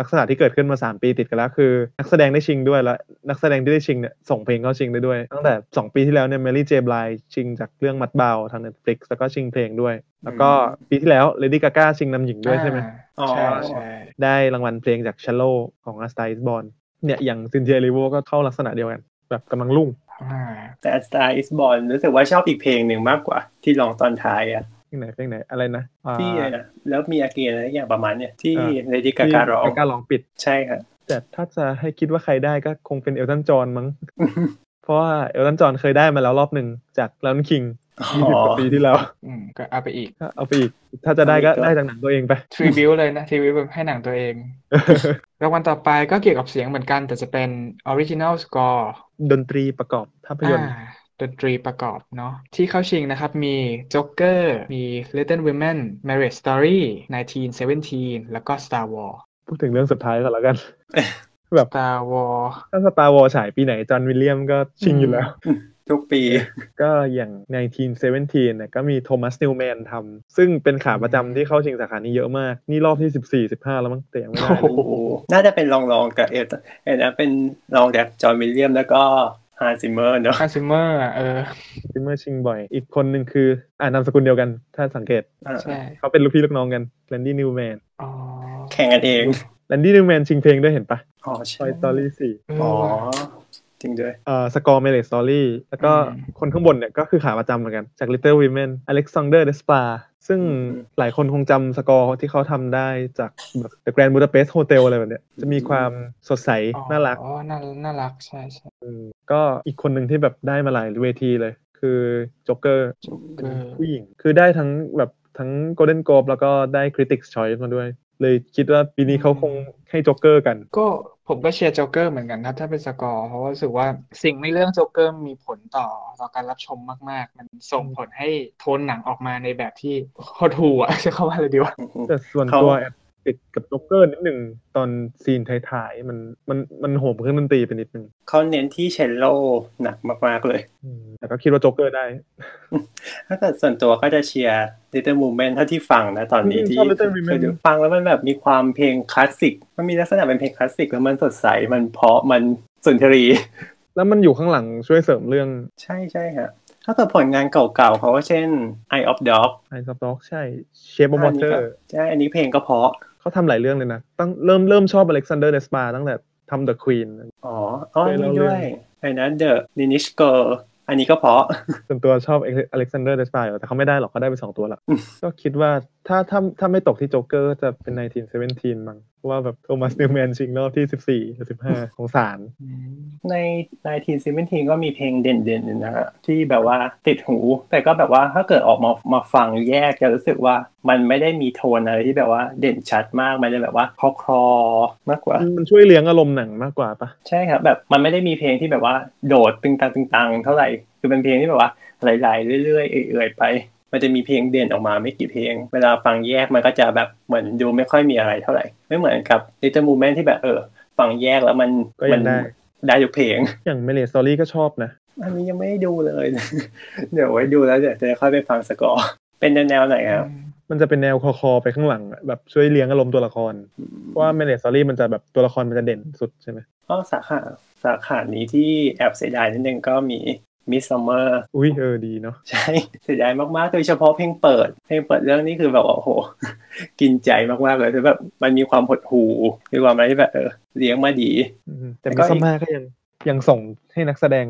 S1: ลักษณะที่เกิดขึ้นมา 3 ปีติดกันแล้ว คือ นักแสดงได้ชิงด้วยแล้ว นักแสดงที่ได้ชิงเนี่ยส่งเพลงเข้าชิงได้ด้วย ตั้งแต่ 2 ปีที่แล้วเนี่ยเมลี่เจบลายชิงจากเรื่องมัดเบาทาง Netflix แล้วก็ชิงเพลงด้วย แล้วก็ปีที่แล้วเลดี้กาก้าชิงนำหญิงด้วยใช่ไหม
S3: อ๋อ
S2: ใช่ใช่
S1: ได้รางวัลเพลงจาก s h a l o w ของ A Star Is Born เนี่ย อย่างซินเทียริโวก็เข้าลักษณะเดียวกัน แบบกำลังรุ่ง
S2: อ่า
S3: แต่ A Star Is Born รู้สึกว่าชอบอีกเพลงหนึ่งมากกว่า ที่ร้องตอนท้ายอ่ะ
S1: เพลงไหนเพลงไหน อะไรนะอ่า
S3: ที่อะไรนะแล้วมีอาเกนอะไรอย่างประมาณเนี่ย ที่เลดี้กา
S1: ที่
S3: การ้อง
S1: กาการ้องปิด
S3: ใช่ครับ
S1: แต่ถ้าจะให้คิดว่าใครได้ก็คงเป็นเอลตันจอห์นมั้ง เพราะว่าเอลตันจอห์นเคยได้มาแล้วรอบหนึ่งจากลอนคิง
S3: อ๋
S1: ยี่สิบกว่า
S3: อ
S1: ปีที่แล้ว
S2: อืมก็เอาไปอีก
S1: ก็เอาไปอีก ถ้าจะได้ก็
S3: เอาอีกเหรอ
S1: ได้จากหนังตัวเองไป
S2: ทริบิวเลยนะทริบิวให้หนังตัวเอง รางวัลต่อไปก็เกี่ยวกับเสียงเหมือนกัน แต่จะเป็น Original Score
S1: ดนตรีประกอบภาพยนตร์
S2: อ่าดนตรีประกอบเนาะที่เข้าชิงนะครับมี Joker มี Little Women Marriage Story 1917 แล้วก็ Star Wars
S1: พูดถึงเรื่องสุดท้ายก่อนแล้วกัน แบบ
S2: Star Wars
S1: ถ้าสตาร์วอลฉายปีไหนจอห์นวิลเลียมก็ชิงอยู่ แล้ว
S3: ทุกปี
S1: ก็อย่าง 1917เนี่ยก็มีโทมัสนิวแมนทำซึ่งเป็นขาประจำที่เข้าชิงสาขานี้เยอะมาก นี่รอบที่ 14 15 แล้วมั้งแต่ยังไม่ได้
S2: โอ้โห
S3: น่าจะเป็นรองรองๆกับเอลเอ็นะเป็นรองจากจอห์นวิลเลียมแล้วก็ฮาร์ซิมเมอร์เนอะ
S2: c o n s u m e r เออ
S1: ซิมเมอร์ชิงบ่อย อีกคนหนึ่งคืออ่านามสกุลเดียวกัน ถ้าสังเกต
S2: ใช่
S1: เขาเป็นลูกพี่ลูกน้องกันแลนดี้นิวแมน
S2: อ๋อ
S3: แข่งกันเอง
S1: แลนดี้นิวแมนชิงเพลงด้วยเห็นปะ
S3: อ๋อใช่
S1: Toy Story 4
S2: เออ
S3: อ๋อ
S2: ว่ะ
S3: จริงด้วย
S1: เอ่อสกอร์เมเลสตอรี่แล้วก็
S2: อืม
S1: คนข้างบนเนี่ยก็คือขาประจำเหมือนกัน จาก Little Women Alexander Despla ซึ่ง
S3: อืม
S1: หลายคนคงจำสกอร์ที่เขาทำได้จากแบบ The Grand Budapest Hotel อะไรแบบเนี้ยจะมีความสดใส
S2: อ๋อ
S1: น่ารัก
S2: อ๋อน่าน่ารักใช่ใช่
S1: อืมก็อีกคนหนึ่งที่แบบได้มาหลายเวทีเลย คือโจ็กเกอร์
S2: เออ
S1: ผู้หญิง คือได้ทั้งแบบทั้ง Golden Globe แล้วก็ได้ Critics Choice มาด้วย เลยคิดว่าปีนี้เขาคงให้โจ็กเกอร์กัน
S2: ก็ผมก็เชียร์ Joker เหมือนกันครับ ถ้าเป็นสกอร์เพราะว่ารู้สึกว่าสิ่งในเรื่อง Joker มีผลต่อต่อการรับชมมาก ๆ มันส่งผลให้โทนหนังออกมาในแบบที่โคตรหูอ่ะใช้ค ำว่าอะไรดีวะ
S1: แต่ส่วน
S3: เขา
S1: ตัวแอบติดกับโจ็กเกอร์นิดหนึ่งตอนซีนท้ายๆ มันมันมันโหมเครื่องดนตรีไปนิดหนึ่ง
S3: เขาเน้นที่เชลโลหนักมากๆเลย
S1: อืมแต่ก็คิดว่าโจ็กเกอร์ได้
S3: ถ้าเกิดส่วนตัวก็จะเชียร์ Little Women เท่าที่ฟังนะตอนนี้ที่
S1: ชอบ Little
S3: เคย
S1: Women
S3: ดูฟังแล้วมันแบบมีความเพลงคลาสสิก มันมีลักษณะเป็นเพลงคลาสสิกแล้วมันสดใส มันเพราะมันสุนทรีย์
S1: แล้วมันอยู่ข้างหลังช่วยเสริมเรื่อง
S3: ใช่ใช่ฮะถ้าเกิดผลงานเก่าๆเขาก็เช่น Eye of Dog
S1: i s o f Dog ใช่ Shape of
S3: อันนี้
S1: Water
S3: ก็ใช่ อันนี้เพลงก็เพราะ
S1: เขาทำหลายเรื่องเลยนะตั้งเริ่มเริ่มชอบ Alexander Despla ตั้งแต่ทำ The Queen
S3: อ๋ออ๋อ
S1: เคยเล่า
S3: นี่
S1: เรื่อง
S3: ด้วยไอ้นั้น The Danish Girl อันนี้ก็เพราะ
S1: ส่วนตัวชอบอเล็กซานเดอร์เดสปาอยู่แต่เขาไม่ได้หรอกเขาได้ไปสองตัวหลัก
S3: อืม
S1: ก็คิดว่าถ้าถ้าถ้าไม่ตกที่โจ๊กเกอร์จะเป็น 1917 มั้งเพราะว่าแบบโทมัสนิวแมนชิงรอบที่ 14หรือ15 ของศาล
S3: ใน 1917 ก็มีเพลงเด่นๆอยู่นะฮะที่แบบว่าติดหู แต่ก็แบบว่าถ้าเกิดออกมามาฟังแยกจะรู้สึกว่ามันไม่ได้มีโทนอะไรที่แบบว่าเด่นชัดมาก มันจะแบบว่าคลอๆมากกว่า
S1: มันช่วยเลี้ยงอารมณ์หนังมากกว่าปะ
S3: ใช่ครับแบบมันไม่ได้มีเพลงที่แบบว่าโดดตึงตังตึงตังเท่าไหร่ คือเป็นเพลงที่แบบว่าไหลๆเรื่อยๆเอื่อยๆไป มันจะมีเพลงเด่นออกมาไม่กี่เพลง เวลาฟังแยกมันก็จะแบบเหมือนดูไม่ค่อยมีอะไรเท่าไหร่ ไม่เหมือนกับ Little Movement ที่แบบเออฟังแยกแล้วมัน
S1: ก็
S3: มั
S1: ยังได้
S3: ได้ทุกเพลง
S1: อย่างเมเลสตอรี่ก็ชอบนะ
S3: อันนี้ยังไม่ได้ดูเลย เดี๋ยวไว้ดูแล้วเดี๋ยวจะค่อยไปฟังสกอร์ เป็นแนวๆไหนครับ
S1: มันจะเป็นแนวคอคอๆไปข้างหลังอะแบบช่วยเลี้ยงอารมณ์ตัวละครเพราะว่าเมเลสตอรี่มันจะแบบตัวละครมันจะเด่นสุดใช่ไหม
S3: ก็สาขาสาขานี้ที่แอบเสียดายนิดนึงก็มี มิสซัมเมอร์
S1: อุ้ยเออดีเนาะ
S3: ใช่ เสียดายมากๆ โดยเฉพาะเพลงเปิด เพลงเปิดเรื่องนี้คือแบบว่าโอ้โห กินใจมากๆเลยคือแบบมันมีความหดหู่มีความอะไรที่แบบเออเลี้ยงมาดี
S1: อืมแต่
S3: แล้วก็
S1: มิ
S3: อีก
S1: ซัมมาก็ยังยังส่งให้นักแสดง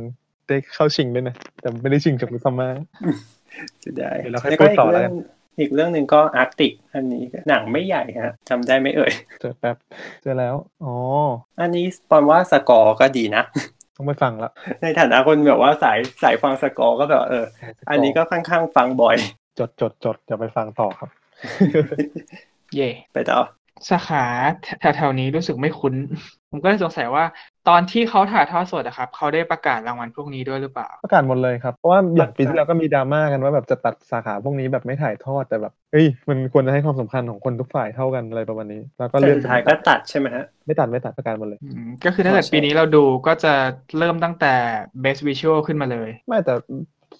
S1: ได้เข้าชิงด้วยนะ แต่ไม่ได้ชิงจากมิซัมมา
S3: เสียดาย
S1: เดี๋ยวเราค่อย
S3: แล้วก็
S1: พูดต่อแล้วกัน
S3: อีกเรื่องหนึ่งก็อาร์ติกอันนี้ก็หนังไม่ใหญ่ฮะจำได้ไหมเอ่ย
S1: เจอแป๊บเจอแล้วอ๋อ
S3: อันนี้ปอนว่าสกอร์ก็ดีนะ
S1: ต้องไปฟังละ
S3: ในฐานะคนแบบว่าสายสายฟังสกอร์ก็แบบเออ อันนี้ก็ค่อนข้างฟังบ่อย
S1: จดจดจดจะไปฟังต่อครับ
S2: เย่
S3: ไปต่อ
S2: สาขาแถวๆนี้รู้สึกไม่คุ้น ผมก็เลยสงสัยว่า ตอนที่เขาถ่ายทอดสดอะครับเขาได้ประกาศรางวัลพวกนี้ด้วยหรือเปล่า
S1: ประกาศหมดเลยครับ เพราะว่าอย่างปีที่แล้วก็มีดราม่ากันว่าแบบจะตัดสาขาพวกนี้แบบไม่ถ่ายทอดแต่แบบเอ้ยมันควรจะให้ความสำคัญของคนทุกฝ่ายเท่ากันอะไรประมาณนี้ แล้วก็
S3: ก็
S1: เลื่อ
S3: เรื่อน งท้ายก็ตัดใช่ไหมฮะ
S1: ไม่ตัดไม่ตัดประกาศหมดเลย
S2: อืมก็คือถ้าเกิด
S3: ใช่
S2: ปีนี้เราดูก็จะเริ่มตั้งแต่ best visual ขึ้นมาเลย
S1: ไม่แต่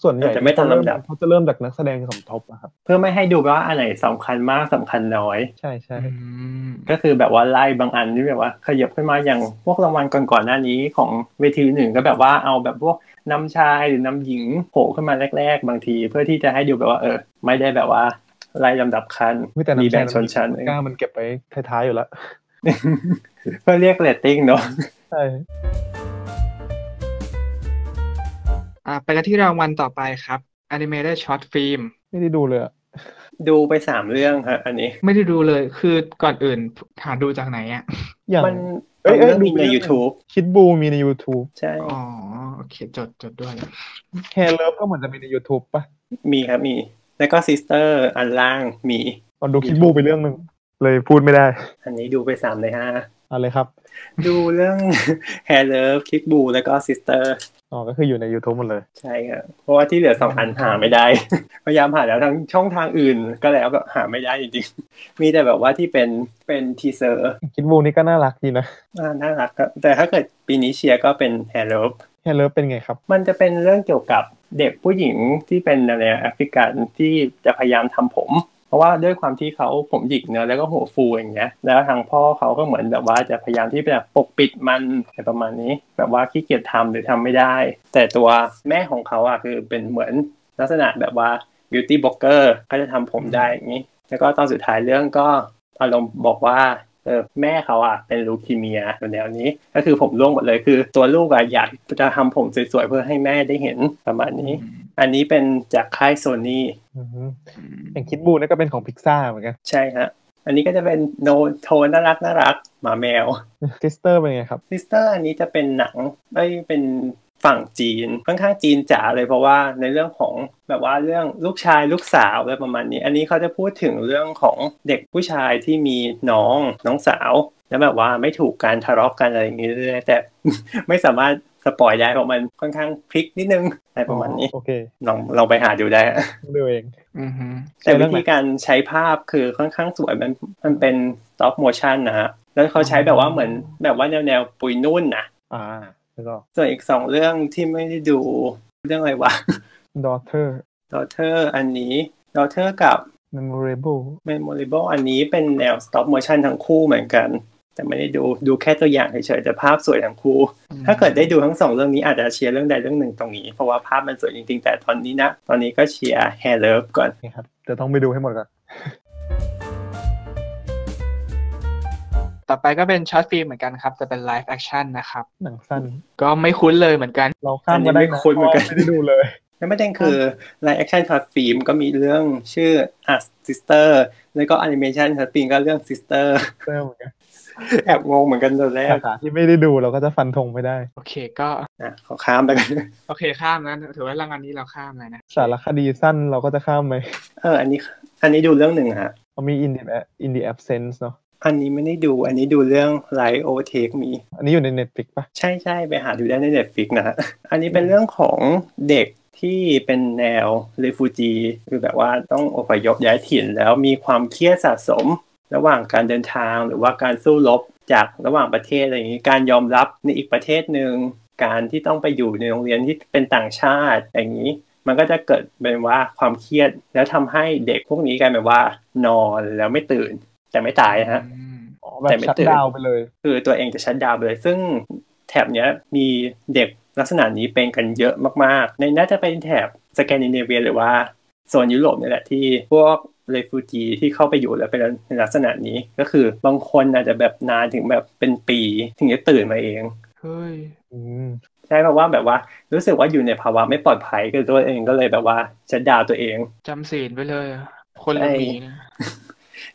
S1: ส่วนใหญ่
S3: แต่ไม่ตามลำดับ
S1: เขาจะเริ่มจากนักแสดงสมทบอะครับ
S3: เพื่อไม่ให้ดูว่าอันไหนสำคัญมากสำคัญน้อย
S1: ใช่ใช่
S2: อืม
S3: ก็คือแบบว่าไล่บางอันที่แบบว่าขยับขึ้นมาอย่างพวกรางวัลก่อนๆหน้านี้ของเวทีอื่นก็แบบว่าเอาแบบพวกนำชายหรือนำหญิงโผล่ขึ้นมาแรก ๆ บางที เพื่อที่จะให้ดูแบบว่า เออ ไม่ได้แบบว่าไล่ลำดับคัน
S1: เฮ้ยแต่
S3: มี
S1: น้ำ
S3: แบ่ง
S1: มั
S3: ชนชั้น
S1: กล้ามันเก็บไว้ท้ายๆอยู่แล้ว
S3: เพื่อเรียกเรตติ้งเนาะ
S1: ใช่
S2: อ่าไปกันที่รางวัลต่อไปครับ animated short film
S1: ไม่ได้ดูเลยอะ
S3: ดูไปสามเรื่องฮะอันนี้
S2: ไม่ได้ดูเลยคือก่อนอื่นหาดูจากไหนอ่ะ
S1: อย่าง
S3: มัน
S1: เอ้ยเอ้ย
S3: เรื่องมี
S1: ดูไป
S3: ใน
S1: เรื่องหนึ่ง
S3: YouTube
S1: คิดบูมีใน YouTube
S3: ใช่
S2: อ๋อโอเคจดจดด้วย
S1: แฮร์เลิฟก็เหมือนจะมีใน YouTube ป่ะ
S3: มีครับมี แล้วก็ซิสเตอร์อันล่างมี
S1: ตอนดูคิดบูไปเรื่องหนึ่งเลยพูดไม่ได้
S3: อันนี้ดูไปสามในห้า
S1: เอาเลยครับ
S3: ดูเรื่อง Hair Love Kick Boo แล้วก็ Sister
S1: อ๋อก็คืออยู่ใน YouTube หมดเลย
S3: ใช่ครับเพราะว่าที่เหลือสองอันหาไม่ได้ พยายามหาแล้วทั้งช่องทางอื่นก็แล้วก็หาไม่ได้จริงๆ มีแต่แบบว่าที่เป็นเป็นทีเซอร์
S1: คิดบูนี่ก็น่ารักดีนะ
S3: น่ารักอะแต่ถ้าเกิดปีนี้เชียร์ก็เป็น Hair Love
S1: แฮร์เลิฟเป็นไงครับ
S3: มันจะเป็นเรื่องเกี่ยวกับเด็กผู้หญิงที่เป็นแนวแอฟริกันที่จะพยายามทำผม เพราะว่าด้วยความที่เขาผมหยิกเนอะแล้วก็หัวฟูอย่างเงี้ยแล้วทางพ่อเขาก็เหมือนแบบว่าจะพยายามที่จะปกปิดมันอะไรประมาณนี้ แบบว่าขี้เกียจทำหรือทำไม่ได้ แต่ตัวแม่ของเขาอะคือเป็นเหมือนลักษณะแบบว่าบิวตี้บล็อกเกอร์ก็จะทำผมได้อย่างนี้ แล้วก็ตอนสุดท้ายเรื่องก็อารมณ์บอกว่าเออแม่เขาอ่ะเป็นลูคีเมียอยู่แนวนี้ ก็คือผมร่วงหมดเลยคือ ตัวลูกอ่ะอยากจะทำผมสวยๆเพื่อให้แม่ได้เห็นประมาณนี้ อันนี้เป็นจากค่ายโซนี่
S1: อือฮึอย่างคิดบูนี่ก็เป็นของพิกซ่าเหมือนกัน
S3: ใช่ฮะอันนี้ก็จะเป็นโนโทนน่ารักน่ารักหมาแมว
S1: ซิสเตอร์เป็นไงครับ
S3: ซิสเตอร์อันนี้จะเป็นหนังเอ้ยเป็นฝั่งจีน ค่อนข้างจีนจ๋าเลยเพราะว่าในเรื่องของแบบว่าเรื่องลูกชายลูกสาวอะไรประมาณนี้ อันนี้เขาจะพูดถึงเรื่องของเด็กผู้ชายที่มีน้องน้องสาว แล้วแบบว่าไม่ถูกการทะเลาะกันอะไรอย่างนี้เรื่อยๆแต่ ไม่สามารถสปอยได้เพราะมันค่อนข้างพลิกนิดนึงอะไรประมาณนี้
S1: โอเค
S3: ลองลองไปหาดูได้
S1: ดูเอง
S2: อือฮึ
S3: แต่
S1: เรื่อ
S3: วิ
S1: งไหน
S3: ธีการใช้ภาพคือค่อนข้างสวยมันมันเป็น stop motion นะฮะแล้วเขาใช้แบบว่าเหมือนแบบว่าแนวแนวๆปุยนุ่นนะ
S1: อ่า แล้วก็
S3: ส่วนอีกสองเรื่องที่ไม่ได้ดูเรื่องอะไรวะ
S1: daughter
S3: Daughter อันนี้ Daughter กับ
S1: memorable
S3: Memorable อันนี้เป็นแนว stop motion ทั้งคู่เหมือนกัน แต่ไม่ได้ดูดูแค่ตัวอย่างเฉยๆแต่ภาพสวยทั้งคู่ ถ้าเกิดได้ดูทั้งสองเรื่องนี้อาจจะเชียร์เรื่องใดเรื่องหนึ่งตรงนี้ เพราะว่าภาพมันสวยจริงๆ แต่ตอนนี้นะ ตอนนี้ก็เชียร์ Hair Love ก่อน
S1: นี่ครับจะต้องไปดูให้หมดก่อน
S2: ต่อไปก็เป็นช็อตฟิล์มเหมือนกันครับแต่เป็นไลฟ์แอคชั่นนะครับ
S1: หนังสั้น
S2: ก็ไม่คุ้นเลยเหมือนกัน
S1: เราข้ามมาได้
S3: อันนี้ไม่คุ้นเหมือนกัน
S1: พราะว่าไม่ได้ดูเลย
S3: แล้วประเด็นคือไลฟ์แอคชั่นช็อตฟิล์มก็มีเรื่องชื่อ Us Sister แล้วก็ Animation ช็อตฟิล์มก็เรื่อง Sister
S1: เริ่มเหมือนกัน
S3: แอบงงเหมือนกันตอนแรก
S1: สาขาที่ไม่ได้ดูเราก็จะฟันธงไม่ได้
S2: โอเคก็
S3: อ่ะขอข้ามไปกัน
S2: โอเคข้ามนะถือว่ารางวัลนี้เราข้ามเลยนะ
S1: สารคดีสั้นเราก็จะข้ามไป
S3: เออ อันนี้ อันนี้ดูเรื่องหนึ่งฮะ
S1: เอามี in the in the absence เนาะ
S3: อันนี้ไม่ได้ดู อันนี้ดูเรื่อง Light Overtake มี
S1: อันนี้อยู่ใน Netflix ป่ะ
S3: ใช่ใช่ไปหาดูได้ใน Netflix นะฮ ะ อันนี้เป็นเรื่องของเด็กที่เป็นแนว r e f u g e คือแบบว่าต้องอพยพย้ายถิ่นแล้วมีความเครียดสะสม ระหว่างการเดินทางหรือว่าการสู้รบจากระหว่างประเทศอะไรอย่างนี้ การยอมรับในอีกประเทศหนึ่ง การที่ต้องไปอยู่ในโรงเรียนที่เป็นต่างชาติอย่างนี้ มันก็จะเกิดเป็นว่าความเครียดแล้วทำให้เด็กพวกนี้กลายเป็นว่านอนแล้วไม่ตื่น แต่ไม่ตายนะฮะ
S2: อืม
S1: อ๋อแบบ
S3: แต่ไม่
S1: ชัด
S3: ตื่น
S1: ดาวน์ไปเลย
S3: คือตัวเองจะชัดดาวน์ไปเลย ซึ่งแถบเนี้ยมีเด็ก ลักษณะนี้เป็นกันเยอะมากๆ ในน่าจะเป็นแถบสแกนดิเนเวียหรือว่าโซนยุโรปนี่แหละที่พวกเรฟูจีที่เข้าไปอยู่แล้วเป็นในลักษณะนี้ก็คือบางคนอาจจะแบบนานถึงแบบเป็นปีถึงจะตื่นมาเอง
S2: เฮ้ย
S1: อืม
S3: ใช่เพราะว่าแบบว่ารู้สึกว่าอยู่ในภาวะไม่ปลอดภัยกับตัวเองก็เลยแบบว่าจะดาวน์ตัวเอง
S2: จำศีลไปเลยอะคนละหมีนะ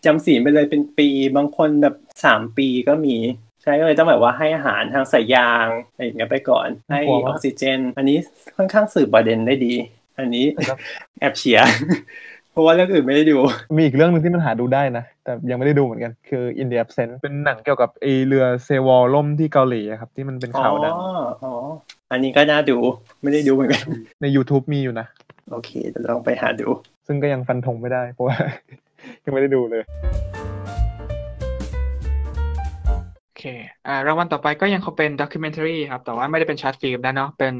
S3: จำศีลไปเลยเป็นปีบางคนแบบสามปีก็มี ใช่ก็เลยต้องแบบว่าให้อาหารทางสายยางอะไรอย่างเงี้ยไปก่อน ให้ออกซิเจน อันนี้ค่อนข้างสืบประเด็นได้ดี อันนี้แอบเฉียร์ เพราะว่าเรื่องอื่นไม่ได้ดู
S1: มีอีกเรื่องหนึ่งที่มันหาดูได้นะ แต่ยังไม่ได้ดูเหมือนกัน คือ In the Absent เป็นหนังเกี่ยวกับไอเรือเซวอลล่มที่เกาหลีอะครับ ที่มันเป็นข่าวดัง
S3: อ๋ออ๋ออันนี้ก็น่าดูไม่ได้ดูเหมือน กัน
S1: ใน YouTube มีอยู่นะ
S3: โอเคเดี๋ยวลองไปหาดู
S1: ซึ่งก็ยังฟันธงไม่ได้เพราะว่า ยังไม่ได้ดูเลย
S2: โอเค อ่ารางวัลต่อไปก็ยังคงเป็นด็อกิเมนทารีครับ แต่ว่าไม่ได้เป็นชาร์ตฟิล์มแล้วเนาะเป็น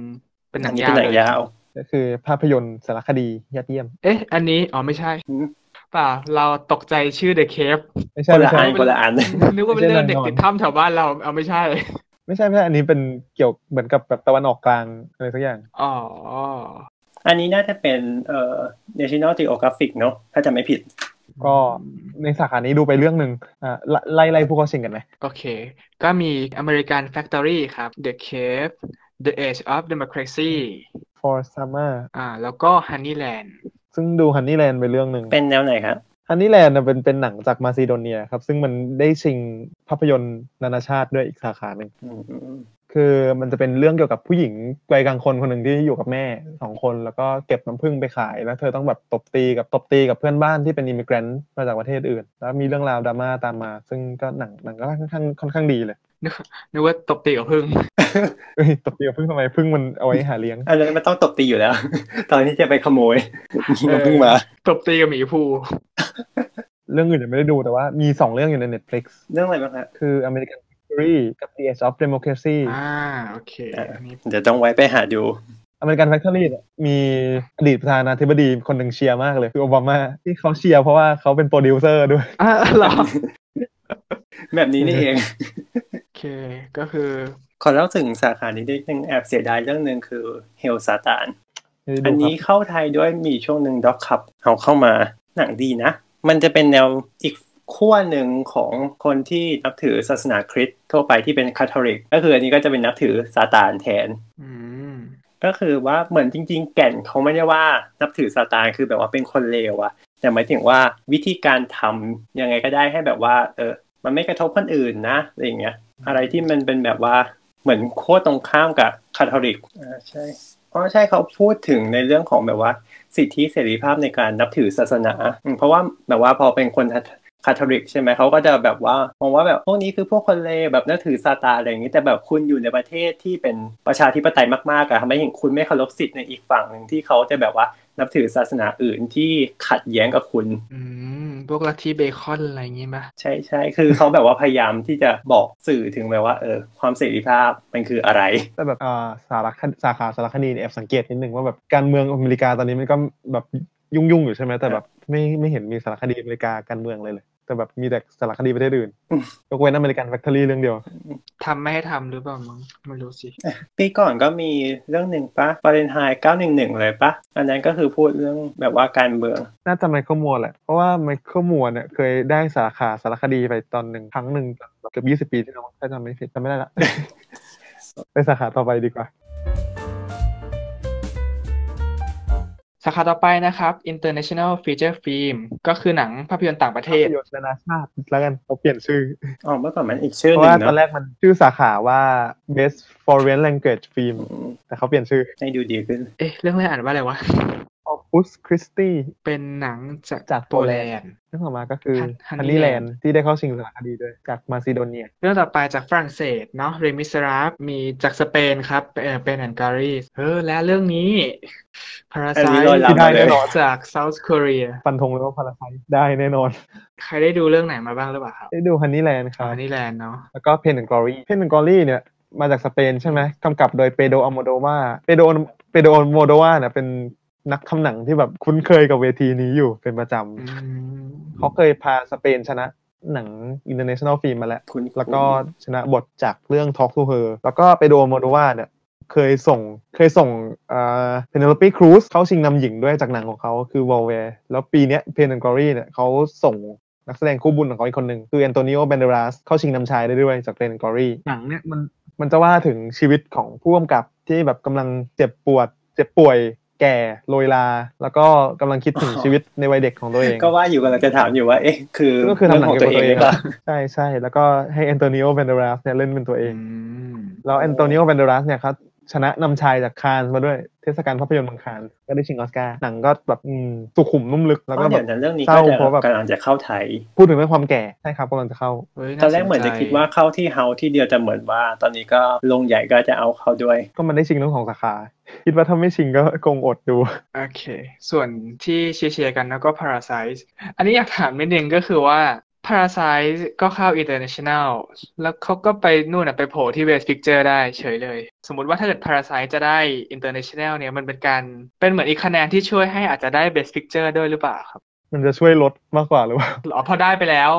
S2: เป็นหนั
S3: อั
S2: ง
S3: นนี้
S2: ยาว
S3: เป็
S2: น
S3: หนัง
S2: เลย
S3: ยาว
S1: ก็คือภาพยนตร์สารคดียอดเยี่ยม
S2: เอ๊ะ อันนี้อ๋อไม่ใช่
S3: อืม
S2: เปล่าเราตกใจชื่อ The Cave
S1: ไม่
S3: ค
S1: ใช่
S3: น
S1: ไม่
S3: ละ
S1: ใช่
S3: อันคนละอัน
S2: นึกว่าเป็นเรื่องเด็กติดถ้ำแถวบ้านเราเอาไม่ใช่
S1: ไม่ใช่ไม่ใช่อันนี้เป็นเกี่ยวเหมือนกับแบบตะวันออกกลางอะไรสักอย่าง
S2: อ๋อ
S3: อันนี้น่าจะเป็นเอ่อ National Geographic เนอะถ้าจะไม่ผิด
S1: ก็ในสาขานี้ดูไปเรื่องหนึ่งอ่าไล่ไล่ไล่ผู้เข้าชิงกันไหม
S2: โอเค ก็มี American Factory ครับ The Cave The Age of Democracy
S1: For Summer
S2: อ่า แล้วก็ Honeyland
S1: ซึ่งดู Honeyland ไปเรื่องหนึ่ง
S3: เป็นแนวไหนครับ
S1: Honeyland น่ะเป็นเป็นหนังจากมาซิโดเนียครับ ซึ่งมันได้ชิงภาพยนตร์นานาชาติด้วยอีกสาขาหนึ่ง
S3: อืมอืม
S1: คือมันจะเป็นเรื่องเกี่ยวกับผู้หญิงวัยกลางคนคนหนึ่งที่อยู่กับแม่สองคนแล้วก็เก็บน้ำผึ้งไปขาย แล้วเธอต้องแบบตบตีกับตบตีกับเพื่อนบ้านที่เป็นอิมิเกรนต์มาจากประเทศอื่น แล้วมีเรื่องราวดราม่าตามมา ซึ่งก็หนังหนังก็ค่อนข้างค่อนข้างดีเลย
S2: นึกว่าตบตีกับพึ่ง
S1: เอ้ยตบตีกับพึ่งทำไมพึ่งมันเอาไว้หาเลี้ยง
S3: อันนั้นมันต้องตบตีอยู่แล้ว ตอนที่จะไปขโมย
S2: เออ
S3: เพิ่งมา
S2: ตบตีกับหมีภู
S1: เรื่องอื่นยังไม่ได้ดูแต่ว่ามี 2 เรื่องอยู่ใน Netflix
S3: เรื่องอะไรบ้างครับ
S1: คือ American Factory กับ The Age of Democracy
S2: อ่า โอเค อันนี้
S3: เดี๋ยวต้องไว้ไปหาดู
S1: American Factory เนี่ยมีอดีตประธานาธิบดีคนหนึ่งเชียร์มากเลยคือโอบามาที่เขาเชียร์เพราะว่าเขาเป็นโปรดิวเซอร์ด้วย
S2: อ่าเหรอ
S3: แบบนี้นี่เอง
S2: โอเค ก็คือ
S3: ขอเล่าถึงสาขานี้นิดนึงแอบเสียดายเรื่องหนึ่งคือเฮลซาตาน
S1: ไม่ได้
S3: อั
S1: ดูครับ
S3: นนี้เข้าไทยด้วยมีช่วงหนึ่งด็อกขับเอาเข้ามาหนังดีนะ มันจะเป็นแนวอีกขั้วหนึ่งของคนที่นับถือศาสนาคริสต์ทั่วไปที่เป็นคาทอลิก ก็คืออันนี้ก็จะเป็นนับถือซาตานแทน
S2: อืม
S3: ก็คือว่าเหมือนจริง ๆ แก่นเขาไม่ได้ว่านับถือซาตานคือแบบว่าเป็นคนเลวอะแต่หมายถึงว่าวิธีการทำยังไงก็ได้ให้แบบว่า เออ มันไม่กระทบคนอื่นนะอะไรอย่างเงี้ย อะไรที่มันเป็นแบบว่าเหมือนโคตรตรงข้ามกับคาทอลิกอ่าใช่อ๋อใช่เขาพูดถึงในเรื่องของแบบว่า สิทธิเสรีภาพในการนับถือศาสนาอืมเพราะว่าแบบว่าพอเป็นคนคาคาทอลิกใช่ไหมเขาก็จะแบบว่ามองว่าแบบพวกนี้คือพวกคนเลวแบบนับถือซาตานอะไรอย่างนี้แต่แบบคุณอยู่ในประเทศที่เป็นประชาธิปไตยมากๆอะทำไมเห็นคุณไม่เคารพสิทธิ์ในอีกฝั่งหนึ่งที่เขาจะแบบว่านับถือศาสนาอื่นที่ขัดแย้งกับคุณ
S2: อืม พวกลัทธิเบคอนอะไรอย่างงี้ไหม
S3: ใช่ใช่คือเขาแบบว่าพยายามที่จะบอกสื่อถึงแบบว่าเออความเสรีภาพมันคืออะไร
S1: แต่แบบอ่าสารคดีสาขาสารคดีเนี่ยแอบสังเกตนิดนึงว่าแบบการเมืองอเมริกาตอนนี้มันก็แบบยุ่งยุ่งๆอยู่ใช่ไหมแต่แบบไม่ไม่เห็นมีสารคดีอเมริกาการเมืองเลยเลย แต่แบบมีแต่สารคดีประเทศอื่น
S3: อืม
S1: ยกเว้นอเมริกันแฟคทอรี่เรื่องเดียว
S2: ทำไม่ให้ทำหรือเปล่ามึงไม่รู้สิ
S3: ปีก่อนก็มีเรื่องหนึ่งปะปาเรนไฮ911 เลยปะอันนั้นก็คือพูดเรื่องแบบว่าการเมือง
S1: น่าจะไมเคิลมัวร์แหละ เพราะว่าไมเคิลมัวร์เนี่ยเคยได้สาขาสารคดีไปตอนหนึ่งครั้งหนึ่งเกือบยี่สิบ20 ปีที่แล้วถ้าจำไม่ผิดจำไม่ได้ละ ไปสาขาต่อไปดีกว่า
S2: สาขาต่อไปนะครับ International Feature Film ก็คือหนังภาพยนตร์ต่างประเท
S1: ภา
S2: ศ
S1: พยนตร์นานาชาติแล้วกันเขาเปลี่ยนชื่อ
S3: อ๋อเมื่อก่อนมันอีกชื่อ
S1: เพ
S3: ห
S1: ราะ
S3: นึ่
S1: ว่าง ตอน
S3: เนาะ
S1: แรกมันชื่อสาขาว่า best foreign language film
S3: อืม
S1: แต่เขาเปลี่ยนชื่อ
S3: ให้ดูดีขึ้น
S2: เอ๊ะ เรื่องแรกอ่านว่าอะไรวะ
S1: Opus Christi
S2: เป็นหนังจาก
S1: จาก
S2: โปแลนด์
S1: เรื่องต่อมาก็คือ
S2: Honey- Honeyland
S1: Honeyland ที่ได้เข้าชิงสารคดีด้วยจากมาซิโดเนีย
S2: เรื่องต่อไปจากฝรั่งเศสเนาะเรมิสราฟมีจากสเปนครับเอ่อเป็นแอนการีเออและเรื่องนี้พารา
S3: อัน
S2: ไซ
S3: นี้ลอยลำ
S1: ที่ได้
S3: มาเล
S1: แน่
S3: ย
S1: นอน
S2: จาก South Korea
S1: ฟันธงเลยว่าพาราไซได้แน่นอน
S2: ใครได้ดูเรื่องไหนมาบ้างหรือเปล่าครับ
S1: ได้ดู Honeyland ค
S2: อ๋
S1: รับ
S2: อนี่แลนด์เนาะ
S1: แล้วก็ Pain and Glory Pain and Glory เนี่ยมาจากสเปนใช่ไหมกำกับโดยเปโดอัลโมโดวาเปโดเปโดอัลโมโดวาเนี่ยเป็นนักทำหนังที่แบบคุ้นเคยกับเวทีนี้อยู่เป็นประจ
S2: อืม
S1: ำเขาเคยพาสเปนชนะหนัง international film มาแล้ว
S3: คุณ
S1: แล้วก็ชนะบทจากเรื่อง Talk to Her แล้วก็ไปโดนโมโดวาเนี่ย เคยส่งเคยส่งอ่าเพนเนลปีครูซเข้าชิงนำหญิงด้วยจากหนังของเขาคือวอลเวร์แล้วปีเนี้ยเพนแอนกอรี่เนี่ยเขาส่งนักแสดงคู่บุญของเขาอีกคนหนึ่งคือแอนโตนิโอเบนเดรัสเข้าชิงนำชายได้ด้วยจากเพนแอนกอรี่หนังเนี่ยมันมันจะว่าถึงชีวิตของผู้กำกับที่แบบกำลังเจ็บปวด เจ็บป่วยแก่โรยลา แล้วก็กำลังคิดถึงชีวิตในวัยเด็กของตัวเอง
S3: ก็ว่าอยู่กำลังจะถามอยู่ว่าเอ๊ะคือ
S1: ก็คือทำหนัง
S3: ขอ
S1: เกี่
S3: ง
S1: ยว
S3: ตั
S1: กับ
S3: วเอ
S1: ตัวเอง
S3: งหรือเปล่า
S1: ใช่ใช่แล้วก็ให้แอนโตนิโอเบนเดรัสเนี่ยเล่นเป็นตัวเอง แล้วแอนโตนิโอเบนเดรัสเนี่ยเขาชนะนำชายจากคานส์มาด้วยเทศกาลภาพยนตร์บางคานส์ก็ได้ชิงออสการ์หนังก็แบบอืมสุขุมนุ่มลึกแล้ว
S3: ก็
S1: ก็แบ
S3: เดี๋
S1: บ
S3: ยวนั้นเรื่องนี้
S1: เศ
S3: ก็
S1: ร้า
S3: จะ
S1: เพราะแบบ
S3: กำลังจะเข้าไทย
S1: พูดถึงเรื่องความแก่ใช่ครับกำลังจะเข้า
S3: ตอนแรกเหมือนจะคิดว่าเข้าที่เฮาที่เดียวแต่เหมือนว่า ตอนนี้ก็ลงใหญ่ก็จะเอาเข้าด้วย
S1: ก็มันได้ชิงทั้งสองสาขา คิดว่าถ้าไม่ชิงก็คงอดดู
S2: โอเค ส่วนที่เชียร์ๆกันแล้วก็ Parasite อันนี้อยากถามนิดนึงก็คือว่า Parasite ก็เข้า International แล้วเขาก็ไปนู่นน่ะไปโผล่ที่ Best Picture ได้เฉยเลย สมมติว่าถ้าเกิด Parasite จะได้ International เนี่ยมันเป็นการเป็นเหมือนอีกคะแนนที่ช่วยให้อาจจะได้ Best Picture ด้วยหรือเปล่าครับ
S1: มันจะช่วยลดมากกว่าหรือเปล่า
S2: อ๋อพอได้ไปแล้ว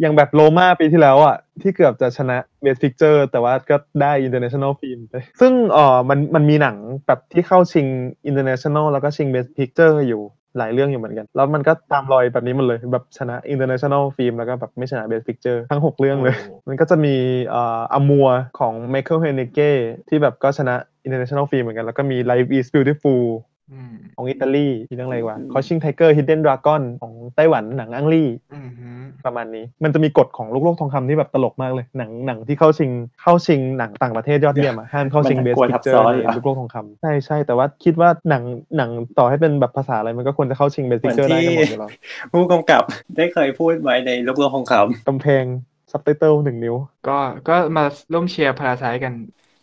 S1: อย่างแบบโรมาปีที่แล้วอ่ะ ที่เกือบจะชนะเบส t ิกเจอร์แต่ว่าก็ได้ International Film ไปซึ่งเอ่อมันมันมีหนังแบบที่เข้าชิง International แล้วก็ชิง Best Picture อยู่หลายเรื่องอยู่เหมือนกัน แล้วมันก็ตามรอยแบบนี้หมันเลย แบบชนะ International Film แล้วก็แบบไม่ชนะ Best Picture ทั้ง 6 เรื่องเลย
S2: โอ้
S1: มันก็จะมีเอ่ออมัวของ Michael h e n e g e ที่แบบก็ชนะ International Film เหมือนกัน แล้วก็มี Life is Beautiful
S2: อืม
S1: ของอิตาลีมีเรื่องอะไรวะ
S3: อืม
S1: Crouching Tiger Hidden Dragon ของไต้หวันหนังอังลี่
S2: อืมฮึ
S1: ประมาณนี้มันจะมีกฎของลูกโลกทองคำที่แบบตลกมากเลย หนังหนังที่เข้าชิงเข้าชิงหนังต่างประเทศยอดเยี่ยมอะห้ามเข้าชิง
S3: มัน
S1: เบส
S3: กลัว
S1: พิ
S3: ทับ
S1: กเจอ
S3: ซ้
S1: ร์
S3: อน
S1: ใน
S3: เหรอ
S1: ลูกโลกทองคำใช่ใช่แต่ว่าคิดว่าหนังหนังต่อให้เป็นแบบภาษาอะไรมันก็ควรจะเข้าชิงเบสพิกเจอร์ได้กันหมดอยู่แล้ว
S3: ผู้กำกับได้เคยพูดไว้ในลูกโลกของเขา
S1: กำแพงซับไตเติลหนึ่งนิ้ว
S2: ก็ก็มาร่วมเชียร์ Parasite กัน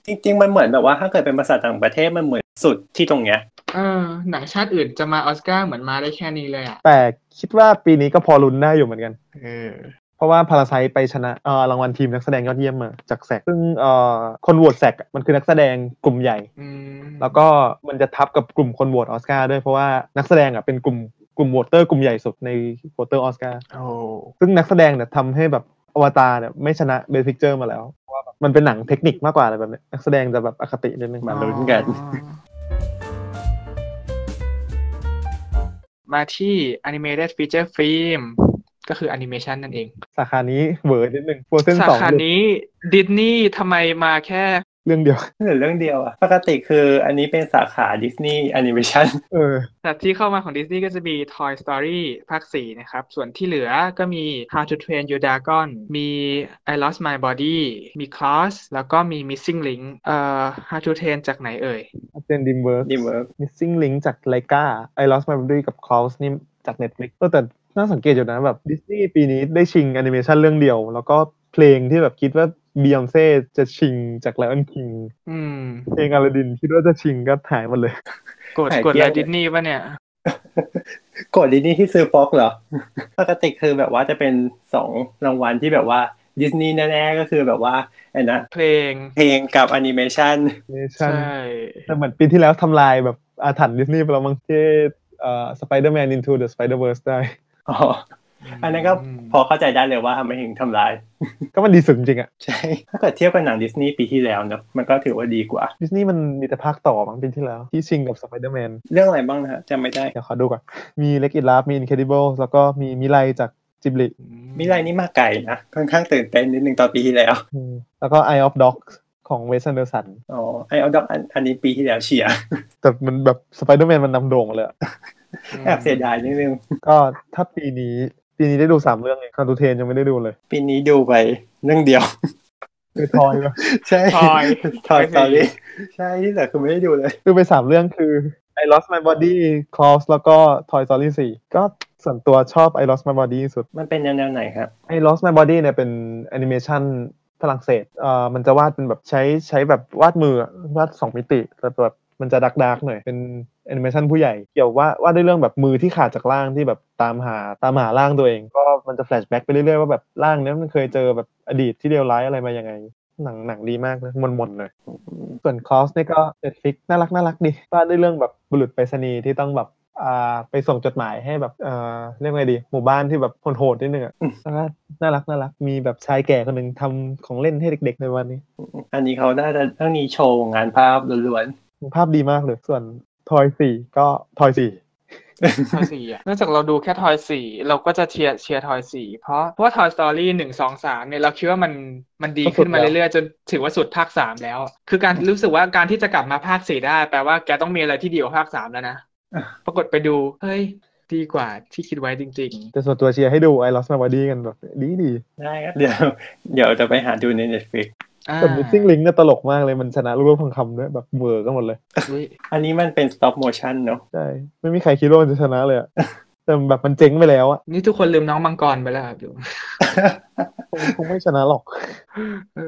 S3: จริง ๆ มันเหมือนแบบว่าถ้าเกิดเป็นภาษาต่างประเทศมันเหมือนสุดที่ตรงเนี้ย
S2: เออหนังชาติอื่นจะมาออสการ์เหมือนมาได้แค่นี้เลยอ่ะ
S1: แต่คิดว่าปีนี้ก็พอลุ้นได้อยู่เหมือนกัน
S2: เออ
S1: เพราะว่าพาราไซไปชนะเอ่อรางวัลทีมนักแสดงยอดเยี่ยมมาจากแสกซึ่งเอ่อคนโหวตแสกอะมันคือนักแสดงกลุ่มใหญ่
S2: อืม
S1: แล้วก็มันจะทับกับกลุ่มคนโหวตออสการ์ด้วยเพราะว่านักแสดงอ่ะเป็นกลุ่มกลุ่มโหวตเตอร์กลุ่มใหญ่สุดในโหวตเตอร์ออสการ์
S2: โอ้
S1: ซึ่งนักแสดงเนี่ยทำให้แบบอวตารเนี่ยไม่ชนะเบสพิกเจอร์มาแล้วเพราะว่าแบบมันเป็นหนังเทคนิคมากกว่าอะไรแบบเนี้ยนักแสดงจะแบบอคตินิดนึง
S3: มาลุ้นกัน
S2: อ๋อมาที่ animated feature film ก็คือ animation นั่นเอง
S1: สาขานี้เวอร์นิดนึงโฟรเซน
S2: สา
S1: สอง
S2: ขานี้ดิสนีย์ทำไมมาแค่
S1: เรื่องเดียว
S3: หรือเรื่องเดียวอะปกติคืออันนี้เป็นสาขาดิสนีย์แอนิเม ชัน
S1: เออ
S2: แต่ที่เข้ามาของดิสนีย์ก็จะมี Toy Story ภาค 4 นะครับ ส่วนที่เหลือก็มี How to Train Your Dragon มี I Lost My Body มี Klaus แล้วก็มี Missing Link เอ่อ How to Train จากไหนเอ่ย
S1: เจนดิมเวิร์
S3: ดีเวิร์ก
S1: Missing Link จากไลกา I Lost My Body กับ Klaus นี่จาก Netflix เออแต่น่าสังเกตอยู่นะแบบดิสนีย์ปีนี้ได้ชิงแอนิเมชันเรื่องเดียว แล้วก็เพลงที่แบบคิดว่าบียอนเซ่จะชิงจาก Lion King
S2: อืม
S1: เพลงอลาดินคิดว่าจะชิงก็หายหมดเลย
S2: กด
S3: หาย
S2: กด
S3: เกลี
S2: แล
S3: ยด
S2: ดิสนีย์ปะเนี่ย
S3: กดดิสนีย์ที่ซื้อฟ็อกเห รอ ปกติคือแบบว่าจะเป็นสองรางวัลที่แบบว่าดิสนีย์แน่ๆก็คือแบบว่าไอ้นะ
S2: เพลง
S3: เพลงกับแอนิเมชัน
S2: ใช่
S1: แต่เหมือนปีที่แล้วทำลายแบบอาถรรพ์ดิสนีย์ไปแล้วมั้งที่เอ่อ Spider-Man Into the Spider-Verse ได้
S3: อ๋อ อันนั้นก็พอเข้าใจได้เลยว่าทำไมถึงทำร้าย
S1: ก็มันดีสุดจริงอะ
S3: ใช่ ถ้าเกิดเทียบกับหนังดิสนีย์ปีที่แล้วเนอะมันก็ถือว่าดีกว่า
S1: ดิสนีย์มันมีแต่ภาคต่อมั้งปีที่แล้ว ที่ชิงกับ Spider-Man
S3: เรื่องอะไรบ้างนะฮะจำไม่ได้
S1: เดี๋ยวขอดูก่อน มี Leg It Up มี Incredible แล้วก็มีมิไลจากจิบลิ
S3: มิไรนี่มาไก่นะค่อนข้างตื่นเต้นนิดนึงตอนปีที่แล้ว
S1: แล้วก็ Eye of Dogs ของเวสันเดอร์สัน
S3: อ๋อไอเอาดอกอันอันนี้ปีที่แล้วเฉียร์
S1: แต่มันแบบ Spider-Man มันนำโด่งมาเลยอะ
S3: แอบเสียดายนิดนึง
S1: ก็ถ้าปีนี้ปีนี้ได้ดูสามเรื่องเองคาตูเทนยังไม่ได้ดูเลย
S3: ปีนี้ดูไปเรื่องเดียว
S1: คือทอยปะ
S3: ใช่
S2: ทอย
S3: ทอยส
S2: ไม่
S3: ตอ
S2: มี
S3: รี่ใช่ที่เหลือคือไม่ได้ดูเลย
S1: ดูไปสามเรื่องคือ I Lost My Body Klaus แล้วก็ Toy Story 4 ก็ส่วนตัวชอบ I Lost My Body สุด
S3: มันเป็นแนวๆไหนครับ
S1: I Lost My Body เนี่ยเป็นแอนิเมชันฝรั่งเศสเอ่อมันจะวาดเป็นแบบใช้ใช้แบบวาดมืออะวาดสองมิติแต่แบบมันจะดักดักๆหน่อย เป็นแอนิเมชันผู้ใหญ่ เกี่ยวว่าว่าด้วยเรื่องแบบมือที่ขาดจากร่างที่แบบตามหาตามหาร่างตัวเอง ก็มันจะแฟลชแบ็กไปเรื่อยๆว่าแบบร่างเนี้ยมันเคยเจอแบบอดีตที่เลวร้ายอะไรมายังไง หนังหนังดีมากนะมนๆเลย ส่วนคลอสนี่ก็เ e t f ฟิกน่ารักน่ารักดีว่าด้วยเรื่องแบบบุรุษไปรษณีย์ที่ต้องแบบ อ่าไปส่งจดหมายให้แบบเอ่อเรียกว่าไงดี หมู่บ้านที่แบบโหดๆนิดนึงอ่ะแล้วก็น่ารักน่ารักมีแบบชายแก่คนหนึ่งทำของเล่นให้เด็ก ๆ ในวันนี้
S3: อันนี้เขาน่าจะเรื่องนี้โชว์งานภาพล้วน
S1: ภาพดีมากเลย ส่วนทอยสี่ก็ทอยสี่
S2: ทอยสี่อ่ะเนื่องจากเราดูแค่ทอยสี่เราก็จะเชียร์เชียร์ทอยสี่เพราะเพราะว่าทอยสตอรี่หนึ่งสองสามเนี่ยเราคิดว่ามันมันดีขึ้นมาเรื่อยๆจนถือว่าสุดภาคสามแล้ว คือการรู้สึกว่าการที่จะกลับมาภาคสี่ได้ แปลว่าแกต้องมีอะไรที่ดีกว่าภาคสาม แล้วนะ ปรากฏไปดูเฮ้ยดีกว่าที่คิดไว้จริง
S1: แต่ส่วนตัวเชียร์ให้ดูไอ o อสมาบอดี้กันแบบดีดี
S3: ๆได้ครับเดี๋ยวเดี๋ยวจะไปหาดูใน Netflix
S2: ๆอ่า
S1: ส่วนมิสซิ่งลิงก์น่ะตลกมากเลยมันชนะรูปทองคำด้วยแบบเวอร์กันหมดเลย
S2: อุ๊ย
S3: อันนี้มันเป็น stop motion เนอะ
S1: ใช่ไม่มีใครคิดว่ามันจะชนะ เลยอะ แต่แบบมันเจ๊งไปแล้วอะ
S2: นี่ทุกคนลืมน้องมังกรไปแล้วครับดู
S1: คงคงไม่ชนะหรอก
S2: เอ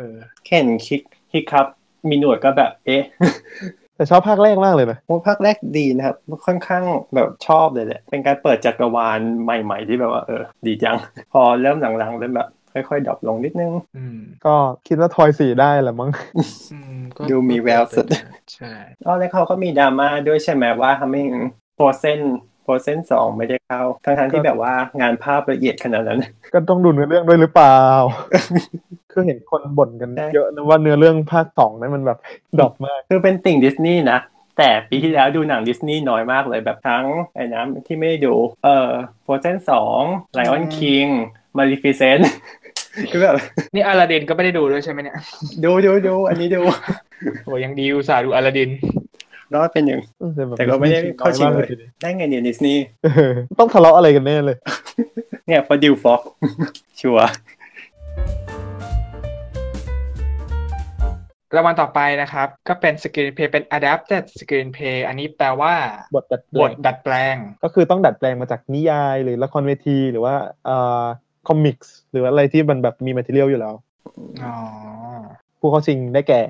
S2: อ
S3: เข็นคิกคิกครับ มีหนวดก็แบบเอ๊ะ
S1: แต่ชอบภาคแรกมากเลยนะ
S3: โอ้ภาคแรกดีนะครับ ค่อนข้างแบบชอบเลยแหละ เป็นการเปิดจักรวาลใหม่ ๆ ที่แบบว่าเออ ดีจัง พอเริ่มหลังๆเริ่มแบบ ค่อยๆดรอปลงนิดนึง
S2: อืม
S1: ก็คิดว่าทอยสี่ได้แหละมั้ง
S2: อืมก็
S3: ดูมีแววสุด
S2: ใช่
S3: อ๋อแล้วเขาก็มีดราม่าด้วยใช่ไหมว่าทำให้โปรเซนโปรเซนสองไม่ได้เข้า ทั้งๆที่แบบว่างานภาพละเอียดขนาดนั้น
S1: ก็ต้องดูเนื้อเรื่องด้วยหรือเป ล่า คือเห็นคนบ่นกัน
S3: ใช่
S1: เยอะนะว่าเนื้อเรื่องภาคสองนั้นมันแบบ ดรอปมาก
S3: คือเป็นติ่งดิสนีย์นะ แต่ปีที่แล้วดูหนังดิสนีย์น้อยมากเลยแบบทั้งไอ้น้ำที่ไม่ได้ดู เอ่อโปรเซนสองไลออนคิงมาริฟิเซน คือแบบ
S2: นี่อลาดินก็ไม่ได้ดูด้วยใช่ไหมเนี่ย
S3: ดูดูดูอันนี้ดู
S2: โอ้ยังดีอุตส่าห์ดูอลาดิน
S3: รอดเป็นหนึ่ง
S1: บบ
S3: แต่ก็ไม่ได้เข้าชิงเลย
S1: น้อมกทีดีว
S3: ได้ไงเนี่ยดิสนีย์
S1: เออ ต้องทะเลาะอะไรกันแน่เลย
S3: เนี่ยพอดิวฟ็อก ชัวร์
S2: รางวัลต่อไปนะครับ ก็เป็นสกรีนเพย์เป็น adapted screenplay อันนี้แปลว่า
S1: บทดัดแปล
S2: บ
S1: ง
S2: ทดัดแปลง
S1: ก็คือต้องดัดแปลงมาจากนิยาย หรือละครเวทีหรือว่าเอ่อคอมิกส์หรืออะไรที่มันแบบมีมาเทียลอยู่แล้ว
S2: อ๋อ
S1: ผู้เข้าชิงได้แก่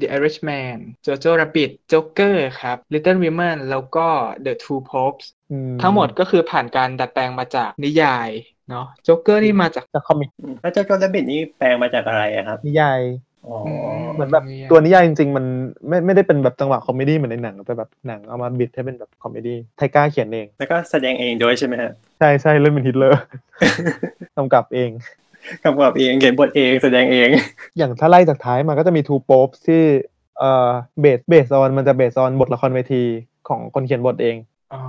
S2: The Irishman Jojo Rabbit Joker ครับ Little Women แล้วก็ The Two Popes
S1: อื
S2: ทั้งหมดก็คือผ่านการดัดแปลงมาจากนิยายเนาะ Joker นี่มาจาก
S1: จากคอมิก
S3: แล้วเจ้าจอร์แดบิดนี่แปลงมาจากอะไรอะครับ
S1: นิยาย
S3: อ๋อ
S1: เหมือนแบบตัวนิยายจริงๆ มันไม่ไม่ได้เป็นแบบจังหวะคอมเมดี้เหมือนในหนังแต่แบบหนังเอามาบิดให้เป็นแบบคอมเมดี้ไทก้าเขียนเอง
S3: แล้วก็แสดงเองด้วยใช่ไหมฮะ
S1: ใช่ใช่เล่นเป็นฮิตเล อร์ กำกับเอง
S3: กำกับเองเขียนบทเองแสดงเอง
S1: อย่างถ้าไล่จากท้ายมาก็จะมีทูโป๊ปที่เอ่อเบสเบสออนมันจะเบสออนบทละครเวทีของคนเขียนบทเอง
S2: อ๋อ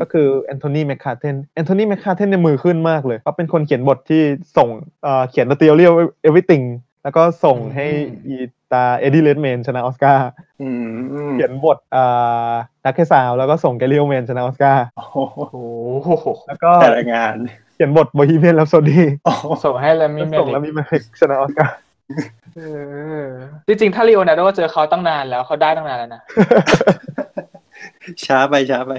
S1: ก็คือแอนโทนีแมคคาเทนแอนโทนีแมคคาเทนในยมือขึ้นมากเลยเขาเป็นคนเขียนบทที่ส่งเอ่อเขียนเตียวเรียลเอวิติงแล้วก็ส่งให้อีตาเอ็ดดี้เลดแมนชนะออสการ์
S3: อืม
S1: เขียนบทอ่านักแค่สาวแล้วก็ส่งแกลิโอแมนชนะออสการ์
S3: โอ้โห
S2: โอ้โห
S1: แล้วก็
S3: แต่ละงาน
S1: เขียนบทบอฮีเมียนรับโซดี
S3: โอ้โห
S2: ส่งให้แล้วมีเม
S1: ส่ง
S2: ลิ
S1: แล้ว
S2: ก
S1: มีมาชนะออสการ์
S2: เออจริงๆ ถ้าลีโอนาร์โดเจอเขาตั้งนานแล้วเขาได้ตั้งนานแล้วนะ
S3: ช้าไปช้าไป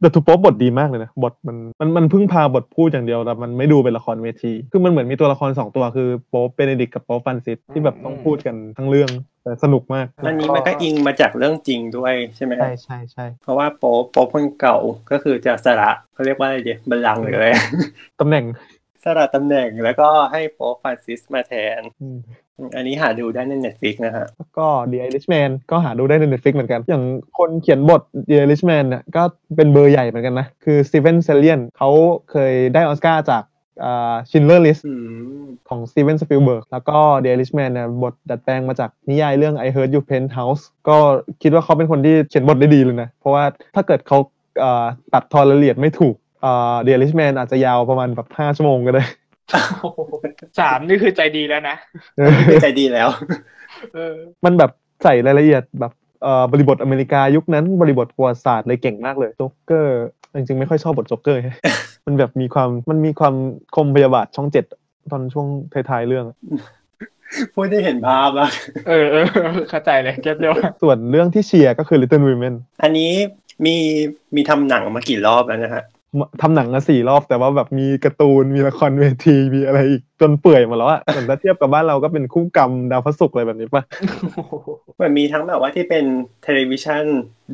S1: แต่ทูโป๊บทดีมากเลยนะ บทมันมันมันพึ่งพาบทพูดอย่างเดียวแต่มันไม่ดูเป็นละครเวที คือมันเหมือนมีตัวละครสองตัวคือโป๊ปเบเนดิกต์กับโป๊ปฟรานซิสที่แบบต้องพูดกันทั้งเรื่องแต่สนุกมาก
S3: อันนี้มันก็อิงมาจากเรื่องจริงด้วยใช่ไหมฮะ
S1: ใช่ใช่ใช่
S3: เพราะว่าโป๊ปโป๊ปคนเก่าก็คือจะสละเขาเรียกว่าอะไรดีบัลลังก์หรืออะไร
S1: ตำแหน่ง
S3: สละตำแหน่งแล้วก็ให้โป๊ปฟรานซิสมาแทน
S1: อืม
S3: อันนี้หาดูได้ใน Netflix นะฮะ
S1: แล้วก็ The Irishman ก็หาดูได้ใน Netflix เหมือนกัน อย่างคนเขียนบท The Irishman เนี่ยก็เป็นเบอร์ใหญ่เหมือนกันนะ คือ Steven s e l l i a n เขาเคยได้ออสการ์จากอ่า Schindler List
S3: อืม
S1: ของสตีเวนสปิลเบิร์กแล้วก็ The Irishman เนี่ยบทดัดแปลงมาจากนิยายเรื่อง I Heard You Penthouse ก็คิดว่าเขาเป็นคนที่เขียนบทได้ดีเลยนะ เพราะว่าถ้าเกิดเขาเอ่อตัดทอนรายละเอียดไม่ถูกเอ่อ The Irishman อาจจะยาวประมาณแบบ 5 ชั่วโมงก็ ได้
S2: สามนี่คือใจดีแล้วนะ
S3: ใจดีแล้ว
S2: เออ
S1: มันแบบใส่รายละเอียดแบบเอ่อบริบทอเมริกายุคนั้นบริบทประวัติศาสตร์เลยเก่งมากเลยโจ๊กเกอร์จริงๆ ไม่ค่อยชอบบทโจ๊กเกอร์ มันแบบมีความมันมีความคมพยาบาทช่องเจ็ดตอนช่วงท้ายๆเรื่อง
S3: พูดได้เห็นภาพอะ
S2: เออเออเข้าใจเลยเก็บเร็ว
S1: ส่วนเรื่องที่เชียร์ก็คือ Little Women
S3: อันนี้มีมีทำหนังมากี่รอบแล้วนะฮะ
S1: ทำหนังมาสี่รอบแต่ว่าแบบมีการ์ตูนมีละครเวทีมีอะไรอีกจนเปื่อยหมาแล้วอะเหมือนถ้าเทียบกับบ้านเราก็เป็นคู่กรรมดาวพระศุกร์อะไรแบบนี้ปะ
S3: มันมีทั้งแบบว่าที่เป็นเทเลวิชัน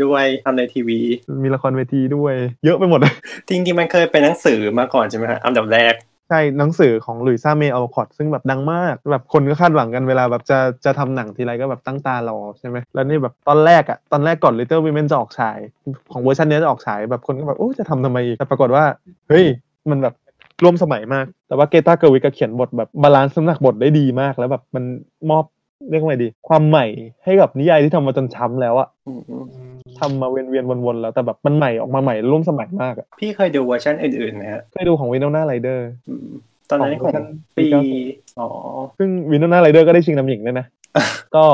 S3: ด้วยทำในทีวี
S1: มีละครเวทีด้วย เยอะไปหมด
S3: จริงๆมันเคยเป็นหนังสือมาก่อนใช่ไหมฮะอันดับแรก
S1: ใช่หนังสือของหลุยส์ซาเมย์อลคอตซึ่งแบบดังมาก แบบคนก็คาดหวังกันเวลาแบบจะจะทำหนังทีไรก็แบบตั้งตารอใช่ไหมแล้วนี่แบบตอนแรกอะตอนแรกก่อน Little Women จะออกฉาย ของเวอร์ชันเนี้ยจะออกฉายแบบคนก็แบบโอ้จะทำทำไมอีกแต่ปรากฏว่าเฮ้ยมันแบบร่วมสมัยมาก แต่ว่าเกตาเกอร์วิกเขียนบทแบบบาลานซ์น้ำหนักบทได้ดีมาก แล้วแบบมันมอบเรียกว่าไงดี ความใหม่ให้กับนิยายที่ทำมาจนช้ำแล้วอะ
S3: อืมอืม
S1: ทำมาเวียนๆวนๆแล้วแต่แบบมันใหม่ออกมาใหม่ร่วมสมัยมากอะ
S3: พี่เคยดูเวอร์ชันอื่นๆไหมฮะ
S1: เคยดูของวินโนนาไรเดอร์
S3: อืมตอนนั้น
S1: ข
S3: ข
S1: อเวอ
S3: อง ง
S1: ร์ชันปี
S3: ปี
S1: เก้าสิบ
S3: อ๋อ
S1: ซึ่งวินโนนาไรเดอร์ก็ได้ชิงนำหญิงด้วยนะ ก็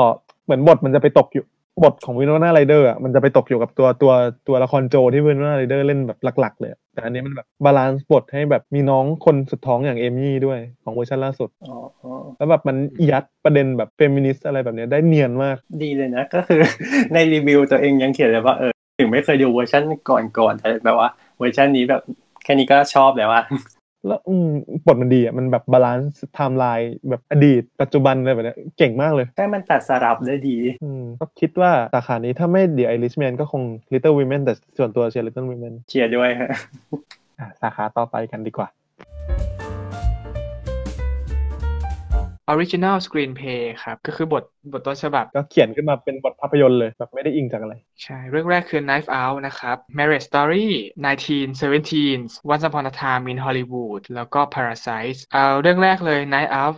S1: เหมือนบทมันจะไปตกอยู่บทของวินโนนาไรเดอร์อ่ะมันจะไปตกอยู่กับตัวตัวตัวละครโจที่วินโนนาไรเดอร์เล่นแบบหลัก ๆ เลยอะแต่อันนี้มันแบบบาลานซ์บทให้แบบมีน้องคนสุดท้องอย่างเอมี่ด้วยของเวอร์ชันล่าสุด
S3: อ๋ออ๋อ
S1: แล้วแบบมันยัดประเด็นแบบเฟมินิสต์อะไรแบบเนี้ยได้เนียนมาก
S3: ดีเลยนะ ก็คือ ในรีวิวตัวเองยังเขียนเลยว่าเออถึงไม่เคยดูเวอร์ชันก่อนๆแต่แบบว่าเวอร์ชันนี้แบบแค่นี้ก็ชอบแล้วอะ
S1: แล้วอืมบทมันดีอ่ะมันแบบบาลานซ์ไทม์ไลน์แบบอดีต ปัจจุบันอะไรแบบเนี้ยเก่งมากเลย
S3: ใช่มันตัดสลับได้ดี
S1: อืมก็คิดว่าสาขานี้ถ้าไม่ The Irishman ก็คง Little Women แต่ส่วนตัวเชียร์ Little Women
S3: เชียร์ ด้วยฮะ
S1: อ่ะสาขาต่อไปกันดีกว่า
S2: original screenplay ครับ ก็คือบทบทต้นฉบับ
S1: ก็เขียนขึ้นมาเป็นบทภาพยนตร์เลยแบบไม่ได้อิงจากอะไร
S2: ใช่ เรื่องแรกคือ Knife Out นะครับ Marriage Story 1917 Once Upon a Time in Hollywood แล้วก็ Parasite เอาเรื่องแรกเลย Knife Out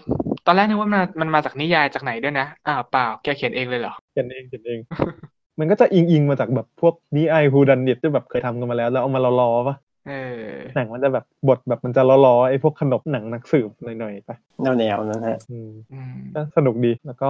S2: ตอนแรกนึกว่ามันมันมาจากนิยายจากไหนด้วยนะอ้าวเปล่าแกเขียนเองเลยเหรอ
S1: เขียนเองเขียนเอง มันก็จะอิงอิงมาจากแบบพวกนิไอฮูดันเน็ตที่แบบเคยทำกันมาแล้ว แล้วเอามาล้อๆปะ
S2: เออ
S1: หนังมันจะแบบบทแบบมันจะล้อๆไอ้พวกขนบหนังหนักสืบหน่อยๆปะ
S3: แนวๆนั้นฮะ
S1: อืม
S2: อืม
S1: ก็สนุกดีแล้วก็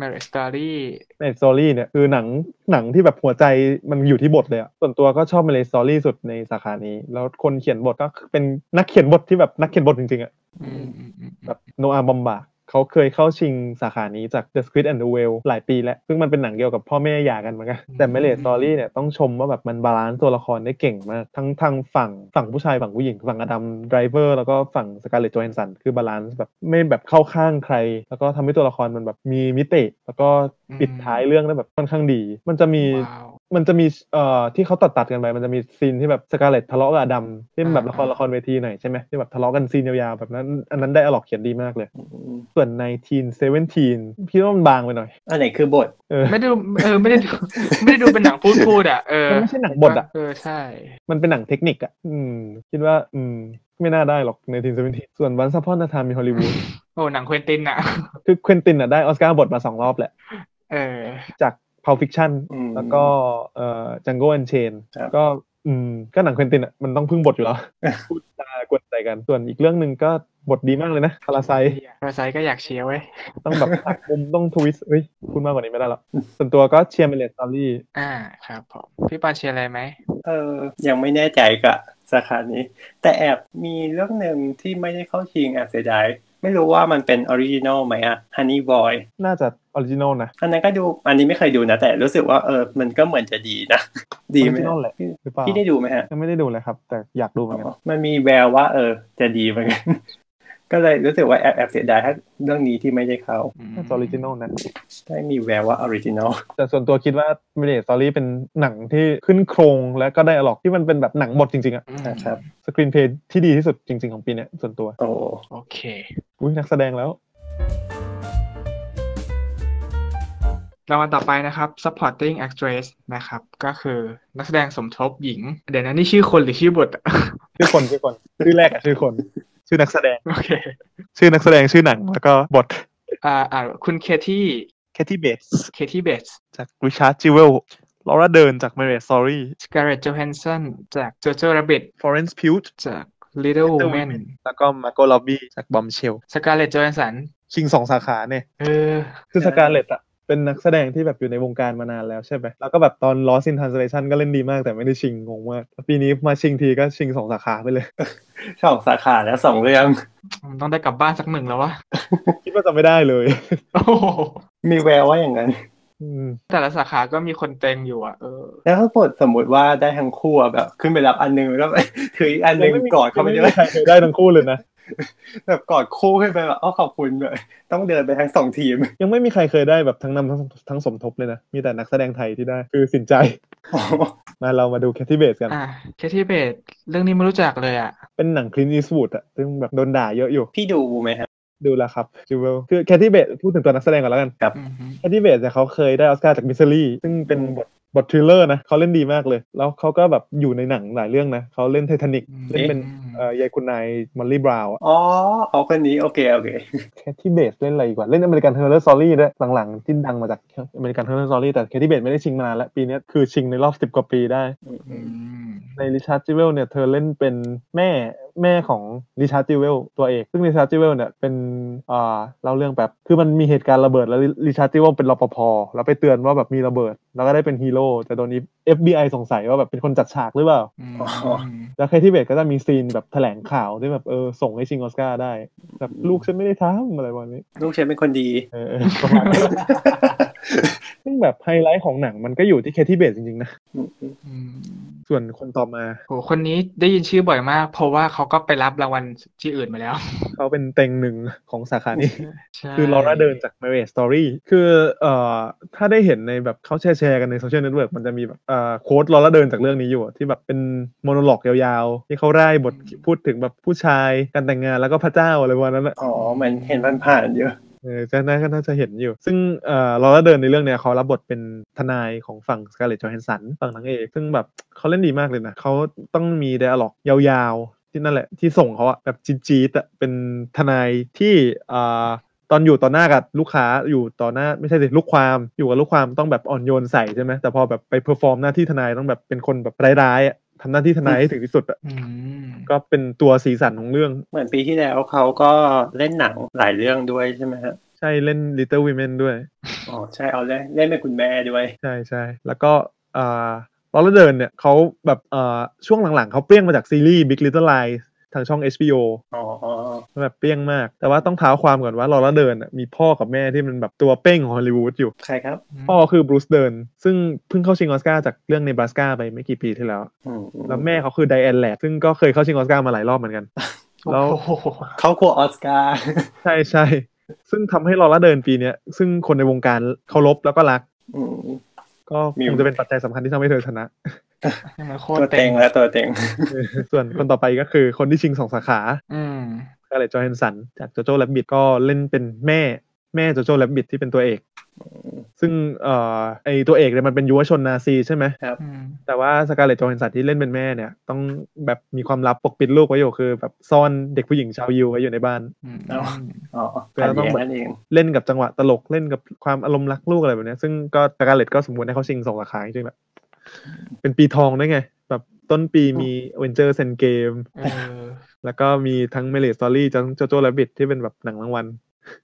S2: Marriage Story
S1: เม s ซอรี่เนี่ยคือหนังหนังที่แบบหัวใจมันอยู่ที่บทเลยอะส่วนตัวก็ชอบเม s ซอรี่สุดในสาขานี้ แล้วคนเขียนบทก็เป็นนักเขียนบทที่แบบนักเขียนบทจริงๆอะ
S2: อืมอืมอืมอืม
S1: แบบโนอาบอมบาเขาเคยเข้าชิงสาขานี้จาก The Squid and the Whale หลายปีแล้ว ซึ่งมันเป็นหนังเกี่ยวกับพ่อแม่หย่ากันเหมือนกัน แต่เมเลสตอรี่เนี่ยต้องชมว่าแบบมันบาลานซ์ตัวละครได้เก่งมาก ทั้งทางฝั่งฝั่งผู้ชายฝั่งผู้หญิง ฝั่งอดัมไดรเวอร์แล้วก็ฝั่งสกาเลตโจแฮนสัน คือบาลานซ์แบบไม่แบบเข้าข้างใคร แล้วก็ทำให้ตัวละครมันแบบมีมิติ แล้วก็ปิดท้ายเรื่องได้แบบค่อนข้างดี มันจะมี
S2: ว้าว
S1: มันจะมีเอ่อที่เขาตัดตัดๆกันไป มันจะมีซีนที่แบบสกาเลตทะเลาะกับอดัมที่แบบละคร
S2: อ่า
S1: ละครเวทีหน่อยใช่ไหมที่แบบทะเลาะกันซีนยาวๆแบบนั้น อันนั้นได้อลอกเขียนดีมากเลย
S3: อืม
S1: ส่วนในทีนเซเว่นทีนพี่ว่ามันบางไปหน่อย
S3: อันไหนคือบท
S1: เออ
S2: ไม่ได้ดูเออไม่ได้ดูไม่ได้ดูเป็นหนังพูดพูดอ่ะเออ
S1: มันไม่ใช่หนังบทอ่ะ
S2: เออใช่
S1: มันเป็นหนังเทคนิคอ่ะอืม คิดว่าอืมไม่น่าได้หรอกในทีนเซเว่นทีนส่วนวันซัพพอร์ตนาทามีฮอลลีวูด
S2: โอ้หนังเควินตินอ่ะ
S1: คือเควินตินอ่ะได้ออสการ์บทมาสองรอบแหละ
S2: เออ
S1: จากพาวฟิคชั่น
S3: อืม
S1: แล้วก็เอ่อจังโก้แอนเชน
S3: ครับ
S1: ก็อืมก็หนังเควินตินอ่ะมันต้องพึ่งบทอยู่แล้ว พูดตากวนใจกัน ส่วนอีกเรื่องหนึ่งก็บทดีมากเลยนะคาราไซ
S2: ภาษาก็อยากเชียร์เว้ย
S1: ต้องแบบหักมุมต้องทวิสต์เอ้ยพูดมากกว่านี้ไม่ได้หรอกส่วนตัวก็เชียร์เมเลสตอรี่
S2: อ่าครับผมพี่ปานเชียร์อะไรไหม
S3: เออยังไม่แน่ใจกับสาขานี้ แต่แอบมีเรื่องหนึ่งที่ไม่ได้เข้าชิงแอบเสียดายไม่รู้ว่ามันเป็นออริจินอลไหมอะ Honey Boy
S1: น่าจะออริจินอลนะ
S3: อันนั้นก็ดูอันนี้ไม่เคยดูนะ แต่รู้สึกว่าเออมันก็เหมือนจะดีนะ ดีไหม
S1: Original แหละ
S3: พี่
S1: หรือเปล่า
S3: พี่ได้ดูไหมฮะ
S1: ยังไม่ได้ดูเลยครับ แต่อยากดูเหมือนกัน
S3: มันมีแววว่าเออ จะดีเหมือนกัน ก็เลยรู้สึกว่าแอบแอบเสียดายถ้าเรื่องนี้ที่ไม่ได้เข้า
S1: น่าจะออริจินอลนะ
S3: ได้มีแววว่าออริจินอล
S1: แต่ส่วนตัวคิดว่าเมเลสตอรี่เป็นหนังที่ขึ้นโครงและก็ได้อลอกที่มันเป็นแบบหนังบทจริงๆอะ
S2: อืม
S3: นะครับ
S1: สกรีนเพย์ที่ดีที่สุดจริง ๆของปีเนี้ยส่วนตัว
S3: โอ้
S2: โอเค
S1: อุ้ยนักแสดงแล้ว
S2: รางวัลต่อไปนะครับ supporting actress นะครับ ก็คือนักแสดงสมทบหญิง เดี๋ยวนะนี่ชื่อคนหรือชื่อบทอะ
S1: ชื่อคนชื่อคนชื่อแรกอะชื่อคน ชื่อนักแสดง
S2: โอเค
S1: ชื่อนักแสดงชื่อหนังแล้วก็บท
S2: อ่าอ่าคุณเคที่
S1: แคทตี้เบส
S2: เคที่เบส
S1: จากริชาร์ดจิเวลลอร่าเดินจากเมเรสซอรี่
S2: สการ์เล็ตโจแฮนสันจากโจโจราบิท
S1: ฟอเรนซ์พิวต์
S2: จาก Little Women
S1: แล้วก็มาโกลอบบี้จากบอมเชล
S2: สการ์เล็ตโจแฮนสัน
S1: ชิงสองสาขาเนี่ย
S2: เออ
S1: คือสการเลตอะเป็นนักแสดงที่แบบอยู่ในวงการมานานแล้วใช่ไหมแล้วก็แบบตอน Lost in Translation ก็เล่นดีมากแต่ไม่ได้ชิงงงมากปีนี้มาชิงทีก็ชิงสองสาขาไปเลย
S3: สองสาขาแล้วสองเรื่อง
S2: มันต้องได้กลับบ้านสักหนึ่งแล้ววะ
S1: คิดว่าจะไม่ได้เลย
S2: โอ้โห
S3: มีแววว่าอย่างนั้น
S1: อืม
S2: แต่ละสาขาก็มีคนเต็งอยู่อ่ะเออ
S3: แล้วถ้าบทสมมติว่าได้ทั้งคู่อะแบบ ขึ้นไปรับอันหนึงแล้ว ถืออีกอันหนึงกอดเข้าไป
S1: ยัง
S3: ด้วย
S1: ใครเคยได้ทั้งคู่เลยนะ
S3: แบบกอดคู่ขึ้นไปแบบอ้อขอบคุณเลยต้องเดินไปทั้งสองทีม
S1: ยังไม่มีใครเคยได้แบบทั้งนำทั้งทั้งสมทบเลยนะ มีแต่นักแสดงไทยที่ได้คือสินใจ
S3: โอ้โห
S1: มาเรามาดูแคทตี้เบสกัน
S2: อ่ะแคทที่เบดเรื่องนี้ไม่รู้จักเลยอ่ะ
S1: เป็นหนังคลินอีสวูดอะซึ่งแบบโดนด่าเยอะอยู่
S3: พี่ดูไหมฮะ
S1: ดูแล้วครับจูเวลคือแคทตี้เบสพูดถึงตัวนักแสดงก่อนแล้วกัน
S2: อืมฮึ
S1: แอดดี้เบสเนี่ยเขาเคยได้ออสการ์จากมิสซิลี่ซึ่งเป็น
S3: อืม
S1: บทบททริลเลอร์นะเขาเล่นดีมากเลย แล้วเขาก็แบบอยู่ในหนังหลายเรื่องนะเขาเล่นไททานิก
S2: อืม
S1: เล่นเป็นเอ่อยายคุณนายมอลลี่บราวน์
S3: อ๋อเอาคนนี้โอเคโอเค
S1: แคทที่เบสเล่นอะไรอีกว่า เล่นอเมริกันเฮอร์เรอร์ซอรี่ด้วยหลังๆที่ดังมาจากอเมริกันเฮอร์เรอร์ซอรี่แต่แคทที่เบสไม่ได้ชิงมานานแล้วปีเนี้ยคือชิงในรอบสิบกว่าปีได้
S2: อืม
S1: ในริชาร์ดจิเวลเนี่ยเธอเล่นเป็นแม่แม่ของริชาร์ดจิเวลตัวเอก ซึ่งริชาร์ดจิเวลเนี่ยเป็นอ่าเล่าเรื่องแบบคือมันมีเหตุการณ์ระเบิดแล้วริชาร์ดจิเวลเป็นรปภแล้วไปเตือนว่าแบบมีระเบิด แล้วก็ได้เป็นฮีโร่แต่โดน FBI สงสัยว่าแบบเป็นคนจัดฉากหรือเปล่า
S2: อืม
S3: อ๋อ
S1: แล้วแคทที่เบตก็จะมีซีนแบบแถลงข่าวที่แบบเออส่งให้ชิงออสการ์ได้แบบลูกฉันไม่ได้ทำอะไรวันนี้
S3: ลูกเชนเป็นคนดี
S1: เออเออประมาณนี้ ซึ่งแบบไฮไลท์ของหนังมันก็อยู่ที่แคทที่เบตจริงๆนะ
S2: อืม
S1: ส่วนคนต่อมา
S2: โหคนนี้ได้ยินชื่อบ่อยมาก เพราะว่าเขาก็ไปรับรางวัลที่อื่นมาแล้ว
S1: เขาเป็นเต็งหนึ่งของสาขานี้
S2: ใช่
S1: คือลอร่าเดินจาก Marriage Story คือเอ่อถ้าได้เห็นในแบบเขาแชร์แชร์กันในโซเชียลเน็ตเวิร์กมันจะมีแบบเอ่อโค้ดลอร่าเดินจากเรื่องนี้อยู่อะที่แบบเป็นโมโนโลกยาวๆ ที่เขาไล่บทพูดถึงแบบผู้ชายการแต่งงานแล้วก็พระเจ้าอะไรประมาณนั้นอะ
S3: อ๋อมันเห็นมันผ่านๆเยอะ
S1: เออจากนั้นก็น่าจะเห็นอยู่ ซึ่งเอ่อลอร่าเดินในเรื่องเนี้ยเขารับบทเป็นทนายของฝั่งสกาเลตจอห์นสันฝั่งนางเอกซึ่งแบบเขาเล่นดีมากเลยนะเขาต้องมีไดอะล็อกยาวๆ ที่นั่นแหละที่ส่งเขาอะแบบจี๊ดๆอะเป็นทนายที่อ่า ตอนอยู่ต่อหน้ากับลูกค้าอยู่ต่อหน้าไม่ใช่สิลูกความอยู่กับลูกความต้องแบบอ่อนโยนใส่ใช่ไหมแต่พอแบบไปเพอร์ฟอร์มหน้าที่ทนายต้องแบบเป็นคนแบบร้ายๆอะทำหน้าที่ทนายให้ถึงที่สุดอะ
S2: อืม
S1: ก็เป็นตัวสีสันของเรื่อง
S3: เหมือนปีที่แล้วเขาก็เล่นหนังหลายเรื่องด้วยใช่ไหมฮะ
S1: ใช่เล่น Little Women ด้วย
S3: อ๋อใช่เอาเล่นเล่นเป็นคุณแม่ด้วย
S1: ใช่ใช่แล้วก็อ่าลอลเดินเนี่ยเขาแบบอ่าช่วงหลังๆเขาเปรี้ยงมาจากซีรีส์ Big Little Lies ทางช่อง HBO
S3: อ๋ออ๋อ
S1: แบบเปรี้ยงมาก แต่ว่าต้องเท้าความก่อนว่าลอลเดินน่ะมีพ่อกับแม่ที่มันแบบตัวเป้งของฮอลลีวูดอยู่
S3: ใครครับ
S1: พ่อคือบรูซเดินซึ่งเพิ่งเข้าชิงออสการ์จากเรื่องในบราสกาไปไม่กี่ปีที่แล้ว
S3: อืม
S1: แล้วแม่เขาคือไดแอนแลกซึ่งก็เคยเข้าชิงออสการ์มาหลายรอบเหมือนกัน แล้ว
S2: โอ้โห
S3: เขาครัวออสการ์
S1: ใช่ใช่ซึ่งทำให้ลอร่าเดินปีเนี้ยซึ่งคนในวงการเคารพแล้วก็รัก
S3: อืม
S1: ก็
S3: มิ
S1: คว งจะเป็นปัจจัยสำคัญที่ทำให้เธอชนะ
S2: มันโคต
S3: ตัว
S2: ร
S3: เต็
S2: เต็
S3: ง
S2: ง
S3: และตัวเต็ง
S1: ส่วนคนต่อไปก็คือคนที่ชิงสองสาขา
S2: อืม
S1: คาเลตจอห์นสันจากโจโจ้แลบบิทก็เล่นเป็นแม่แม่โจโจ้แลบบิทที่เป็นตัวเอก ซึ่งเอ่อไอตัวเอกเนี่ยมันเป็นยุวชนนาซีใช่ไหม
S2: อืม
S1: แต่ว่าสกาเลตจอห์นสันที่เล่นเป็นแม่เนี่ย ต้องแบบมีความลับปกปิดลูกไว้อยู่คือแบบซ่อนเด็กผู้หญิงชาวยิวไว้อยู่ในบ้าน
S2: อืม
S3: เอา อ๋อ
S1: แปล
S3: ขัด
S1: ว่าต้อง
S3: แย้ง
S1: แบบ
S3: นั่นเอง
S1: เล่นกับจังหวะตลกเล่นกับความอารมณ์รักลูกอะไรแบบเนี้ยซึ่งก็สกาเลตก็สมควรให้เขาชิงสองสาขาจริงๆแหละเป็นปีทองด้วยไง แบบต้นปีมีเวนเจอร์เซนเกม
S2: เออ
S1: แล้วก็มีทั้งเมเลสตอรี่จนโจโจ้แลบิทที่เป็นแบบหนังรางวัล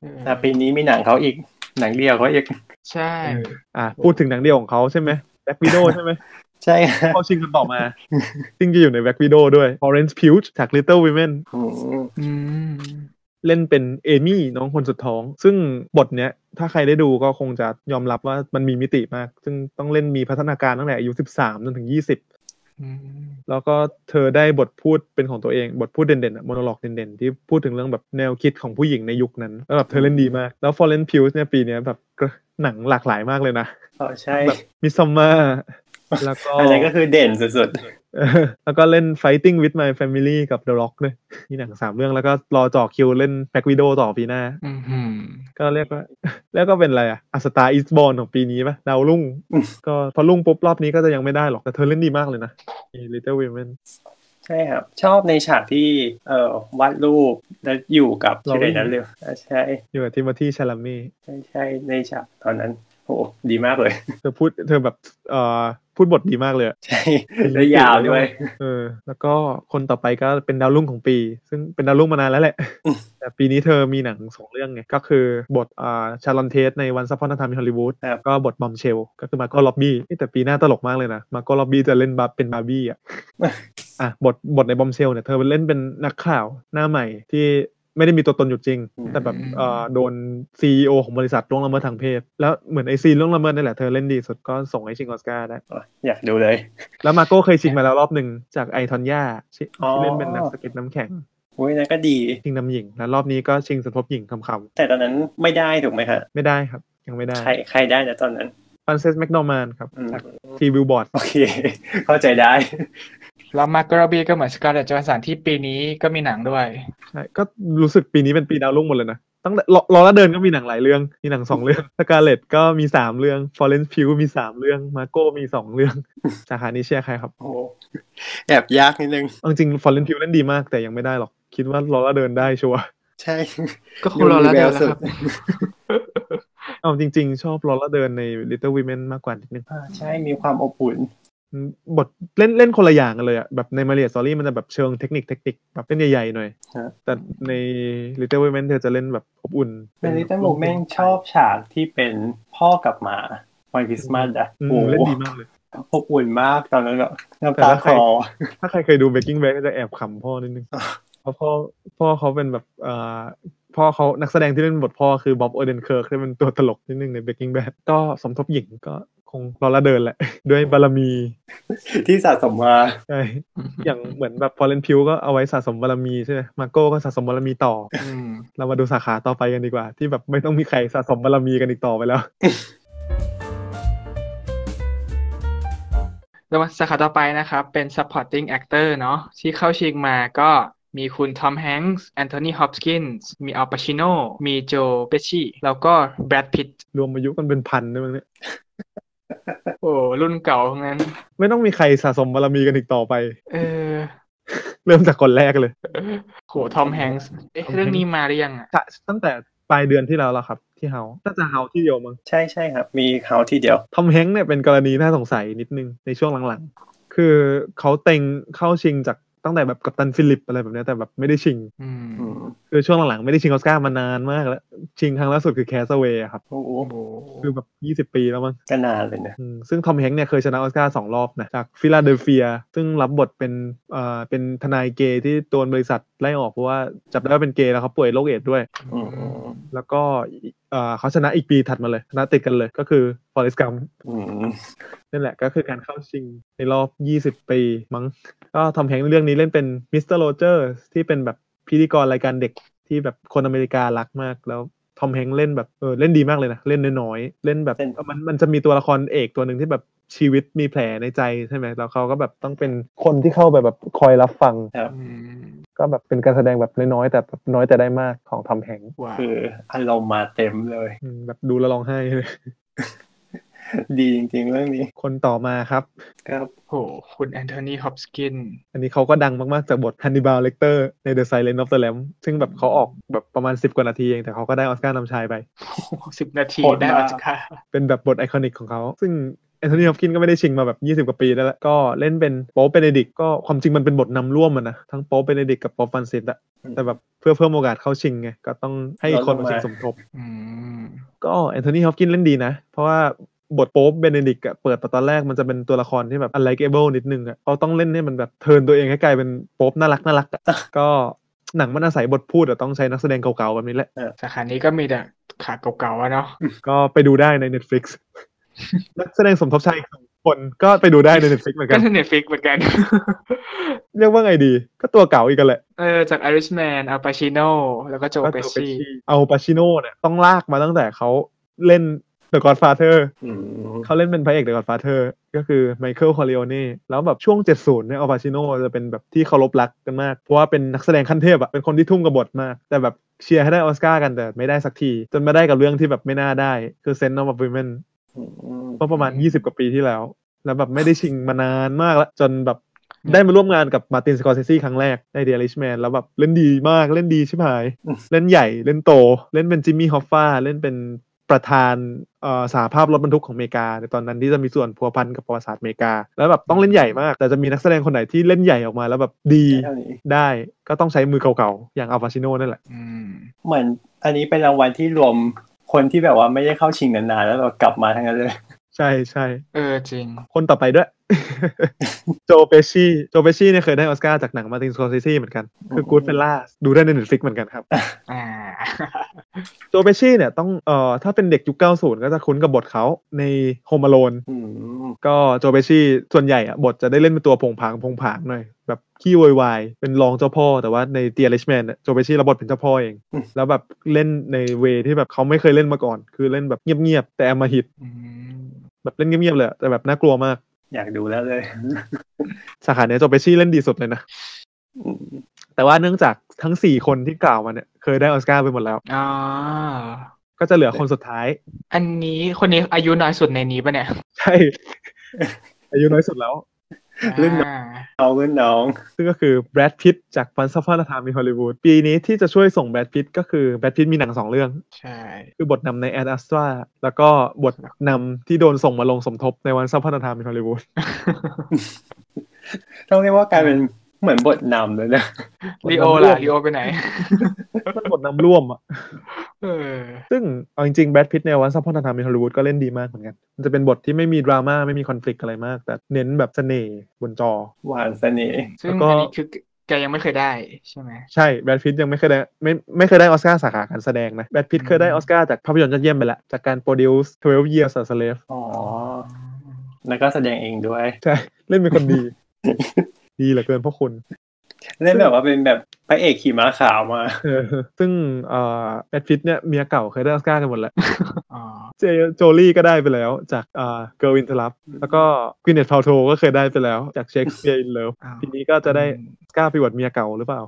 S2: เออ
S3: แต่ปีนี้มีหนังเขาอีกหนังเดียวเขาอีก
S2: ใช่
S1: อ่ะพูดถึงหนังเดียวของเขาใช่ไหมแบ็กวิโดใช่ไหม
S3: ใช่
S1: เขาชิงคนต่อมา ซึ่งจะอยู่ในแบ็กวิโดด้วยออเรนจ์พิวจาก Little Women
S3: อืม
S2: อืม
S1: เล่นเป็นเอมี่น้องคนสุดท้อง ซึ่งบทเนี้ยถ้าใครได้ดูก็คงจะยอมรับว่ามันมีมิติมาก ซึ่งต้องเล่นมีพัฒนาการตั้งแต่อายุ 13จนถึง 20
S2: อืม
S1: แล้วก็เธอได้บทพูดเป็นของตัวเอง บทพูดเด่นๆโมโนโลกเด่นๆ ที่พูดถึงเรื่องแบบแนวคิดของผู้หญิงในยุคนั้น แล้วแบบเธอเล่นดีมาก แล้ว Foreign p u l s เนี่ยปีเนี้ยแบบก็หนังหลากหลายมากเลยนะ
S3: อ๋อใช่
S1: แบบ มิซอมมาแล้วก็
S3: อันนั้นก็คือเด่นสุด
S1: เออ แล้วก็เล่น Fighting with My Family กับ The Rock ด้วยนี่หนังสามเรื่องแล้วก็รอจ่อคิวเล่น Black Widow ต่อปีหน้า
S2: อืมอืม
S1: ก็เรียกว่า แล้วก็เป็นอะไรอะอัสตาอิสบอลของปีนี้ปะดาวรุ่ง ก็พอรุ่งปุ๊บรอบนี้ก็จะยังไม่ได้หรอก แต่เธอเล่นดีมากเลยนะมี Little Women
S3: ๆ ใช่ครับ ชอบในฉากที่เอ่อวาดรูปแล้วอยู่กับ
S1: เรา
S3: ที่ไหนนั้นเลยอ่ะใช่
S1: อยู่กับทิมอธีชาลามี
S3: ใช่ใช่ในฉากตอนนั้นโหดีมากเลย
S1: เธอพูดเธอแบบเอ่อพูดบทดีมากเลยอะ
S3: ใช่และยาวด้วย
S1: เออแล้วก็คนต่อไปก็เป็นดาวรุ่งของปี ซึ่งเป็นดาวรุ่งมานาน แล้วแหละ
S3: อืม
S1: แต่ปีนี้เธอมีหนังสองเรื่องไงก็คือบทอ่าชาลอนเทสในวันซัพพอร์ตทามในฮอลลีวูดแล้วก็บทมอมเชล ก็คือมาโก้ล็อบบี้แต่ปีหน้าตลกมากเลยนะมาโก้ล็อบบี้จะเล่นบาเป็นบาร์บี้ อ่ะ อ่ะบทบทในบอมเชลเนี่ยเธอเล่นเป็นนักข่าวหน้าใหม่ที่ไม่ได้มีตัวตนอยู่จริง แต่แบบเอ่อโดน CEO ของบริษัทล่วงละเมิดทางเพศ แล้วเหมือนไอซีนล่วงละเมิดนี่แหละเธอเล่นดีสุดก็ส่งให้ชิงออสการ์ได้
S3: อยากดูเลย
S1: แล้วมาโก้เคยชิงมาแล้วรอบหนึ่งจากไอทอนยาที่
S3: อ๋อ
S1: ที่เล่นเป็นนักสเก็ตน้ำแข็ง
S3: โห อุ้ยนั่นก็ดี
S1: ชิงนำหญิง แล้วรอบนี้ก็ชิงสมทบหญิงคำค
S3: แต่ตอนนั้นไม่ได้ถูกไหมฮะ
S1: ำไม่ได้ครับ ยังไม่ได้
S3: ใครใครได้นะตอน นั้น
S1: ฟรานเซสแมกโนแมนครับ
S3: อืม
S1: จากทีวิวบอร์ด
S3: โอเค เข้าใจได้
S2: แล้วมาร์กโรบีก็เหมือนสกาเลตจอห์นสันที่ปีนี้ก็มีหนังด้วย
S1: ใช่ก็รู้สึกปีนี้เป็นปีดาวรุ่งหมดเลยนะตั้งแต่ลอลอร่าเดินก็มีหนังหลายเรื่องมีหนังสองเรื่องสกาเลตก็มีสามเรื่องฟอเรนซ์พิวมีสามเรื่องมาโก้มีสองเรื่อง สาขานี้เชียร์ใครครับ
S3: โอ้โหแอบยากนิดนึง
S1: เอาจริงฟอร์เรนทิวเล่นดีมากแต่ยังไม่ได้หรอก คิดว่าลอร่าเดินได้ชัวร์
S3: ใช่
S2: ก็คงรอแล้วเดี๋ยวนะครับ
S1: เอาจริง ๆ ชอบลอร่าเดินใน Little Women มากกว่านิดนึง
S3: อ่าใช่ มีความอบอุ่น
S1: อืมบทเล่นเล่นคนละอย่างกันเลยอะแบบในมาเรียสอรี่มันจะแบบเชิงเทคนิคเทคนิคแบบเล่นใหญ่ๆหน่อย
S3: ฮะ
S1: แต่ใน Little Women เธอจะเล่นแบบอบอุ่น
S3: ในลิตเติ้ลโมเมนชอบฉากที่เป็นพ่อกับหมาวันคริสต์มาสอะ
S1: อืม
S3: โอ้โห
S1: เล่นดีมากเลย
S3: อบอุ่นมากตอนนั้นแบบน้ำ
S1: แต่
S3: ตา
S1: ละ
S3: ค
S1: ใคร
S3: ลอ
S1: ถ้าใครเคยดู Breaking Bad ก็จะแอบขำพ่อนิดนึงเพราะพ่อพ่อเขาเป็นแบบเอ่อพ่อเขานักแสดงที่เล่นบทพ่อคือบ๊อบโอเดนเคิร์กที่เป็นตัวตลกนิดนึงใน Breaking Bad ก็สมทบหญิงก็คงลอร่าเดินแหละ ด้วยบารมี
S3: ที่สะสมมา
S1: ใช่ อย่างเหมือนแบบพอเล่นพิวก็เอาไว้สะสมบารมีใช่ไหมมาโก้ก็สะสมบารมีต่อ
S2: อืม
S1: เรามาดูสาขาต่อไปกันดีกว่า ที่แบบไม่ต้องมีใครสะสมบารมีกันอีกต่อไปแล้ว
S2: แล้วสาขาต่อไปนะครับ เป็น supporting actor เนาะที่เข้าชิงมาก็มีคุณทอมแฮงส์แอนโทนีฮอปกินส์มีอัลปาชิโนมีโจเปชชี่แล้วก็แบรดพิตต์
S1: รวมอายุกันเป็นพันด้วยมั้งเนี่ย
S2: โอ้รุ่นเก่าทั้งนั้น
S1: ไม่ต้องมีใครสะสมบารมีกันอีกต่อไป
S2: เออ
S1: เริ่มจากคนแรกเลย
S2: โหทอมแฮงส์เอ๊ะเรื่องนี้มาหรือยังอ่ะ
S1: จะตั้งแต่ปลายเดือนที่แล้วแล้วครับ ที่เฮาน่าจะเฮาที่เดียวมั้ง
S3: ใช่ใช่ครับ มีเขาที่เดียว
S1: ทอมแฮงค์เนี่ยเป็นกรณีน่าสงสัยนิดนึงในช่วงหลังๆ คือเขาเต็งเข้าชิงจากตั้งแต่แบบกัปตันฟิลิปอะไรแบบเนี้ยแต่แบบไม่ได้ชิง
S2: อืม
S3: อืม
S1: คือช่วงหลังๆไม่ได้ชิงออสการ์มานานมากแล้วชิงครั้งล่าสุดคือ Castaway อะครับ
S3: โอ้โห
S2: โอ้โห
S1: คือแบบยี่สิบ20 ปีแล้วมั้ง
S3: ก็นานเลยนะ
S1: อืมซึ่งทอมแฮงค์เนี่ยเคยชนะออสการ์สองรอบนะ จากฟิลาเดลเฟีย ซึ่งรับบทเป็นเอ่อเป็นทนายเกย์ที่โดนบริษัทไล่ออกเพราะว่าจับได้ว่าเป็นเกย์แล้วเขาป่วยโรคเอดส์ด้วย
S3: อืมอืม
S1: แล้วก็เอ่อเขาชนะอีกปีถัดมาเลยชนะติดกันเลยก็คือฟอเรสกัม
S3: อืม
S1: นั่นแหละก็คือการเข้าชิงในรอบ 20 ปีมั้ง ก็ทอมแฮงค์เรื่องนี้เล่นเป็นมิสเตอร์โรเจอร์ที่เป็นแบบพิธีกรรายการเด็กที่แบบคนอเมริการักมากแล้วทอมแฮงค์เล่นแบบเออเล่นดีมากเลยนะเล่นน้อยๆเล่นแบบ
S3: เป็น
S1: มันมันจะมีตัวละครเอกตัวหนึ่งที่แบบชีวิตมีแผลในใจใช่ไหมแล้วเขาก็แบบต้องเป็นคนที่เข้าไปแบบคอยรับฟัง
S2: อืม
S1: ก็แบบเป็นการแสดงแบบน้อยๆแต่แบบน้อยแต่ได้มากของทอมแฮงค์
S2: ว้าว
S3: คืออารมณ์มาเต็มเลย
S1: อืมแบบดูแลวร้องไห้ เลย
S3: ดีจริงๆเรื่องนี้
S1: คนต่อมาครับ
S3: ครับ
S2: โหคุณแอนโทนีฮอปกินส์
S1: อันนี้เขาก็ดังมากๆจากบท Hannibal Lecter ใน The Silence of the Lamb ซึ่งแบบเขาออกแบบประมาณ 10 กว่านาทีเอง แต่เขาก็ได้ออสการ์นำชายไป
S2: สิบนาทีได้ออสการ์
S1: เป็นแบบบทไอคอนิกของเขา ซึ่งแอนโทนี h o p กินก็ไม่ได้ชิงมาแบบ 20 กว่าปีแล้วละก็เล่นเป็นโป๊ปเบเนดิกต์ก็ความจริงมันเป็นบทนำร่วมมันนะ ทั้งโป๊ปเบเนดิกต์กับโป๊ปฟรานซิสอะแต่แบบเพื่อเพิ่มโอกาสเข้าชิงไง ก็ต้องให้อีกคนมาชิงสมทบ
S2: อืม
S1: ก็แอนโทนี h o p กินเล่นดีนะ เพราะว่าบทโป๊ปเบเนดิกต์อะเปิดมาตอนแรกมันจะเป็นตัวละครที่แบบ unlikable นิดนึงอะเขาต้องเล่นให้มันแบบเทิร์นตัวเองให้กลายเป็นโป๊ปน่ารักน่ารักอะก็หนังมันอาศัยบทพูดอะต้องใช้นักแสดงเก่าๆแบบนี้แหละ
S2: สาขานี้ก็มีแต่ขาเก่าๆอะเนาะ
S1: ก็ไปดูได้ใน Netflix นักแสดงสมทบชายอีกสองคนก็ไปดูได้ใน Netflix เหมือนกั
S2: ก็
S1: น
S2: เน็ตฟิกเหมือนกัน
S1: เรียกว่าไงดี ก็ตัวเก่าอีกกันแหละ
S2: เออจาก Irishman อัลปาชิโนแล้วก็โจ
S1: ก็
S2: เป
S1: โจเป
S2: ชี
S1: ชีเอาปาชิโน่เนี่ยต้องลากมาตั้งแต่เขาเล่น The Godfather
S3: อืม
S1: เขาเล่นเป็นพระเอก The Godfather ก็คือไมเคิลคอริโอเน่แล้วแบบช่วง 70เนี่ยอัลปาชิโน่จะเป็นแบบที่เคารพรักกันมาก เพราะว่าเป็นนักแสดงขั้นเทพอะเป็นคนที่ทุ่มกับบทมาก แต่แบบเชียร์ให้ได้ออสการ์กันแต่ไม่ได้สักที จนมาได้กับเรื่องที่แบบไม่น่าได้คือ Sense of Women
S3: อืม
S1: เมื่อประมาณ 20 กว่าปีที่แล้ว แล้วแบบไม่ได้ชิงมานานมากแล้ว จนแบบได้มาร่วมงานกับมาร์ตินสกอร์เซซีครั้งแรกในเดลิชแมนแล้วแบบเล่นดีมากเล่นดีชิบหาย เล่นใหญ่เล่นโต เล่นเป็นจิมมี่ฮอฟฟาเล่นเป็นประธานเอ่อสาภาพรถบรรทุกของอเมริกา ในตอนนั้นที่จะมีส่วนพัวพันกับประวัติศาสตร์อเมริกา แล้วแบบต้องเล่นใหญ่มาก แต่จะมีนักแสดงคนไหนที่เล่นใหญ่ออกมาแล้วแบบดี
S3: เท่านี้
S1: ได้ก็ต้องใช้มือเก่าๆอย่างอัลปาชิโน่นั่นแหละ
S2: อืม
S3: เหมือนอันนี้เป็นรางวัลที่รวมคนที่แบบว่าไม่ได้เข้าชิงนานๆแล้วเรากลับมาทั้งนั้นเลย
S1: ใช่ใช่
S2: เออจริง
S1: คนต่อไปด้วย โจเปชีโจเปชีเนี่ยเคยได้ออสการ์จากหนังมาตินสกอร์ซิซีเหมือนกัน คือกู๊ดเฟลล่าดูได้ในเน็ตฟลิกเหมือนกันครับ
S2: อ่า
S1: โจเปชีเนี่ยต้องเอ่อถ้าเป็นเด็กยุค 90 ก็จะคุ้นกับบทเขาใน Home Alone
S3: อืม
S1: ก็โจเปชีส่วนใหญ่อะบทจะได้เล่นเป็นตัวผงผางผงผางหน่อย แ แบบขี้โวยวายเป็นรองเจ้าพ่อ แต่ว่าในเตียริชแมนโจเปชี่รับบทเป็นเจ้าพ่อเอง
S3: อืม
S1: แล้วแบบเล่นในเวที่แบบเขาไม่เคยเล่นมาก่อน คือเล่นแบบเงียบๆแต่อำมหิต
S2: อืม
S1: แบบเล่นเงียบๆเลยอะแต่แบบน่ากลัวมาก
S3: อยากดูแล้วเลย
S1: สาขาเนี้ยโจเปชี่เล่นดีสุดเลยนะ
S3: อืม
S1: แต่ว่าเนื่องจากทั้ง 4 คนที่กล่าวมาเนี่ยเคยได้ออสการ์ไปหมดแล้ว
S2: อ่า
S1: ก็จะเหลือคนสุดท้าย
S2: อันนี้คนนี้อายุน้อยสุดในนี้ปะเนี่ย
S1: ใช่ อายุน้อยสุดแล้ว
S3: รุ่นน้อง
S2: อ่า
S3: เอาเพื่อนน้อง
S1: ซึ่งก็คือแบรดพิตจากฟันซัฟฟอร์ทามีฮอลลีวูดปีนี้ที่จะช่วยส่งแบรดพิตก็คือแบรดพิตมีหนังสองเรื่อง
S2: ใช่
S1: คือบทนำในแอดอัสตราแล้วก็บทนำที่โดนส่งมาลงสมทบในวันซัฟฟอร์ทามีฮอลลีวูด
S3: ต้องเรียกว่ากลายเป็นเหมือนบทนำเลยนะ
S2: ลีโอล่ะ ลีโอไปไหน
S1: มันบทนำร่วมอ่ะ
S2: เออ
S1: ซึ่งเอาจริงๆแบรดพิตในวันซัฟฟอร์ทามีฮอลลีวูดก็เล่นดีมากเหมือนกัน มันจะเป็นบทที่ไม่มีดราม่าไม่มีคอนฟ lict อะไรมาก แต่เน้นแบบเสน่ห์บนจอ
S3: หวานเสน่ห์
S2: ซึ่ง
S1: แล้วก็
S2: อันนี้คือแกยังไม่เคยได้ใช่ไหม
S1: ใช่แบรดพิตยังไม่เคยได้ไม่ไม่เคยได้ออสการ์สาขาการแสดงนะแบรดพิต
S2: อืม
S1: เคยได้ออสการ์จากภาพยนตร์ยอดเยี่ยมไปแล้วจากการโปรดิวส์12 years a slave
S3: อ๋อ แล้วก็แสดงเองด้วย
S1: ใช่ เล่นเป็นคนดี ดีเหลือเกินพวกคุณ
S3: เล่นแบบว่าเป็นแบบพระเอกขี่ม้าขาวมา
S1: เออซึ่งเอ่อแบรดพิตเนี่ยเมียเก่าเคยได้ออสการ์กันหม ดแล้ว
S2: อ๋อ
S1: เจโจลี่ก็ได้ไปแล้วจากเอ่อ Girl in the Lab แล้วก็ควีนเนตพาวโทก็เคยได้ไปแล้วจาก Shakespeare in Love
S2: อ้าว
S1: ทีนี้ก็จะได้ออสการ์ไปอวดเมียเก่าหรือเปล่า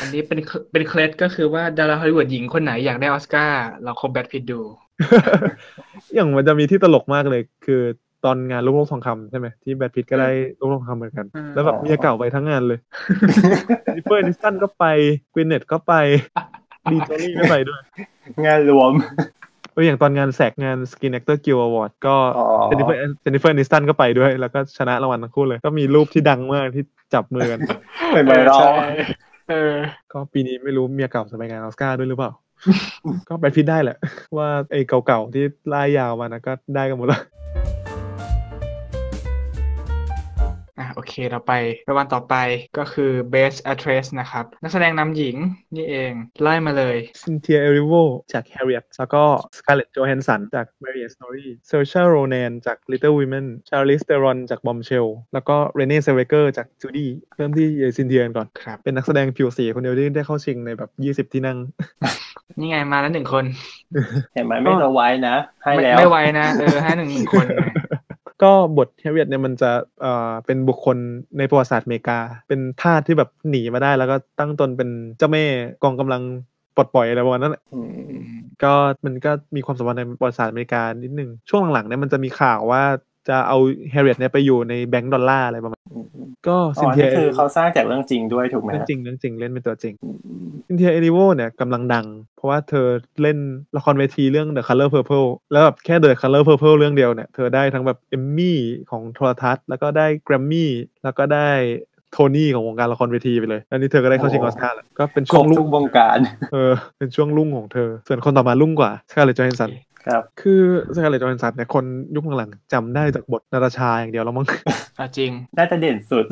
S2: อันนี้เป็นเคเป็นเคล็ดก็คือว่าดาราฮอลลีวูดหญิงคนไหนอยากได้ออสการ์เราคบแบทพิทดู
S1: อย่างมันจะมีที่ตลกมากเลย คือตอนงานลูกโลกทองคำใช่ไหมที่แบทพิตก็ได้ลูกโลกทองคำเหมือนกัน
S2: อืม
S1: แล้วแบบเมียเก่าไปทั้งงานเลยนิเปอร์นิสตันก็ไปกวินเนตก็ไปดีโจลี่ไม่ไปด้วย
S3: งานรวม
S1: เอออย่างตอนงานแสกงานสกินแอคเตอร์กิลอวอร์ดก็
S3: อ๋อ
S1: เจนนิเฟอร์เจนนิเฟอร์นิสตันก็ไปด้วย แล้วก็ชนะรางวัลทั้งคู่เลย ก็มีรูปที่ดังมากที่จับมือกัน
S3: เป็นไวรัล
S2: ใช่เออ
S1: ก็ปีนี้ไม่รู้เมียเก่าจะไปงานออสการ์ด้วยหรือเปล่า ก็แบทพิตได้แหละ ว่าไอ้เก่าๆที่ล่ายยาวมานะก็ได้กันหมดแล้ว
S2: อ่ะโอเคเราไปรางวัลต่อไปก็คือ Best Actress นะครับ นักแสดงนำหญิงนี่เอง ไล่มาเลย
S1: ซินเทียเอริโวจาก Harriet แล้วก็สกาเลต t จ o แฮนสันจาก Marriage Story เซอร์ชาโรแนนจาก Little Women ชาลิสเตรอนจาก Bombshell แล้วก็เรเน่เซเวเกอร์จาก Judy เริ่มที่ซินเทียก่อน
S2: ครับ
S1: เป็นนักแสดงผิวสีคนเดียวที่ได้เข้าชิงในแบบ 20 ที่นั่ง
S2: นี่ไงมาแล้วหนึ่งคน
S3: เห็นไหมไม่ระไว้นะ ให้
S2: ไม่
S3: แล้ว
S2: ไม่ไวนะ เอ อให้หนึ่งหนึ่งคนไง
S1: ก็บท Harriet เนี่ยมันจะเอ่อเป็นบุคคลในประวัติศาสตร์อเมริกา เป็นทาสที่แบบหนีมาได้ แล้วก็ตั้งตนเป็นเจ้าแม่กองกำลังปลดปล่อยอะไรประมาณนั้นแหละ
S3: อืม
S1: ก็มันก็มีความสัมพันธ์ในประวัติศาสตร์อเมริกานิดนึง ช่วงหลังๆเนี่ยมันจะมีข่าวว่าจะเอาแฮร์ริเอตเนี่ยไปอยู่ในแบงก์ดอลลาร์อะไรประมาณ
S3: อืมอืม
S1: ก็
S3: อ๋
S1: ซิน
S3: อ
S1: เทีย
S3: นี่คือเขาสร้างจากเรื่องจริงด้วยถูกไหม
S1: เรื่อง
S3: ฮะ
S1: จริงเรื่องจริงเล่นเป็นตัวจริง
S3: อืม
S1: ซินเทียเอริโวเนี่ยกำลังดัง เพราะว่าเธอเล่นละครเวทีเรื่อง The Color Purple แล้วแบบแค่ The Color Purple เรื่องเดียวเนี่ย เธอได้ทั้งแบบเอมมี่ของโทรทัศน์ แล้วก็ได้แกรมมี่แล้วก็ได้โทนี่ของวงการละครเวทีไปเลยแล้วนี่เธอก็ได้เข้าชิงออสการ์แล้วก็เป็น
S3: คร
S1: ช่ว
S3: บ
S1: งรุ่
S3: ทุ
S1: ง
S3: กวงการ
S1: เออเป็นช่วงรุ่งของเธอ ส่วนคนต่อมารุ่งกว่าสกาเลตจอห์นสัน
S3: ครับ
S1: คือสกาเลตจอห์นสันเนี่ยคนยุคหลังๆจำได้จากบทนาราชาอย่างเดียวแล้วมั้ง
S2: เอาจริง
S3: น่าจะเด่นสุด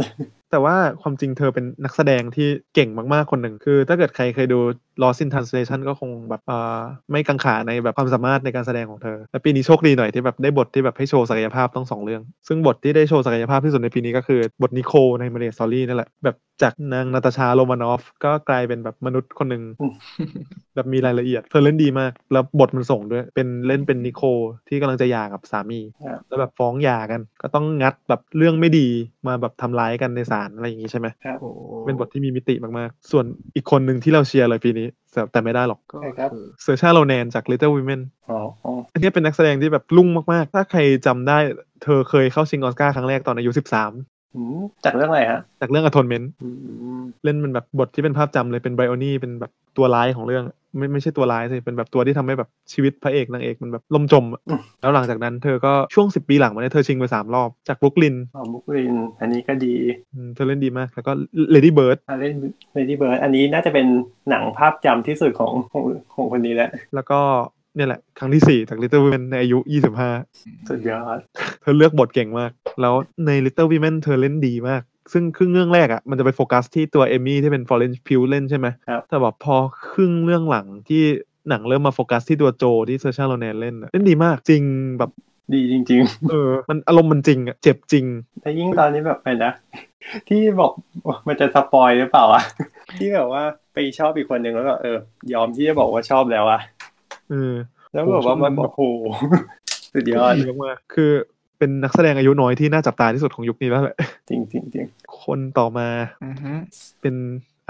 S1: แต่ว่าความจริงเธอเป็นนักแสดงที่เก่งมากๆคนหนึ่ง คือถ้าเกิดใครเคยดู Lost in Translation ก็คงแบบเอ่อไม่กังขาในแบบความสามารถในการแสดงของเธอ และปีนี้โชคดีหน่อยที่แบบได้บทที่แบบให้โชว์ศักยภาพต้องสองเรื่อง ซึ่งบทที่ได้โชว์ศักยภาพที่สุดในปีนี้ก็คือบทนิโคลในมาเรียสอรี่นั่นแหละแบบจากนางนาตาชาโรมานอฟก็กลายเป็นแบบมนุษย์คนหนึ่ง แบบมีรายละเอียด เธอเล่นดีมาก แล้วบทมันส่งด้วย เป็นเล่นเป็นนิโคลที่กำลังจะหย่ากับสามี
S3: ครับ
S1: แล้วแบบฟ้องหย่ากัน ก็ต้องงัดแบบเรื่องไม่ดีมาแบบทำร้ายกันในศาลอะไรอย่างนี้ใช่ไหม
S2: โอ้โห
S1: เป็นบทที่มีมิติมาก ๆ ส่วนอีกคนหนึ่งที่เราเชียร์เลยปีนี้ แต่แต่ไม่ได้หรอก
S2: ก็
S3: ใช่ครับ
S2: คือ
S1: เซอร์ชาโรแนนจาก Little Women
S3: อ๋ออ๋อ
S1: อันนี้เป็นนักแสดงที่แบบรุ่งมาก ๆ ถ้าใครจำได้ เธอเคยเข้าชิงออสการ์ครั้งแรกตอนอายุ
S3: อืมจากเรื่องอะไรฮะ
S1: 13 จากเรื่อง Atonement
S3: อืม
S1: เล่นเป็นแบบบทที่เป็นภาพจำเลยเป็นไบโอนี่เป็นแบบตัวร้ายของเรื่องไม่ไม่ใช่ตัวร้ายสิเป็นแบบตัวที่ทำให้แบบชีวิตพระเอกนางเอกมันแบบล่มจมอะแล้วหลังจากนั้นเธอก็ช่วง 10 ปีหลังมาเนี่ยเธอชิงไป 3 รอบจากบรุกลิน
S3: อ๋อบุกลิน อันนี้ก็ดี
S1: อืมเธอเล่นดีมาก แล้วก็เลดี้เบิร์ด
S3: อ่ะเล่นเลดี้เบิร์ดอันนี้น่าจะเป็นหนังภาพจำที่สุดของของของคนนี้แหละ
S1: แล้วก็เนี่ยแหละ ครั้งทีสี่4 จาก Little Women ในอายุ 25
S3: สุดยอด
S1: เธอเลือกบทเก่งมาก แล้วใน Little Women เธอเล่นดีมาก ซึ่งครึ่งเรื่องแรกอะ่ะมันจะไปโฟกัสที่ตัวเอมี่ที่เป็นฟอร์เรนพิวเล่นใช่ไหม
S3: ครับ
S1: แต่แบบพอครึ่งเรื่องหลังที่หนังเริ่มมาโฟกัสที่ตัวโจที่เซอร์ชาโรแนนเล่นอะเล่นดีมากจริงแบบ
S3: ดีจริง ๆ
S1: เออ มันอารมณ์มันจริงอะเจ็บจริง
S3: แต่ยิ่งตอนนี้แบบไปนะ ที่บอกมันจะสปอยหรือเปล่าอะที่แบบว่าไปชอบอีกคนหนึ่งแล้วก็เออ ยอมที่จะบอกว่าชอบแล้วอะ
S1: เออ
S3: แล้วแบบว่ามันบอกโอ้โหสุดยอด
S1: ดีมากๆคือเป็นนักแสดงอายุน้อยที่น่าจับตาที่สุดของยุคนี้แล้วแหละ
S3: จริงจริงจริง
S1: คนต่อมา
S2: อือฮึ
S1: เป็น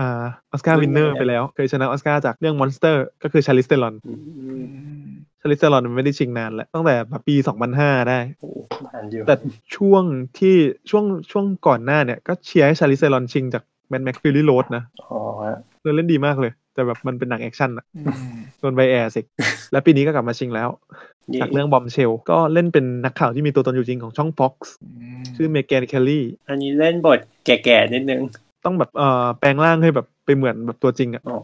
S1: อ่าออสการ์วินเนอร์ไปแล้ว เคยชนะออสการ์จากเรื่องมอนสเตอร์ก็คือชาลิสเตลอน
S3: อืม
S1: ชาลิสเตลอนมันไม่ได้ชิงนานแล้ว ตั้งแต่แบบปี 2005 ได้
S3: โอ้โหผ่านอยู่
S1: แต่ช่วงที่ช่วงช่วงก่อนหน้าเนี่ย ก็เชียร์ให้ชาลิสเตลอนชิงจากแมนแม็กฟิลลี่โรดนะ
S3: อ๋อฮะ
S1: เธอเล่นดีมากเลย แต่แบบมันเป็นหนังแอคชั่นอะ
S2: อืม
S1: โดนไบแอ ร์สิและปีนี้ก็กลับมาชิงแล้ว
S3: นี่
S1: จากเรื่องบอมเชลก็เล่นเป็นนักข่าวที่มีตัวตนอยู่จริงของช่อง Fox ชื่อเมแกนแคลลี
S3: อันนี้เล่นบทแก่ๆนิดนึง
S1: ต้องแบบเอ่อแปลงร่างให้แบบไปเหมือนแบบตัวจริง
S3: อ๋อ
S1: อะ่ะ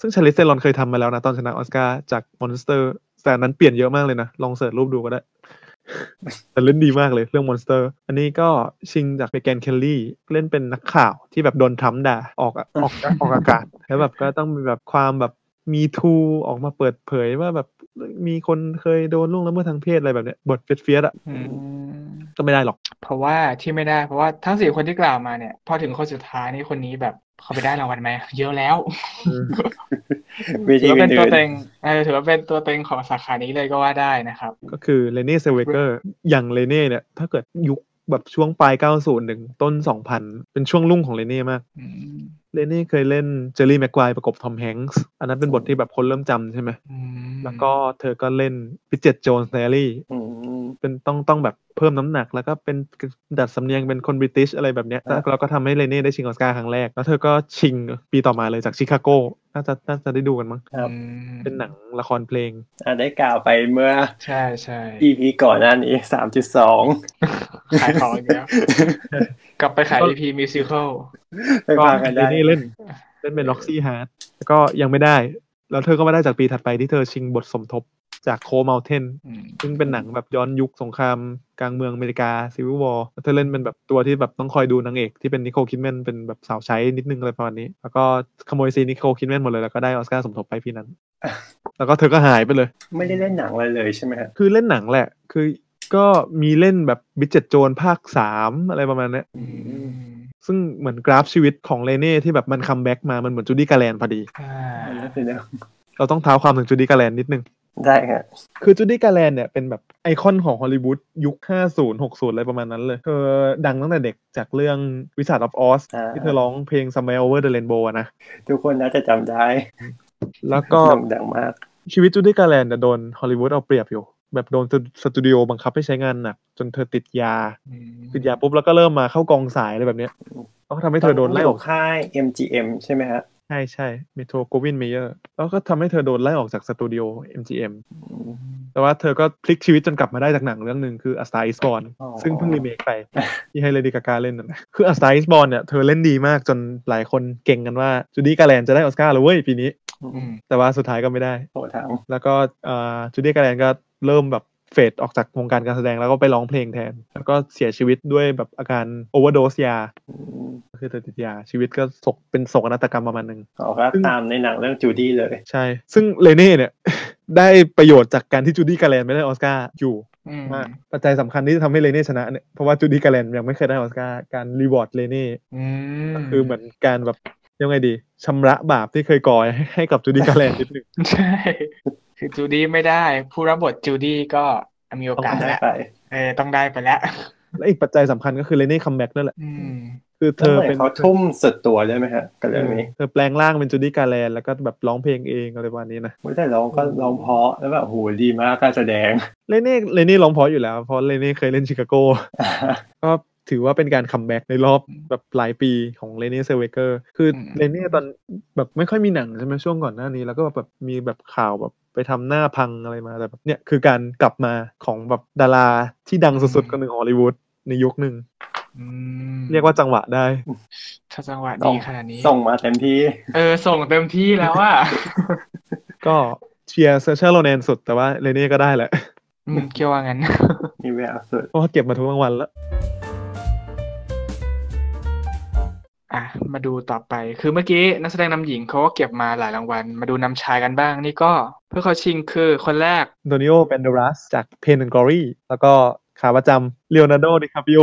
S1: ซึ่งชาลิสเซรอนเคยทำมาแล้วนะ ตอนชนะออสการ์จากมอนสเตอร์แต่อันนั้นเปลี่ยนเยอะมากเลยนะ ลองเสิร์ชรูปดูก็ได้ แต่เล่นดีมากเลยเรื่องมอนสเตอร์ อันนี้ก็ชิงจากเมแกนเคลลี่ เล่นเป็นนักข่าวที่แบบโดนทรัมป์ด่าออกอะออกออกอากาศ แล้วแบบก็ต้องมีแบบความแบบมีทูออกมาเปิดเผยว่าแบบมีคนเคยโดนล่วงละเมิดทางเพศอะไรแบบเนี้ยบทเฟียสๆอ่ะ
S2: อืม
S1: ก็ไม่ได้หรอก
S2: เพราะว่าที่ไม่ได้เพราะว่าทั้งสี่คนที่กล่าวมาเนี่ย พอถึงคนสุดท้ายนี่คนนี้แบบเขาไปได้รางวัลไหมเยอะแล้ว
S3: วิ
S2: ถื
S3: ธี
S2: อว่าเป็นตัว
S3: อื่น
S2: เต็งเออถือว่าเป็นตัวเต็งของสาขานี้เลยก็ว่าได้นะครับ
S1: ก็คือเลเน่เซเวเกอร์อย่างเลเน่เนี่ย ถ้าเกิดยุคแบบช่วงปลาย 90ถึงต้น 2000 เป็นช่วงรุ่งของเลเน่มาก
S2: อืม
S1: เลเน่เคยเล่นเจอรี่แม็กไกวร์ประกบทอมแฮงส์อันนั้นเป็นบทที่แบบคนเริ่มจำใช่ไหม
S2: อืม
S1: แล้วก็เธอก็เล่นพิจิตโจนส์แนรี่
S3: ๆอืม
S1: เป็นต้องต้องแบบเพิ่มน้ำหนัก แล้วก็เป็นดัดสำเนียงเป็นคนบริติชอะไรแบบเนี้ย
S3: อ่า
S1: แล้วก็ทำให้เลเน่ได้ชิงออสการ์ครั้งแรก แล้วเธอก็ชิงปีต่อมาเลยจากชิคาโกน่าจะน่าจะได้ดูกันมั้ง
S3: ครับ
S2: อืม
S1: เป็นหนังละครเพลง
S3: อ่ะได้กล่าวไปเมื่อ
S2: ใช่ใช่
S3: EP ก่อนหน้านี้สามจุดสอง
S2: ขายของอีก แล้วกลับไปขาย EP musical
S3: ไปฟังกันได้
S1: เล่นเล่นเป็นล็อกซี่ฮาร์ดแล้วก็ยังไม่ได้ แล้วเธอก็มาได้จากปีถัดไปที่เธอชิงบทสมทบจากโคเมลเทน
S2: อืม
S1: ซึ่งเป็นหนังแบบย้อนยุคสงครามกลางเมืองอเมริกาซีวิววอร์เธอเล่นเป็นแบบตัวที่แบบต้องคอยดูนางเอกที่เป็นนิโคลคิดแมนเป็นแบบสาวใช้นิดนึงอะไรประมาณนี้ แล้วก็ขโมยซีนนิโคลคิดแมนหมดเลยแล้วก็ได้ออสการ์สมทบไปปีนั้น
S3: อ่ะ
S1: แล้วก็เธอก็หายไปเลย
S3: ไม่ได้เล่นหนังอะไรเลยใช่ไหมฮะ
S1: คือเล่นหนังแหละ คือก็มีเล่นแบบบิจเจตโจนภาคสามอะไรประมาณเนี้ย
S2: อืม
S1: ซึ่งเหมือนกราฟชีวิตของเลเน่ที่แบบมันคัมแบ็กมามันเหมือนจูดี้กาแลนพอดี
S2: อ่า
S3: นั่นสินะ
S1: เราต้องเท้าความถึงจูดี้กาแลนนิดนึง
S3: ได้ฮะ
S1: คือจูดี้กาแลนเนี่ยเป็นแบบไอคอนของฮอลลีวูดยุค 50 60 อะไรประมาณนั้นเลย เธอดังตั้งแต่เด็กจากเรื่องวิสาทออส
S3: อ่า
S1: ที่เธอร้องเพลง Smile Over the Rainbow อะนะ
S3: ทุกคนน่าจะจำได้
S1: แล้วก็
S3: โด่งดังมาก
S1: ชีวิตจูดี้กาแลนเนี่ยโดนฮอลลีวูดเอาเปรียบอยู่ แบบโดนสตูดิโอบังคับให้ใช้งานหนักจนเธอติดยา
S2: อืม
S1: ติดยาปุ๊บแล้วก็เริ่มมาเข้ากองสายอะไรแบบเนี้ยแล้วก็ทำให้เธอโดนไล่ออก
S3: ค่าย MGM ใช่ไหมฮะ
S1: ใช่ใช่เมโทรโกวินเมเยอร์ แล้วก็ทำให้เธอโดนไล่ออกจากสตูดิโอ MGM แต่ว่าเธอก็พลิกชีวิตจนกลับมาได้จากหนังเรื่องหนึ่งคือ A Star Is Born
S3: อ๋อ
S1: ซึ่งเพิ่งรีเมคไป ที่ให้เลดี้กากาเล่นนั่นแหละคือ A Star Is Born เนี่ยเธอเล่นดีมากจนหลายคนเก่งกันว่าจูดี้กาแลนจะได้ออสการ์แล้วเว้ยปีนี้
S2: อืม
S1: แต่ว่าสุดท้ายก็ไม่ได้
S3: โหทาง
S1: แล้วก็อ่าจูดี้กาแลนก็เริ่มแบบเฟดออกจากวงการการแสดงแล้วก็ไปร้องเพลงแทน แล้วก็เสียชีวิตด้วยแบบอาการโอเวอร์โดสยา
S3: อืม
S1: ก็คือเธอติดยาชีวิตก็โศกเป็นโศกนาฏกรรมประมาณหนึ่ง
S3: อ๋อก็ตามในหนังเรื่องจูดี้เลย
S1: ใช่ ซึ่งเลเน่เนี่ย ได้ประโยชน์จากการที่จูดี้กาแลนไม่ได้ออสการ์อยู่
S2: อืม
S1: มากปัจจัยสำคัญที่ทำให้เลเน่ชนะเนี่ย เพราะว่าจูดี้กาแลนยังไม่เคยได้ออสการ์ การรีวอร์ดเลเน่
S2: อืม
S1: คือเหมือนการแบบยังไงดีชำระบาปที่เคย ก่อให้ให้กับจูดี้กาแลนนิดหนึง
S2: ใช่ คือจูดี้ไม่ได้ ผู้รับบทจูดี้ก็มีโอกาส
S1: ต้องได้
S2: แล้ว
S3: ไป
S2: เออต้องได้ไปแล้ว
S1: และอีกปัจจัยสำคัญก็คือเลเน่คัมแบ็กนั่นแหละ
S2: อืม
S1: คือเธ
S3: แล้ว
S1: อ
S3: เหมือน
S1: เป็น
S3: เขาทุ่มสุดตัวด้วยไหมฮะกับเรื่องนี้
S1: เธอแปลงร่างเป็นจูดี้กาแลนแล้วก็แบบร้องเพลงเองอะไรประมาณนี้นะ
S3: อุ๊ยแต่ร้องก็ร้องเพราะแล้วแบบโหดีมากการแสดง
S1: เลเน่เลเน่ร้องเพราะอยู่แล้ว เพราะเลเน่เคยเล่นชิคาโก ก็ถือว่าเป็นการคัมแบ็กในรอบ
S2: อืม
S1: แบบหลายปีของเลเน่เซเวเกอร์คืออ
S2: ม
S1: เลเน่ตอนแบบไม่ค่อยมีหนังใช่ไหมช่วงก่อนหน้านี้ แล้วก็แบบมีแบบข่าวแบบไปทำหน้าพังอะไรมาแต่แบบเนี่ยคือการกลับมาของแบบดาราที่ดังสุดๆคนหนึ่งของฮอลลีวูดในยุคหนึ่ง
S2: อืม
S1: เรียกว่าจังหวะได้
S2: ถ้าจังหวะ
S3: ส่
S2: ดี
S3: ง
S2: ขนาดนี้
S3: ส่งมาเต็มที่
S2: เออ ส่งเต็มที่แล้ว อ่ะ
S1: ก็เชียร์เซอร์เชอร์โรแนนสุดแต่ว่าเลเน่ก็ได้แหละ
S2: อืมเกี่ยวว่างั้น
S3: มีแววสุด
S1: เพราะว่าเก็บมาทุกรางวัลแล้ว
S2: อ่ะ มาดูต่อไป คือเมื่อกี้นักแสดงนำหญิงเขาก็เก็บมาหลายรางวัล มาดูนำชายกันบ้าง นี่ก็เพื่อเขาชิงคือคนแรก
S1: โดนิโอ n บนเดรัสจากเพน n อนกอรี่แล้วก็ขาประจำเลโอนาร์โดดิคาปิโอ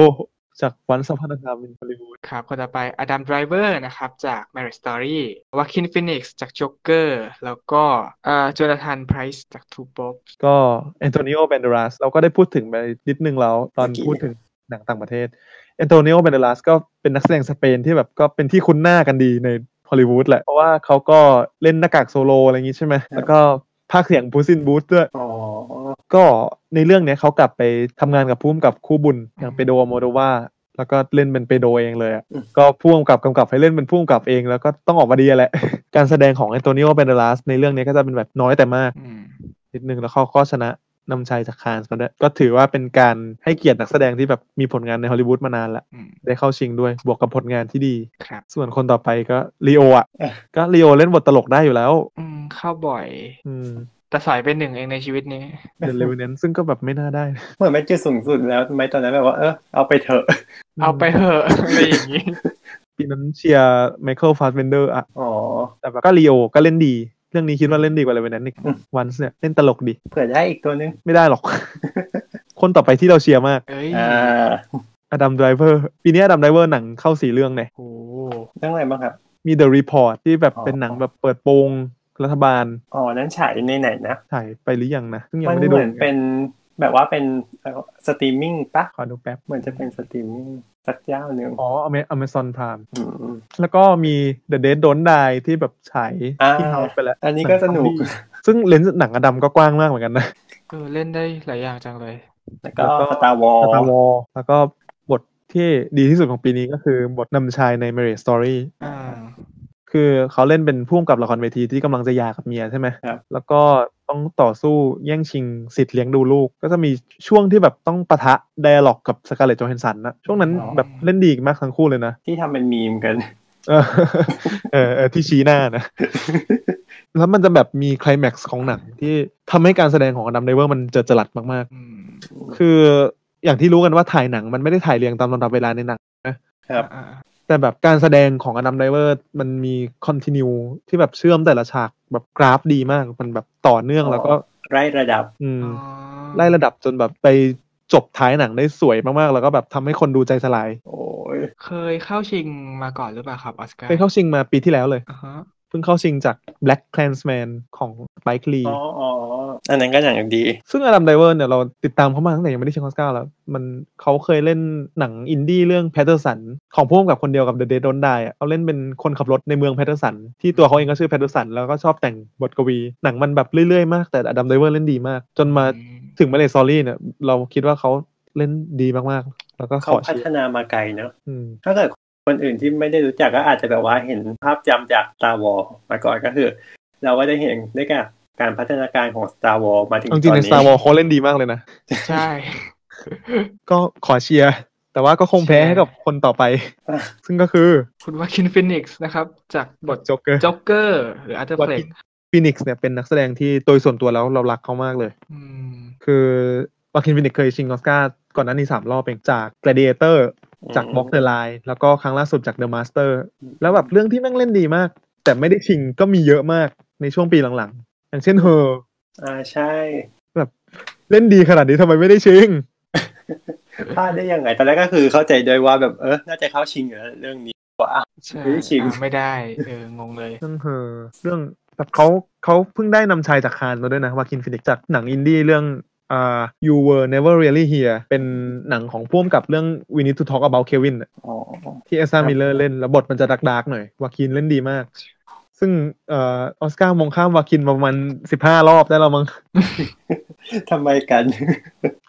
S1: จากวันสัมพันธธรรมในฮอลลีวูด
S2: ครับคนต่อไปอดัมไดรเวอร์นะครับ จาก Marriage Story วาคินฟินิกซ์จาก Joker แล้วก็เอ่อจอนาธานไพรซ์จาก Two Pop
S1: ก็แอนโทนิโอแบนเดรัสเราก็ได้พูดถึงไปนิดนึงแล้ว ตอน
S3: เมื่อกี้
S1: พูดถึงหนังต่างประเทศแอนโทนิโอแบนเดรัสก็เป็นนักแสดงสเปนที่แบบก็เป็นที่คุ้นหน้ากันดีในฮอลลีวูดแหละ เพราะว่าเขาก็เล่นหน้ากากโซโลอะไรอย่างงี้ใช่ไหมแล้วก็ภาคเสียงพูซินบูธด้วย
S3: อ๋อ
S1: ก็ในเรื่องเนี้ยเขากลับไปทำงานกับพุ่มกับคู่บุญอย่างเปโดโมโดวาแล้วก็เล่นเป็นเปโดเองเลยอะ
S3: อืม
S1: ก็พ่วงกับกำกับให้เล่นเป็นพ่วงกับเองแล้วก็ต้องออกมาดีอะแหละ การแสดงของแอนโตนิโอเบนเดลัสในเรื่องเนี้ยก็จะเป็นแบบน้อยแต่มาก
S2: อืม
S1: นิดนึงแล้วเขาก็ชนะนำชัยจากคานส์มาด้วยก็ถือว่าเป็นการให้เกียรตินักแสดงที่แบบมีผลงานในฮอลลีวูดมานานละ
S2: อืม
S1: ได้เข้าชิงด้วยบวกกับผลงานที่ดี
S2: ครับ
S1: ส่วนคนต่อไปก็ลีโออ่ะ
S3: เอ๊ะ
S1: ก็ลีโอเล่นบทตลกได้อยู่แล้ว
S2: อืม เข้าบ่อย
S1: อืม
S2: แต่สอยเป็นหนึ่งเองในชีวิตนี้
S1: เดนเลวเนนซึ่งก็แบบไม่น่าได้นะ
S3: เหมือนเป็นจุดสูงสุดแล้วทำไมตอนนั้นแบบว่าเออเอาไปเถอะ
S2: เอาไปเถอะ อะไรอย่างนี้
S1: ปีนั้นเชียร์ไมเคิลฟาสเบนเดอร์อะ
S3: อ๋อ
S1: แต่แบบก็ลีโอก็เล่นดี เรื่องนี้คิดว่าเล่นดีกว่าเลยวันนั้นอีก
S3: อืม
S1: วันส์เนี่ยเล่นตลกดี
S3: เผื่อได้อีกตัวนึง
S1: ไม่ได้หรอก คนต่อไปที่เราเชียร์มาก
S2: เอ้ย
S3: อ่า
S1: อดัมไดรเวอร์ปีนี้อดัมไดรเวอร์หนังเข้าสี่เรื่องเนี่ย
S2: โอ้
S3: เรื่องอะไรบ้างครับ
S1: มี The Report ที่แบบ
S3: อ๋อ
S1: เป็นหนังแบบเปิดโปงรัฐบาล
S3: อ๋อนั้นฉายในไหนนะ
S1: ถ่ายไปหรือยังนะซึ่งยัง
S3: มัน
S1: ไม่ได้
S3: เห
S1: ดู
S3: มือนเป็นแบบว่าเป็นเอ่อสตรีมมิ่งปะ
S1: ขอดูแป๊บ
S3: เหมือนจะเป็นสตรีมมิ่งสักเจ้าหนึ่ง
S1: อ๋ออเมซอนพราม
S3: อืม
S1: แล้วก็มี The Dead Don't Die ที่แบบฉายที่
S3: อ่า
S1: เอาไปแล้ว
S3: อันนี้ก็สนุก
S1: ซึ่งเลนส์หนังอดัมก็กว้างมากเหมือนกันนะ
S2: เออเล่นได้หลายอย่างจังเลย
S3: แล้วก็
S1: แล้วก็
S3: สตาร์วอล
S1: ตาวอแล้วก็บทที่ดีที่สุดของปีนี้ก็คือบทนำชายใน Marriage Story
S2: อ่า
S1: คือเขาเล่นเป็นผู้กำกับละครเวทีที่กำลังจะหย่ากับเมียใช่ไหม
S3: ครับ
S1: แล้วก็ต้องต่อสู้แย่งชิงสิทธิ์เลี้ยงดูลูก ก็จะมีช่วงที่แบบต้องปะทะ d ด a l ล็อกกับสกาเลตจอห์นสันนะช่วงนั้น
S3: อ๋อ
S1: แบบเล่นดีมากทั้งคู่เลยนะ
S3: ที่ทำเป็นมีมกัน
S1: เออเออเออที่ชี้หน้านะ แล้วมันจะแบบมีไคลแม็กซ์ของหนังที่ทำให้การแสดงของอดัมไดเวอร์มันเจอจรัดมาก
S2: อืม
S1: ๆ คืออย่างที่รู้กันว่าถ่ายหนังมันไม่ได้ถ่ายเรียงตามลำดับเวลาในหนัง
S3: ครับ
S2: อ่า
S1: แต่แบบการแสดงของอดัมไดเวอร์มันมีคอนติเนียที่แบบเชื่อมแต่ละฉากแบบกราฟดีมาก มันแบบต่อเนื่อง
S3: อ๋อ
S1: แล้วก็
S3: ไร่ระดับ
S1: อืม
S2: อ๋อ
S1: ไล่ระดับจนแบบไปจบท้ายหนังได้สวยมากๆ แล้วก็แบบทำให้คนดูใจสลาย
S3: โอ้ย
S2: เคยเข้าชิงมาก่อนหรือเปล่าครับออสการ์
S1: เคยเข้าชิงมาปีที่แล้วเลย
S2: อ่าฮะ
S1: เพิ่งเข้าชิงจาก Black Clansman ของ Spike Lee
S3: อ๋ออ๋ออันนั้นก็อย่างดี
S1: ซึ่งอดัมไดเวอร์เนี่ยเราติดตามเขามาตั้งแต่ยังไม่ได้ชิงออสการ์แล้ว มันเขาเคยเล่นหนังอินดี้เรื่อง Patterson ของพ่วงกับคนเดียวกับ The Dead Don't Die อะเขาเล่นเป็นคนขับรถในเมือง Patterson ที่ตัวเขาเองก็ชื่อ Patterson แล้วก็ชอบแต่งบทกวี หนังมันแบบเรื่อยๆมากแต่อดัมไดเวอร์เล่นดีมาก จนมา
S2: อืม
S1: ถึงมาเลซอรี่เนี่ยเราคิดว่าเขาเล่นดีมากๆ แล้วก็ข
S3: เขา
S1: อ
S3: พั
S1: เชีย
S3: ฒ
S1: ร์
S3: นามาไกลเนอะ
S1: อืม
S3: ถ้าเกิดคนอื่นที่ไม่ได้รู้จักก็อาจจะแบบว่าเห็นภาพจำจาก Star Wars มาก่อนก็คือ เราก็ได้เห็นได้กับการพัฒนาการของ Star Wars มาถึงต
S1: เอา
S3: อ
S1: จ
S3: น
S1: ริงๆใน
S3: นี้
S1: Star Wars เขาเล่นดีมากเลยนะ
S2: ใช่
S1: ก็ขอเชียร์แต่ว่าก็คงแพ้ให้กับคนต่อไป
S3: อ่ะ
S1: ซึ่งก็คือ
S2: คุณว่าคินฟินิกซ์นะครับ จากบท
S1: จ็อกเกอร์
S2: จ็อกเกอร์ หรืออัลเทอร์
S1: ว่า
S2: เฟล็ก
S1: ที่ ฟีนิกซ์เนี่ยเป็นนักแสดงที่โดยส่วนตัวแล้วเรารักเขามากเลย
S2: อืม
S1: คือวาคินฟินิกซ์เคยชิงออสการ์ก่อนหน้านี้ 3 รอบเองจาก Gladiator จาก Walk the Line แล้วก็ครั้งล่าสุดจาก The Master แล้วแบบเรื่องที่แม่งเล่นดีมาก แต่ไม่ได้ชิงก็มีเยอะมากในช่วงปีหลังๆ อย่างเช่นเฮอ
S3: อ่าใช่
S1: เล่นดีขนาดนี้ทำไมไม่ได้ชิง
S3: พลาดได้ยังไงตอนแรกก็คือเข้าใจโดวยว่าแบบเออน่าจะเข้าชิงอยู่แล้วเรื่องนี้
S2: ใช่
S3: ไม่ได้ชิง
S2: อ่าไม่ได้ เออ งงเลย
S1: เรื่องเฮอเรื่องแบบเขาเขาเพิ่งได้นำชายจากคานมาด้วยนะวาคินฟินิกซ์จากหนังอินดี้เรื่องอ่า You Were Never Really Here เป็นหนังของพ่วงกับเรื่อง We Need to Talk About Kevin อะ
S3: อ๋อ
S1: ที่เอซ่า
S3: ครับ
S1: มิลเลอร์เล่น แล้วบทมันจะดักดกๆหน่อยวาคินเล่นดีมาก ซึ่งเออออสการ์มองข้ามวาคินประมาณสิบห้ารอบได้แล้วมั้ง
S3: ทำไมกัน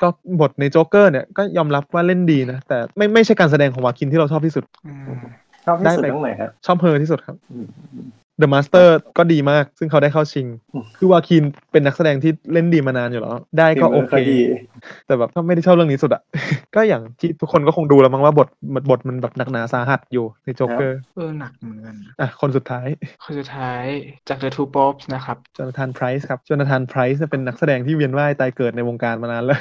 S1: ก็บทในโจ๊กเกอร์เนี่ยก็ยอมรับว่าเล่นดีนะ แต่ไม่ไม่ใช่การแสดงของวาคินที่เราชอบที่สุด
S2: อืม
S3: ชอบ
S1: ได้
S3: ที่สุด
S1: ไป
S3: ตรงไหนครับ
S1: ชอบเฮอที่สุดครับ
S3: อืม
S1: The Master ก็ดีมาก ซึ่งเขาได้เข้าชิง
S3: อืม
S1: คือวาคินเป็นนักแสดงที่เล่นดีมานานอยู่แล้ว ได้ก็โอ
S3: ฝีมื
S1: เค
S3: ขาดี
S1: แต่แบบก็ไม่ได้ชอบเรื่องนี้สุดอะ ก็อย่างที่ทุกคนก็คงดูแล้วมั้งว่าบทบทมันแบบหนักหนาสาหัสอยู่ในโจ๊กเกอร์
S2: เออ หนักเหมือนกัน
S1: อ่ะคนสุดท้าย
S2: คนสุดท้ายจาก The Two Popes นะครับ
S1: จอนาธานไพรส์ครับ จอนาธานไพรส์เนี่ยเป็นนักแสดงที่เวียนว่ายตายเกิดในวงการมานานแล้ว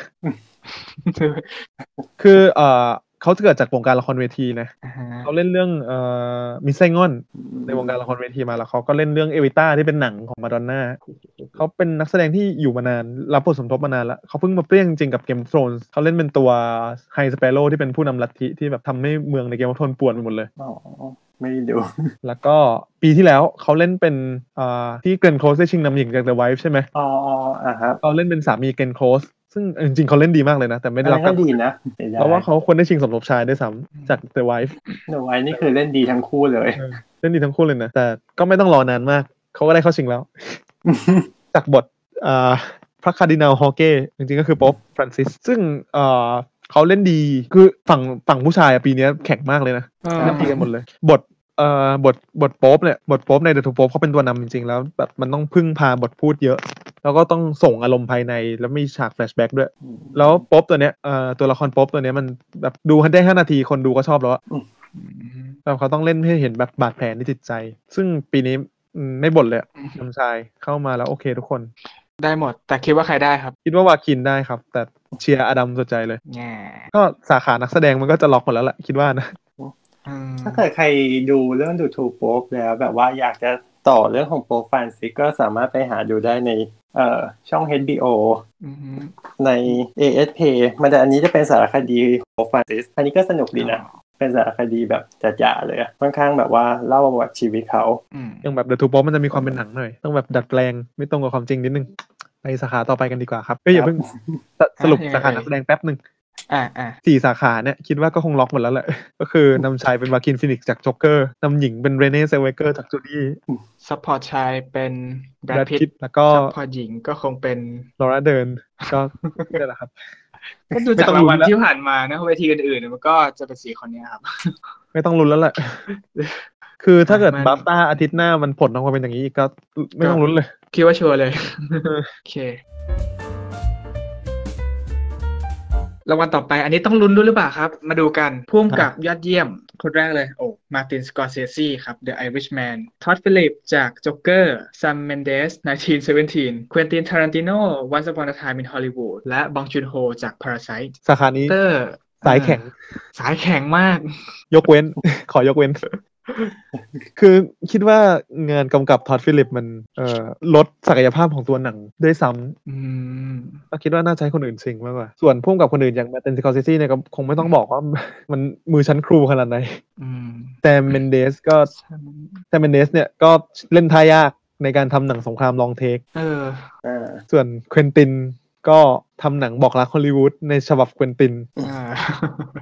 S1: คือเอ่อ เขาเกิดจากวงการละครเวทีนะ
S2: อ่าฮะ
S1: เขาเล่นเรื่องเอ่อมิสไซงอน ในวงการละครเวทีมาแล้วเขาก็เล่นเรื่องเอวิต้าที่เป็นหนังของมาดอนน่าเขาเป็นนักแสดงที่อยู่มานาน รับบทสมทบมานานแล้วเขาเพิ่งมาเปรี้ยงจริงกับเกมโ o n นเขาเล่นเป็นตัวไฮสเปโ o w ที่เป็นผู้นำลัทธิที่แบบทำให้เมืองในเกม o อ t h r o n นป่วนไปหมดเลย
S3: อ๋อไม่ได้ดู
S1: แล้วก็ปีที่แล้วเขาเล่นเป็นอ่าที่เกรนโคลสได้ชิงนำหญิงจากเดอะไวฟ์ใช่ไหม
S3: อ๋ออ่ะครับ
S1: เขาเล่นเป็นสามีเกรนโคลสซึ่งจริงๆเขาเล่นดีมากเลยนะ แต่ไม่ได้
S3: อัน
S1: รั
S3: นั้
S1: บ
S3: น
S1: การ
S3: ก็ดีนะเสียดย
S1: เพราะว่าเขาควรได้ชิงสมทบชายด้วยซ้ำจากเดอะไวฟ์
S3: หนูไอ้นี่คือเล่นดีทั้งคู่เลย
S1: เล่นดีทั้งคู่เลยนะแต่ก็ไม่ต้องรอนานมากเขาก็ได้เข้าชิงแล้ว จากบทเอ่อพระคาร์ดินัลฮอเก้จริงๆก็คือป๊อปฟรานซิส ซึ่งเอ่อเขาเล่นดีคือฝั่งฝั่งผู้ชายอะปีเนี้ยแข็งมากเลยนะ
S2: อ่า
S1: เล่นดีกันหมดเลย บทเอ่อบทบทโป๊ปเนี่ยบทโป๊ปในเดอะทูโป๊ปเขาเป็นตัวนำจริงๆ แล้วแบบมันต้องพึ่งพาบทพูดเยอะ แล้วก็ต้องส่งอารมณ์ภายในแล้วมีฉากแฟลชแบ็กด้วย แล้วโป๊ปตัวเนี้ยเอ่อตัวละครโป๊ปตัวเนี้ยมันแบบดูได้ห้านาทีคนดูก็ชอบแล้วอะ
S2: อืม
S1: แบบเขาต้องเล่นให้เห็นแบบบาดแผลในจิตใจ ซึ่งปีนี้อืมไม่บ่นเลยอะน้ำชายเข้ามาแล้วโอเคทุกคน
S2: ได้หมด แต่คิดว่าใครได้ครับ
S1: คิดว่าวาคินได้ครับ แต่เชียร์อดัมสุดใจเลย
S2: แง่
S1: ก็สาขานักแสดงมันก็จะล็อกหมดแล้วแหละคิดว่านะ
S2: อืม
S3: ถ้าเกิดใครดูเรื่องดูทูโป๊กแล้ว แบบว่าอยากจะต่อเรื่องของโปรไฟล์ซิกก็สามารถไปหาดูได้ในเอ่อช่อง HBO
S2: อือฮึ
S3: ใน ASP มันจะอันนี้จะเป็นสารคดีโปรไฟล์ซิกอันนี้ก็สนุกดีนะ เป็นสารคดีแบบจ๋าๆเลยอะค่อนข้างแบบว่าเล่าประวัติชีวิตเขา
S2: อืม
S1: อย่างแบบเดอะทูป๊อมันจะมีความเป็นหนังหน่อย ต้องแบบดัดแปลงไม่ตรงกับความจริงนิดนึง ไปสาขาต่อไปกันดีกว่าครับก็อย่าเพิ่งสสรุปสาขานักแสดงแป๊บหนึ่ง
S2: อ่าอ่า
S1: สี่สาขาเนี่ยคิดว่าก็คงล็อกหมดแล้วแหละ ก็คือนำชายเป็นวาคินฟินิกซ์จากจ็อกเกอร์นำหญิงเป็นเรเน่เซลเวเกอร์จากจูดี้
S2: ซัพพอร์ตชายเป็นแบร
S1: แบร
S2: ด
S1: ด
S2: พิ
S1: พิ
S2: ต
S1: ตต์แล้วก็
S2: ซัพพอร์ตหญิงก็คงเป็น
S1: ลอร่าเดินก็นี่แหละครับ
S2: ก็ดูจากรางวัลที่ผ่านมานะเวทีอื่นๆเนี่ยมันก็จะเป็นสีคนเนี้ยครับ
S1: ไม่ต้องลุ้นแล้วแหละ คือถ้าเกิด
S2: มัน
S1: บัฟต้าอาทิตย์หน้ามันผลออกมาเป็นอย่างนี้อีกก็ไม่ต้องลุ้นเลย
S2: คิดว่าชัวร์ เลย โอเค รางวัลต่อไป อันนี้ต้องลุ้นด้วยหรือเปล่าครับ มาดูกันพ่วงกับยอดเยี่ยม คนแรกเลย โอ้ มาตินสกอร์เซซีครับ The Irishman ท็อดฟิลิปจาก Joker Sam Mendes 1917 Quentin Tarantino Once Upon a Time in Hollywood และ Bong Joon-ho จาก Parasite
S1: สาขานี้
S2: เตอร์
S1: สายแข็ง
S2: สายแข็งมาก
S1: ยกเว้น ขอยกเว้น คือคิดว่างานกำกับทอดฟิลิปมันเอ่อลดศักยภาพของตัวหนังด้วยซ้
S2: อืม
S1: ำก็คิดว่าน่าจะใช้คนอื่นสิงมากกว่า ส่วนพ่วงกับคนอื่นอย่างแมตตินสกอร์เซซี่เนี่ยก็คงไม่ต้องบอกว่า มันมือชั้นครูขนาดไหน
S2: อืม
S1: แต่เมนเดสก็แต่เมนเดสเนี่ยก็เล่นท่ายากในการทำหนังสงครามลองเทค
S2: เออ
S3: อ่า
S1: ส่วนเควินตินก็ทำหนังบอกรักฮอลลีวูดในฉบับเควินติน
S2: อ่า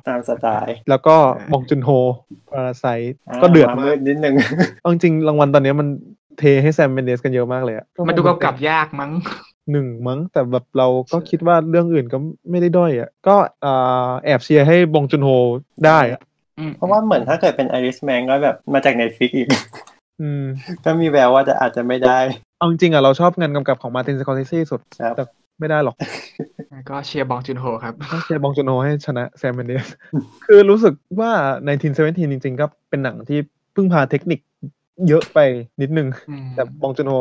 S3: ตามสไตล์
S1: แล้วก็
S2: อ่า
S1: บองจุนโฮปราไซก็เดือ
S3: าม
S1: ดาม
S3: มื
S1: ก
S3: ดนิดนึง
S1: เอาจริงๆรางวัลตอนเนี้ยมันเทให้แซมเมนเดสกันเยอะมากเลยอะ
S2: มันดูกำกับยากมั้ง
S1: หนึ่งมั้ง แต่แบบเราก็คิดว่าเรื่องอื่นก็ไม่ได้ด้อยอะก็อ่าแอบเชียร์ให้บองจุนโฮได้อะ
S2: อืม
S3: เพราะว่าเหมือนถ้าเกิดเป็นไอริสแมนก็แบบมาจากในฟิกอีก
S1: อืม
S3: ก็มีแววว่าจะอาจจะไม่ได้
S1: เอาจริงๆอะเราชอบงานกำกับของมา r t ตินสกอร์เซซีสุด
S3: ครับ
S1: แต่ ไม่ได้ห รอก
S2: แล้วก็เชียร์บองจุนโฮครับ
S1: ต้องเชียร์บองจุนโฮให้ชนะแซมเมนเดส คือรู้สึกว่าในทีนเซเวนทีนจริงๆ ก็เป็นหนังที่พึ่งพาเทคนิคเยอะไปนิดนึง
S2: อืม
S1: แต่บองจุนโฮ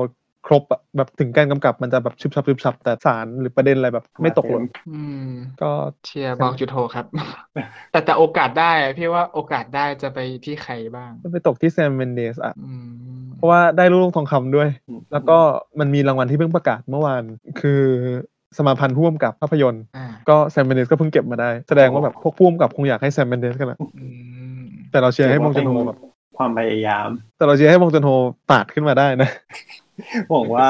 S1: ครบอะแบบถึงการกำกับมันจะแบบชุบชับชุบชับแต่สารหรือประเด็นอะไรแบบไม่ตกหล่น
S2: อืม
S1: ก็
S2: เชียร์บองจุนโฮครับ แต่แต่โอกาสได้อะพี่ว่าโอกาสได้จะไปที่ใครบ้าง
S1: ไปตกที่แซมเมนเดสอะ
S2: อืม
S1: เพราะว่าได้ลูกโลกทองคำด้วย
S3: อืม
S1: แล้วก็มันมีรางวัลที่เพิ่งประกาศเมื่อวาน คือสมาพันธ์พ่วมกับภาพยนตร์
S2: อ่า
S1: ก็แซมเมนเดสก็เพิ่งเก็บมาได้ แสดงว่าแบบพวกพ่วมกับคงอยากให้แซมเมนเดสกันละ
S2: อืม
S1: แต่เราเชียร์ให้บองจุนโฮแบบ
S3: ความพยายาม
S1: แต่เราเชียร์ให้บองจุนโฮปาดขึ้นมาได้นะ
S3: หวังว่า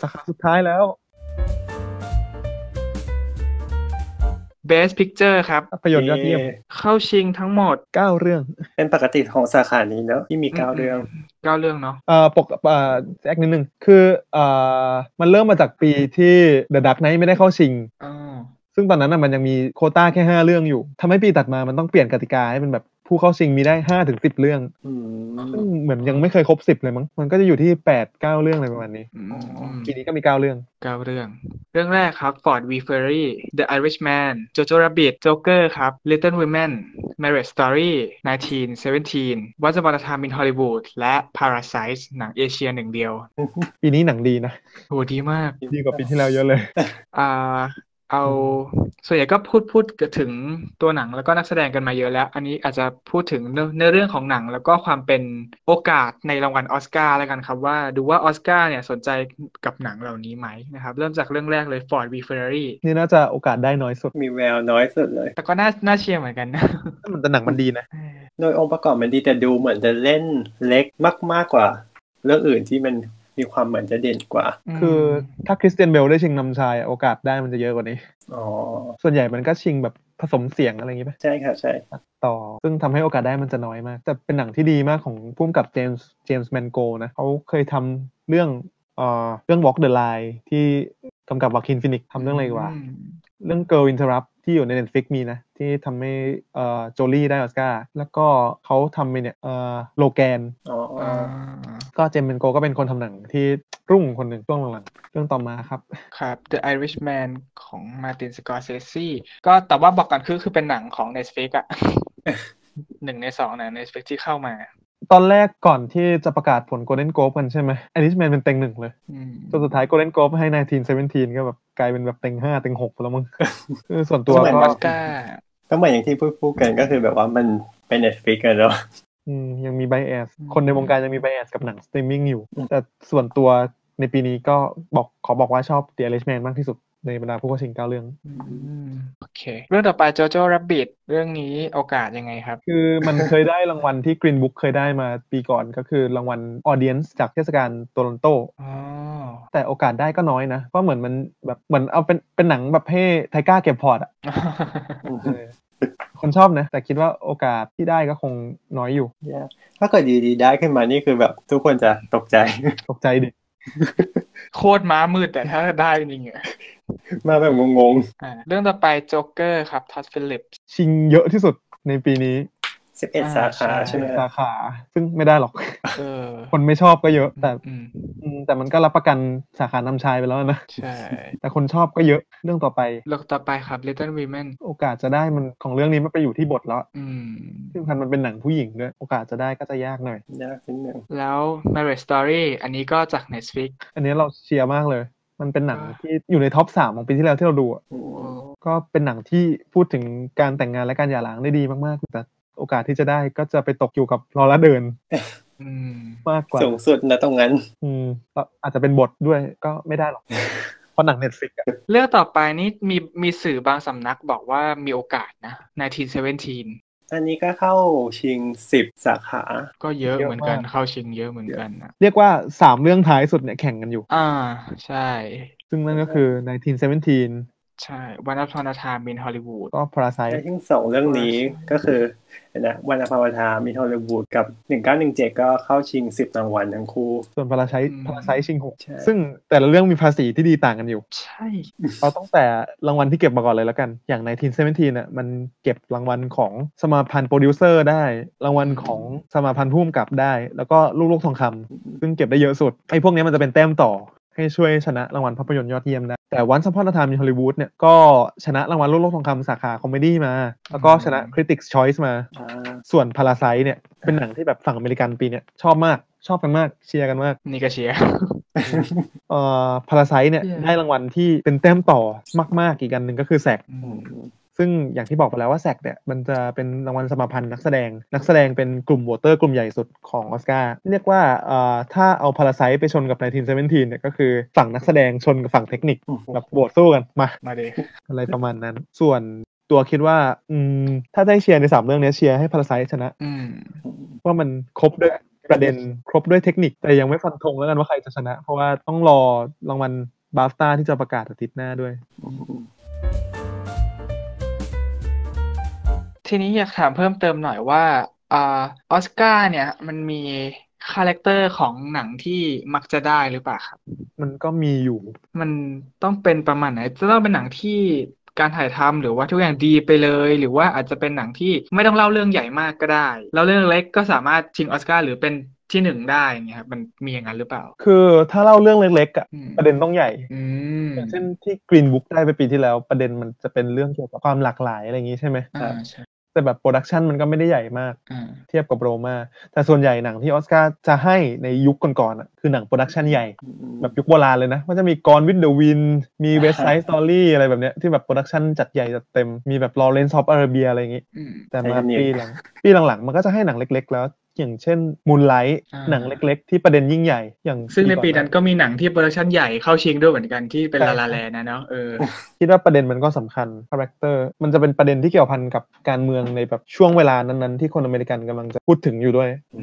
S1: สาขาสุดท้ายแล้ว
S2: เบสพิกเจอร์ครับ
S1: ภาพยนตร์ยอดเยี่ยม
S2: เข้าชิงทั้งหมด
S1: เก้าเรื่อง
S3: เป็นปกติของสาขานี้เนอะที่มีเก้าเรื่อง
S2: เก้าเรื่องเนาะ
S1: เอ่อปกเอ่อแจกนิดนึงคือเอ่อมันเริ่มมาจากปีที่ The Dark Knight ไม่ได้เข้าชิง
S2: อ๋อ
S1: ซึ่งตอนนั้นน่ะมันยังมีโควต้าแค่ 5 เรื่องอยู่ทำให้ปีตัดมามันต้องเปลี่ยนกติกาให้เป็นแบบผู้เข้าชิงมีได้5้าถึงสิเรื่อง
S3: อืม
S1: ซึ่งเหมือนยังไม่เคยครบ 10 เลยมั้งมันก็จะอยู่ที่ 8 9 เรื่องอะไรประมาณนี้
S2: อืม
S1: ปีนี้ก็มี 9 เรื่อง
S2: เก้าเรื่อง เรื่องแรกครับ Ford V Ferrari The Irishman Jojo Rabbit Joker ครับ Little Women Marriage Story 1917 Once Upon a Time in Hollywood และ Parasite หนังเอเชียหนึ่งเดียว
S1: ปีนี้หนังดีนะ
S2: โหดีมาก
S1: ดีกว่าปีที่แล้วเยอะเลย
S2: อ่า เอา ส่วนใหญ่ก็พูดพูดถึงตัวหนังแล้วก็นักแสดงกันมาเยอะแล้ว อันนี้อาจจะพูดถึงเนื้อเนื้อเรื่องของหนัง แล้วก็ความเป็นโอกาสในรางวัลออสการ์แล้วกันครับว่าดูว่าออสการ์เนี่ยสนใจกับหนังเหล่านี้ไหมนะครับเริ่มจากเรื่องแรกเลย Ford v Ferrari
S1: นี่น่าจะโอกาสได้น้อยสุด
S3: มีแววน้อยสุดเลย
S2: แต่ก็น่าน่าเชียร์เหมือนกันนะ
S1: มันแต่หนังมันดีนะ
S3: โดยองค์ประกอบมันดีแต่ดูเหมือนจะเล่นเล็กมากๆกว่า เรื่องอื่นที่มันมีความเหมือนจะเด่นกว่า
S1: คือถ้าคริสเตียนเบลได้ชิงนำชายอะโอกาสได้มันจะเยอะกว่านี้
S3: อ๋อ
S1: ส่วนใหญ่มันก็ชิงแบบผสมเสียงอะไรอย่างงี้ปะ
S3: ใช่ค่ะใช่
S1: ต่อ ซึ่งทำให้โอกาสได้มันจะน้อยมาก แต่เป็นหนังที่ดีมากของพุ่มกับเจมส์เจมส์แมนโกนะเขาเคยทำเรื่องเอ่อเรื่อง Walk the Line ที่กำกับวาคินฟินิกทำเรื่องอะไรอีกวะ
S2: ม
S1: เรื่อง Girl Interrupt ที่อยู่ใน Netflix มีนะ ที่ทำให้เอ่อโจลี่ได้ออสการ์แล้วก็เขาทำไปเนี่ยเอ่อโลแกน
S3: อ๋อ
S2: อ่า
S1: ก็เจมส์เมนโกก็เป็นคนทำหนังที่รุ่งคนหนึ่งช่วงหลังๆเรื่องต่อมาครับ
S2: ครับ The Irishman ของ Martin Scorsese ก็แต่ว่าบอกกันคือคือเป็นหนังของ Netflix อะ หนึ่งในสองหนัง Netflix ที่เข้ามา
S1: ตอนแรกก่อนที่จะประกาศผล Golden Globe กันใช่ไหมไอริชแมนเป็นเต็งหนึ่งเลย
S2: อืม
S1: จนสุดท้าย Golden Globe ให้ 1917 ก็แบบกลายเป็นแบบเต็งห้าเต็งหกไป แล้วมั้ง คือส่วนตัว
S3: เหมือน
S1: ก็
S3: มั
S2: ออน สการ์
S3: ก็เหมือนอย่างที่พูดพูดกันก็คือแบบว่ามันเป็นเน็ตฟิกกันเนาะ
S1: อืมยังมีไบแอสคนในวงการยังมีไบแอสกับหนังสตรีมมิ่งอยู่ แต่ส่วนตัวในปีนี้ก็บอกขอบอกว่าชอบ The Irishman มากที่สุดในบรรดาผู้เข้าชิงเก้าเรื่อง
S2: อืมโอเค เรื่องต่อไป Jojo Rabbit เรื่องนี้โอกาสยังไงครับ
S1: คือมัน เคยได้รางวัลที่ Green Book เคยได้มาปีก่อนก็คือรางวัล Audience จากเทศกาลโตลอนโต
S2: อ๋อ
S1: แต่โอกาสได้ก็น้อยนะ เพราะเหมือนมันแบบเหมือนเอาเป็นเป็นหนังแบบให้ไทก้าเก็บพอร์ตอะ เออคนชอบนะ แต่คิดว่าโอกาสที่ได้ก็คงน้อยอยู่
S3: ยากถ้าเกิดอยู่ดีๆได้ขึ้นมานี่คือแบบทุกคนจะตกใจ
S1: ตกใจดิ
S2: โคตรม้ามืดแต่ถ้าได้จริงๆอะ
S3: มาแบบงง
S2: อ่ะเรื่องต่อไป Joker ครับ Todd Phillips
S1: ชิงเยอะที่สุดในปีนี้
S3: ๆสิบเอ็ดสาขา
S2: อ่าใช่
S3: ใช่ไหม
S1: สาขา ซึ่งไม่ได้หรอก
S2: เออ
S1: คนไม่ชอบก็เยอะ แต่
S2: อืม
S1: อืมแต่มันก็รับประกันสาขานำชายไปแล้วนะ
S2: ใช่
S1: แต่คนชอบก็เยอะ เรื่องต่อไป
S2: เรื่องต่อไปครับ Little Women
S1: โอกาสจะได้มันของเรื่องนี้มันไปอยู่ที่บทแล้ว
S2: อืม
S1: ซึ่งพันมันเป็นหนังผู้หญิงด้วย โอกาสจะได้ก็จะยากหน่อย
S3: ยากนิดหนึ่ง
S2: แล้ว Marriage Story อันนี้ก็จาก Netflix
S1: อันนี้เราเชียร์มากเลย มันเป็นหนังที่อยู่ในท็อปสามของปีที่แล้วที่เราดูอะ
S3: อืม
S1: ก็เป็นหนังที่พูดถึงการแต่งงานและการหย่าร้างได้ดีมาก ๆ แต่โอกาสที่จะได้ก็จะไปตกอยู่กับลอร่าเดิน
S2: อืม
S1: มากกว่า
S3: สูงสุดนะตรงนั้น
S1: อืมก็อาจจะเป็นบทด้วยก็ไม่ได้หร อก เพราะหนังเน็ตฟลิกอะ
S2: เรื่องต่อไปนี้มีมีสื่อบางสำนักบอกว่ามีโอกาสนะ 1917
S3: อันนี้ก็เข้าชิงสิบสาขา
S2: ก็เยอะเหมือนกันเข้าชิงเยอะเหมือนกันนะ
S1: เรียกว่า 3 เรื่องท้ายสุดเนี่ยแข่งกันอยู่
S2: อ่าใช่
S1: ซึ่งนั่นก็คือ 1917
S2: ใช่ One Upon a Time in Hollywood
S1: ก็พาราไซ
S3: ไอ้ทั้งสองเรื่องนี้ก็คือนะวันอภาวธามีฮอลลีวูดกับ 1917 ก็เข้าชิง 10รางวัลทั้งคู่
S1: ส่วนพาราไซ
S2: อืม
S1: พาราไซชิงหก
S3: ใช่
S1: ซึ่งแต่ละเรื่องมีภาษีที่ดีต่างกันอยู่
S2: ใช่
S1: เราต้องแต่รางวัลที่เก็บมาก่อนเลยแล้วกัน อย่างในทีนเซเวนทีน่ะมันเก็บรางวัลของสมาพันธ์โปรดิวเซอร์ได้ รางวัลของสมาพันธ์ผู้กำกับได้ แล้วก็ลูกโลกทองคำซึ่งเก็บได้เยอะสุด ไอ้พวกเนี้ยมันจะเป็นแต้มต่อ ให้ช่วยชนะรางวัลภาพยนตร์ยอดเยี่ยมได้ แต่วันสัมพอร์ตธรรมในฮอลลีวูดเนี่ยก็ชนะรางวัลลูกโลกทองคำสาขาคอมเมดี้มา แล้วก็ชนะคริติกส์ชอยส์มา
S3: อ่า
S1: ส่วนพาราไซเนี่ยเป็นหนังที่แบบฝั่งอเมริกันปีเนี่ยชอบมากชอบกันมากเชียร์กันมาก
S2: นี่ก็เชียร์
S1: เอ่อพาราไซเนี่ย
S2: Yeah.
S1: ได้รางวัลที่เป็นแต้มต่อมาก ๆ อีกอันหนึ่งก็คือแสก
S2: อืม
S1: ซึ่งอย่างที่บอกไปแล้วว่าแสกเนี่ย มันจะเป็นรางวัลสมาพันธ์นักแสดง นักแสดงเป็นกลุ่มโหวอเตอร์กลุ่มใหญ่สุดของออสการ์เรียกว่าเอ่อถ้าเอาพาราไซไปชนกับ 1917เนี่ยก็คือฝั่งนักแสดงชนกับฝั่งเทคนิคแบบโหวตสู้กันมา
S2: มาเดย
S1: อะไรประมาณนั้น ส่วนตัวคิดว่าอืมถ้าได้เชียร์ในสามเรื่องเนี้ยเชียร์ให้พาราไซชนะ
S2: อืม
S1: ว่ามันครบด้วยประเด็นครบด้วยเทคนิค แต่ยังไม่ฟันธงแล้วกันว่าใครจะชนะ เพราะว่าต้องรอรางวัลบาฟตาที่จะประกาศอาทิตย์หน้าด้วย
S2: ทีนี้อยากถามเพิ่มเติมหน่อยว่าอ่าออสการ์เนี่ย มันมีคาแรคเตอร์ของหนังที่มักจะได้หรือเปล่าครับ
S1: มันก็มีอยู่
S2: มันต้องเป็นประมาณไหน จะต้องเป็นหนังที่การถ่ายทำหรือว่าทุกอย่างดีไปเลย หรือว่าอาจจะเป็นหนังที่ไม่ต้องเล่าเรื่องใหญ่มากก็ได้เล่าเรื่องเล็กก็สามารถชิงออสการ์หรือเป็นที่หนึ่งได้เงี้ยครับมันมีอย่างนั้นหรือเปล่า
S1: คือถ้าเล่าเรื่องเล็กๆอะ
S2: อืม
S1: ประเด็นต้องใหญ่
S2: อืม
S1: อย่างเช่นที่ Green Book ได้ไปปีที่แล้วประเด็นมันจะเป็นเรื่องเกี่ยวกับความหลากหลายอะไรอย่างนี้ใช่ไหม
S2: อ่าใช่
S1: แต่แบบโปรดักชันมันก็ไม่ได้ใหญ่มาก
S2: อืม
S1: เทียบกับโรมาแต่ส่วนใหญ่หนังที่ออสการ์จะให้ในยุคก่อนๆอะคือหนังโปรดักชันใหญ่ แบบยุคโบราณเลยนะมันจะมีกรวินเดอวิน มีเวสไซส์สตอรี่อะไรแบบเนี้ยที่แบบโปรดักชันจัดใหญ่จัดเต็ม มีแบบลอเรนซ์ออฟอาร์เบียอะไรอย่างงี้
S2: อืม
S1: แต่มา
S3: ใช่ครับ
S1: ปีหลังปีหลังๆ มันก็จะให้หนังเล็ก ๆ แล้ว อย่างเช่นมูนไลท์
S2: อ่า
S1: หนังเล็ก ๆ ที่ประเด็นยิ่งใหญ่ อย่าง
S2: ซึ่งในปี
S1: ก่อ
S2: นั้นก็มีหนังที่โปรดักชันใหญ่เข้าชิงด้วยเหมือนกันที่เป็น ลาลาแลนนะเนาะเออ
S1: คิดว่าประเด็นมันก็สำคัญคาแรคเตอร์มันจะเป็นประเด็นที่เกี่ยวพันกับการเมืองในแบบช่วงเวลานั้นๆที่คนอเมริกันกำลังจะพูดถึงอยู่ด้วย
S2: อื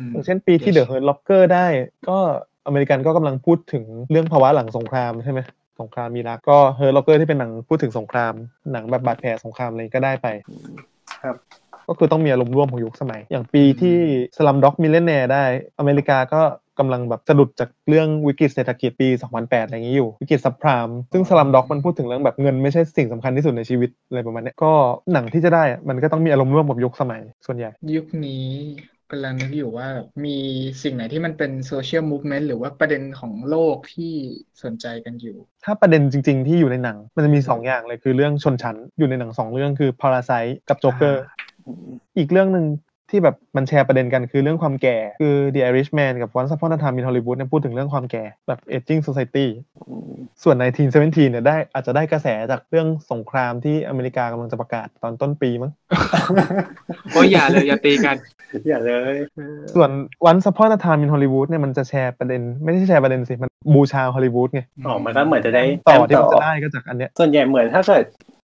S2: ม
S1: อย่างเช่นปีที่เดอะเฮิร์ c ล็อกเกอร์ได้ ก็อเมริกันก็กำลังพูดถึงเรื่องภาวะหลังสงครามใช่ไหมสงครามมีรักก็เฮิร์ c ล็อกเกอร์ที่เป็นหนังพูดถึงสงคราม หนังแบบบาดแผลสงครามอะไรก็ได้ไป
S3: ครับ
S1: ก็คือต้องมีอารมณ์ร่วมของยุคสมัย อย่างปีที่สลัมด็อกมิเลเนียได้อเมริกาก็กำลังแบบสะดุดจากเรื่องวิกฤตเศรษฐกิจปี 2008 อะไรอย่างนี้อยู่ วิกฤตซับไพรามซึ่งสลัมด็อกมันพูดถึงเรื่องแบบเงินไม่ใช่สิ่งสำคัญที่สุดในชีวิตอะไรประมาณเนี้ยก็หนังที่จะได้อะมันก็ต้องมีอารมณ์ร่วมกับยุคสมัยส่วนใหญ่
S2: ยุคนี้กำลังนึกอยู่ว่ามีสิ่งไหนที่มันเป็นโซเชียลมูฟเมนต์หรือว่าประเด็นของโลกที่สนใจกันอยู่
S1: ถ้าประเด็นจริง ๆ ที่อยู่ในหนัง มันจะมี 2 อย่างเลยคือเรื่องชนชั้น อยู่ในหนัง 2 เรื่องคือ Parasite กับ Joker อีกเรื่องหนึ่งที่แบบมันแชร์ประเด็นกันคือเรื่องความแก่ คือ The Irishman กับ Once Upon a Time in Hollywood เนี่ยพูดถึงเรื่องความแก่แบบ Aging Society ส่วน 1917เนี่ยได้อาจจะได้กระแสจากเรื่องสงครามที่อเมริกากำลังจะประกาศตอนต้นปีมั้ง
S2: ก็อย่าเลยอย่าตีกัน
S3: อย่าเลย
S1: ส่วน Once Upon a Time in Hollywood เนี่ยมันจะแชร์ประเด็น ไม่ได้แชร์ประเด็นสิ มันบูชาฮอลลีวูดไง
S3: อ๋อมันก็เหมือนจะได้
S1: ต่อที่มันจะ
S3: แต้ม
S1: ได้ก็จากอันเนี้ย
S3: ส่วนใหญ่เหมือนถ้าเกิด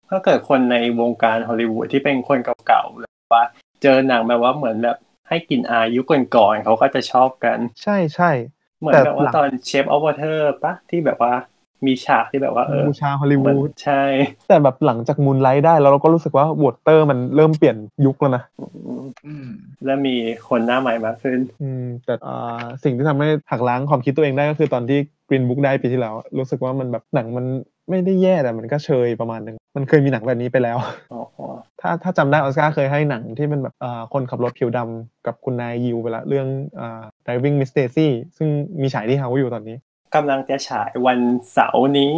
S3: ถ้าเกิดคนในวงการฮอลลีวูดที่เป็นคนเก่าๆหรือว่า เจอหนังแบบว่าเหมือนแบบให้กลินอายยุคก่อนๆเขาก็จะชอบกัน
S1: ใช่ใช่
S3: เหมือนแบบ
S1: แต่ห
S3: ว่า
S1: ลัง
S3: ตอนเชฟออฟวอเทอร์ปะที่แบบว่ามีฉากที่แบบว่าเออ
S1: บูชาฮอลลี
S3: เหมือน
S1: วูด
S3: ใช่
S1: แต่แบบหลังจากมูนไลท์ได้แล้วเราก็รู้สึกว่าวอเตอร์มันเริ่มเปลี่ยนยุคแล้วนะ
S2: อืม
S3: และมีคนหน้าใหม่มากขึ้น
S1: อืมแต่อ่าสิ่งที่ทำให้หักล้างความคิดตัวเองได้ก็คือตอนที่กรีนบุ๊กได้ปีที่แล้ว รู้สึกว่ามันแบบหนังมันไม่ได้แย่แต่มันก็เชยประมาณหนึง มันเคยมีหนังแบบนี้ไปแล้ว
S3: อ๋อ
S1: ถ้าถ้าจำได้ออสการ์เคยให้หนังที่เป็นแบบอ่าคนขับรถผิวดำกับคุณนายยิวไปละเรื่องอ่า driving miss daisy ซึ่งมีฉายที่เฮาอยู่ตอนนี้
S3: กำลังจะฉายวันเสาร์นี้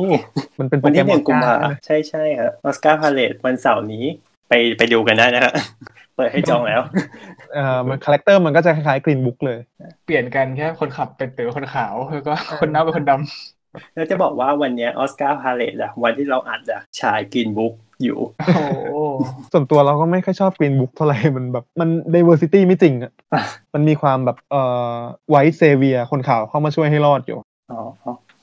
S1: มันเป็นโป
S3: วั
S1: ร
S3: น
S1: แกร
S3: ที่
S1: ม
S3: ห
S1: ออ
S3: นึ่
S1: ง ส
S3: กุม
S1: การ์
S3: ภา
S1: ใช่ไหม
S3: ใช่ใช่ครับออสการ์พาเลตวันเสาร์นี้ไปไปดูกันได้นะครับ เปิดให้จองแล้ว
S1: เอ่อมันคาแรคเตอร์มันก็จะคล้ายๆกรีนบุ๊กเลย
S2: เปลี่ยนกันแค่คนขับเป็นเต๋อคนขาวแล้วก็คนหน้าเป็นคนด
S3: แล้วจะบอกว่าวันเนี้ออสการ์พาเลตอะวันที่เราอัดอะฉายกินบุ๊กอยู่
S2: ำ โอ้โห
S1: ส่วนตัวเราก็ไม่ค่อยชอบกรีนบุ๊กเท่าไหร่ มันแบบมัน diversity ไม่จริงอ่ะ
S3: อ่ะ
S1: มันมีความแบบเอ่อ white savior คนขาวเข้ามาช่วยให้รอดอยู่
S3: อ๋อ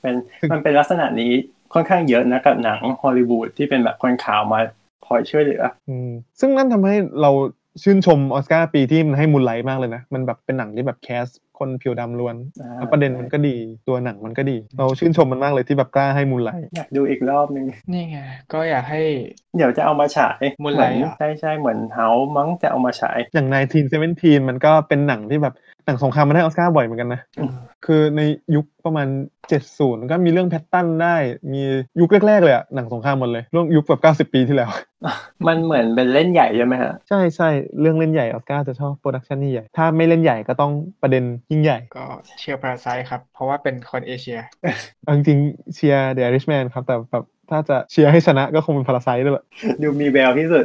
S3: เป็นมันเป็นลักษณะนี้ค่อนข้างเยอะนะกับหนังฮอลลีวูดที่เป็นแบบคนขาวมาคอยช่วยเหลือ
S1: อืม ซึ่งนั่นทำให้เราชื่นชมออสการ์ปีที่มันให้มูลไลท์มากเลยนะ มันแบบเป็นหนังที่แบบแคสคนผิวดำล้วน
S3: อ่า
S1: แล้วประเด็นมันก็ดี ตัวหนังมันก็ดี เราชื่นชมมันมากเลยที่แบบกล้าให้มูลไลท์
S3: อยากดูอีกรอบนึง
S2: นี่ไง ก็อยากให้
S3: เดี๋ยวจะเอามาฉาย
S2: มูลไลท์
S3: เห
S2: เหร
S3: มื
S2: อ
S3: อนใช่ใช่เหมือนเฮามั้งจะเอามาฉาย
S1: อย่าง 1917 มันก็เป็นหนังที่แบบหนังสงครามมันได้ออสการ์บ่อยเหมือนกันนะ
S3: อืม
S1: คือในยุคประมาณ 70 ก็มีเรื่องแพตตันได้ มียุคแรกๆเลยอะหนังสงครามหมดเลยเรื่องยุคแบบ 90 ปีที่แล้ว
S3: มันเหมือนเป็นเล่นใหญ่ใช่ไหมฮะ
S1: ใช่ใช่เรื่องเล่นใหญ่ออสการ์จะชอบโปรดักชันนี่ใหญ่ ถ้าไม่เล่นใหญ่ก็ต้องประเด็นยิ่งใหญ่
S2: ก็เชียร์ปราไซครับ เพราะว่าเป็นคนเอเชีย
S1: เอาจริงๆเชียร์เดอะริชแมนครับ แต่แบบถ้าจะเชียร์ให้ชนะก็คงเป็นพาราไซด์ด้วยแหละ
S3: ดูมีแววที่สุด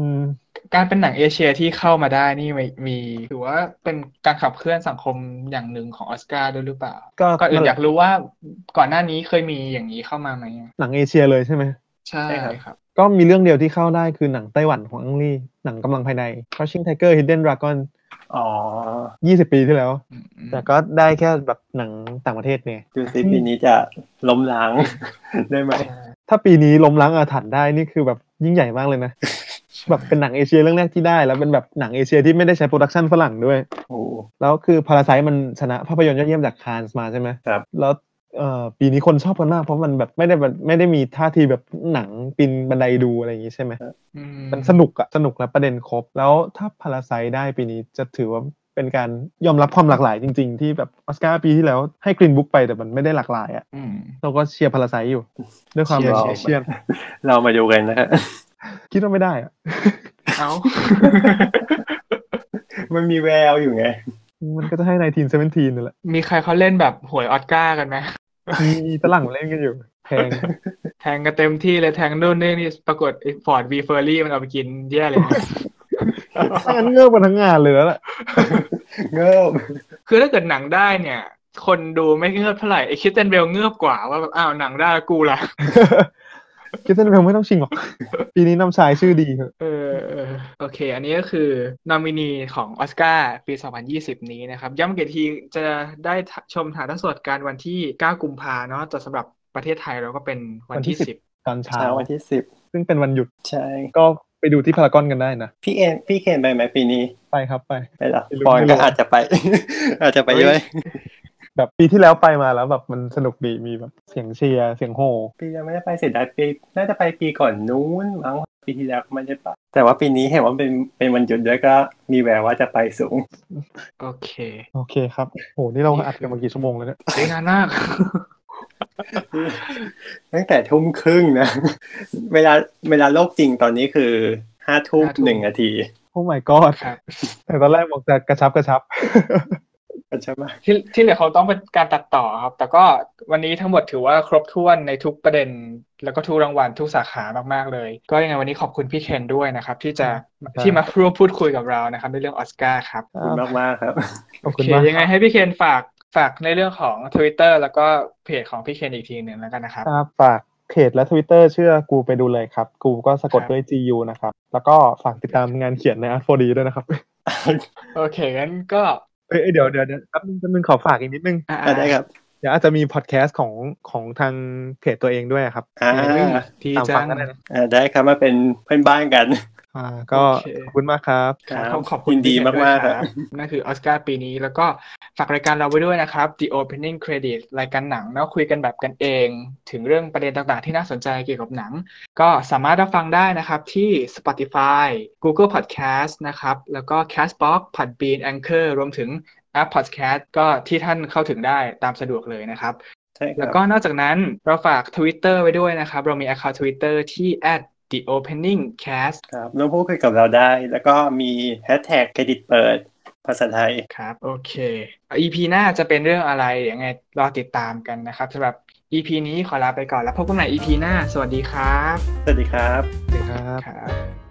S1: อืม
S2: การเป็นหนังเอเชียที่เข้ามาได้นี่มีมีถือว่าเป็นการขับเคลื่อนสังคมอย่างหนึ่งของออสการ์ด้วยหรือเปล่า
S1: ก็
S2: ก่อนอื่นอยากรู้ว่าก่อนหน้านี้เคยมีอย่างนี้เข้ามาไหม
S1: หนังเอเชียเลยใช่ไหม
S2: ใช่
S3: ใช่ครับ
S2: ครับ
S1: ก็มีเรื่องเดียวที่เข้าได้คือหนังไต้หวันของอังลี่หนังกำลังภายใน Crouching Tiger Hidden Dragon
S3: อ๋อ
S1: 20 ปีที่แล้ว
S2: อืมอืม
S1: แต่ก็ได้แค่แบบหนังต่างประเทศเนี่ย
S3: ดูสิปีนี้จะล้มล้าง ได้ไหม
S2: ใช่
S1: ถ้าปีนี้ล้มล้างอาถรรพ์ได้นี่คือแบบยิ่งใหญ่มากเลยนะ แบบเป็นหนังเอเชียเรื่องแรกที่ได้ แล้วเป็นแบบหนังเอเชียที่ไม่ได้ใช้โปรดักชันฝรั่งด้วย
S3: โอ้โห
S1: แล้วคือพาราไซมันชนะภาพยนตร์ยอดเยี่ยมจากคานส์มาใช่ไหม
S3: ครับ
S1: แล้วเอ่อปีนี้คนชอบกันมากเพราะมันแบบไม่ได้แบบไม่ได้มีท่าทีแบบหนังปีนบันไดดูอะไรอย่างงี้ใช่ไหม
S2: อืม
S1: มันสนุกอะสนุกและประเด็นครบ แล้วถ้าพาราไซได้ปีนี้จะถือว่าเป็นการยอมรับความหลากหลายจริง ๆ ที่แบบออสการ์ปีที่แล้วให้กรีนบุ๊กไปแต่มันไม่ได้หลากหลายอะ
S2: อืม
S1: เราก็เชียร์พาราไซอยู่ ด้วยความ
S2: เชียร์
S1: เอเชียน
S3: เรามาดูกันนะฮะ
S1: คิดว่าไม่ได้อะ
S2: เอา
S3: มันมีแววอยู่ไง
S1: มันก็จะให้นายทีนเซเวนทีนนั่นแหละ
S2: มีใครเขาเล่นแบบหวยออสการ์กันไหม
S1: มีฝรั่งมาเล่นกันอยู่ แพง
S2: แทงกันเต็มที่เลยแทงนู่นนี่นี่ปรากฏไอ้ฟอร์ดวีเฟอร์รี่มันเอาไปกินแย่เลย
S1: ถ้างั้นเงือบมาทั้งงานเลยแล้วแหละ
S3: เงิบ
S2: คือถ้าเกิดหนังได้เนี่ย คนดูไม่เงือบเท่าไหร่ไอคิสเตนเบลเงือบกว่าว่าแบบอ้าวหนังได้แล้วกูล่ะ
S1: คิดว่าเป็นไม่ต้องชิงหรอก ปีนี้นำชายชื่อดีครับ
S2: เออเออโอเค อันนี้ก็คือนอมินีของออสการ์ปี 2020 นี้นะครับ ย้ำอีกทีจะได้ชมถ่ายทอดสดการวันที่ 9 กุมภาเนาะแต่สำหรับประเทศไทยเราก็เป็นวันที่ 10
S1: ตอนเช้า
S3: เช้าวันที่สิบ
S1: ซึ่งเป็นวันหยุด
S3: ใช่
S1: ก็ไปดูที่พารากอนกันได้นะ
S3: พี่เอนพี่เคนไปไหมปีนี้
S1: ไปครับไป
S3: ไปหรอ
S1: ไม่รู้
S3: ปอน
S1: ไม่รู้
S3: ก็อาจจะไป อาจจะไปด้วย
S1: แบบปีที่แล้วไปมาแล้วแบบมันสนุกดีมีแบบเสียงเชียร์เสียงโห่
S3: ปียังไม่ได้ไปเสียดายปีน่าจะไปปีก่อนนู้นมั้งปีที่แล้วก็ไม่ได้ไปแต่ว่าปีนี้เห็นว่าเป็นเป็นวันหยุดด้วยก็มีแววว่าจะไปสูง
S2: โอเค
S1: โอเคครับโหนี่เราอัดกันมากี่ชั่วโมงแล้วเนี่ย
S2: สวยงามมาก
S3: ตั้งแต่ทุ่มครึ่งนะ เวลาเวลาโลกจริงตอนนี้คือห้าทุ่ม
S2: ห้าทุ่ม
S3: หนึ่งนาที
S1: โอ้ my god
S2: ครับ
S1: แต่ตอนแรกบอกจะกระชับกระชับ
S3: ใช่ไหม
S2: ที่ที่เหลือเขาต้องเป็นการตัดต่อครับ แต่ก็วันนี้ทั้งหมดถือว่าครบถ้วนในทุกประเด็น แล้วก็ทุกรางวัลทุกสาขามาก ๆ เลย ก็ยังไงวันนี้ขอบคุณพี่เคนด้วยนะครับ ที่จะ
S1: ครับ
S2: ที่มาร่วมพูดคุยกับเรานะครับ ในเรื่องออสการ์ครับ
S3: ขอบคุณมากมากๆครับ
S1: ขอบ
S2: โอ
S1: คุณ
S2: เค
S1: มาก
S2: ยังไงให้พี่เคนฝากฝากในเรื่องของ Twitter แล้วก็เพจของพี่เคนอีกทีหนึ่งแล้วกันนะครับ
S1: ครับฝากเพจและทวิตเตอร์เชื่อกูไปดูเลยครับ กูก็สะกด
S2: ครับ
S1: ด้วย GU นะครับ แล้วก็ฝากติดตามงานเขียนใน Art4D ด้วยนะครับ
S2: โอเคงั้นก็
S1: เอ้ยเอ้ยเดี๋ยวเดี๋ยวเดี๋ยวแป๊บนึงแป๊บนึงขอฝากอีกนิดนึง
S2: อ่า
S3: อ่ะ ได้ครับ
S1: เดี๋ยวอาจจะมีพอดแคสต์ของของทางเพจตัวเองด้วยครับ
S3: อ่า
S2: ดี
S1: ตาม
S2: จั
S1: ฟั
S2: ง
S1: งกันได้นะ
S3: อ่าได้ครับมาเป็นเพื่อนบ้านกัน
S1: อ่าก็
S2: โอเค
S1: ขอบคุณมากครับ
S2: ครับขอบคุณ
S3: ยินดี
S2: พี่เคน
S3: มากมากๆ
S2: ด้วย
S3: ครับ
S2: นั่นคือออสการ์ปีนี้แล้วก็ฝากรายการเราไว้ด้วยนะครับ The Opening Credit รายการหนังเนาะคุยกันแบบกันเอง ถึงเรื่องประเด็นต่างๆ ที่น่าสนใจเกี่ยวกับหนัง ก็สามารถรับฟังได้นะครับที่ Spotify Google Podcast นะครับ แล้วก็ Castbox Podbean Anchor รวมถึง App Podcast ก็ที่ท่านเข้าถึงได้ตามสะดวกเลยนะครับ
S3: ใช่ครับ
S2: แล้วก็นอกจากนั้นเราฝาก Twitter ไว้ด้วยนะครับ เรามี Account Twitter ที่ @theopeningcast
S3: ครับร่วมพูดคุยกับเราได้ แล้วก็มีแฮชแท็กเครดิตเปิด ภาษาไทย
S2: ครับ โอเค EP หน้าจะเป็นเรื่องอะไรยังไงรอติดตามกันนะครับสำหรับ EP นี้ขอลาไปก่อนแล้วพบกันใหม่ EP หน้า สวัสดีครับ
S3: สวัสดีครับ
S1: สวัสดีครับ
S2: ครับ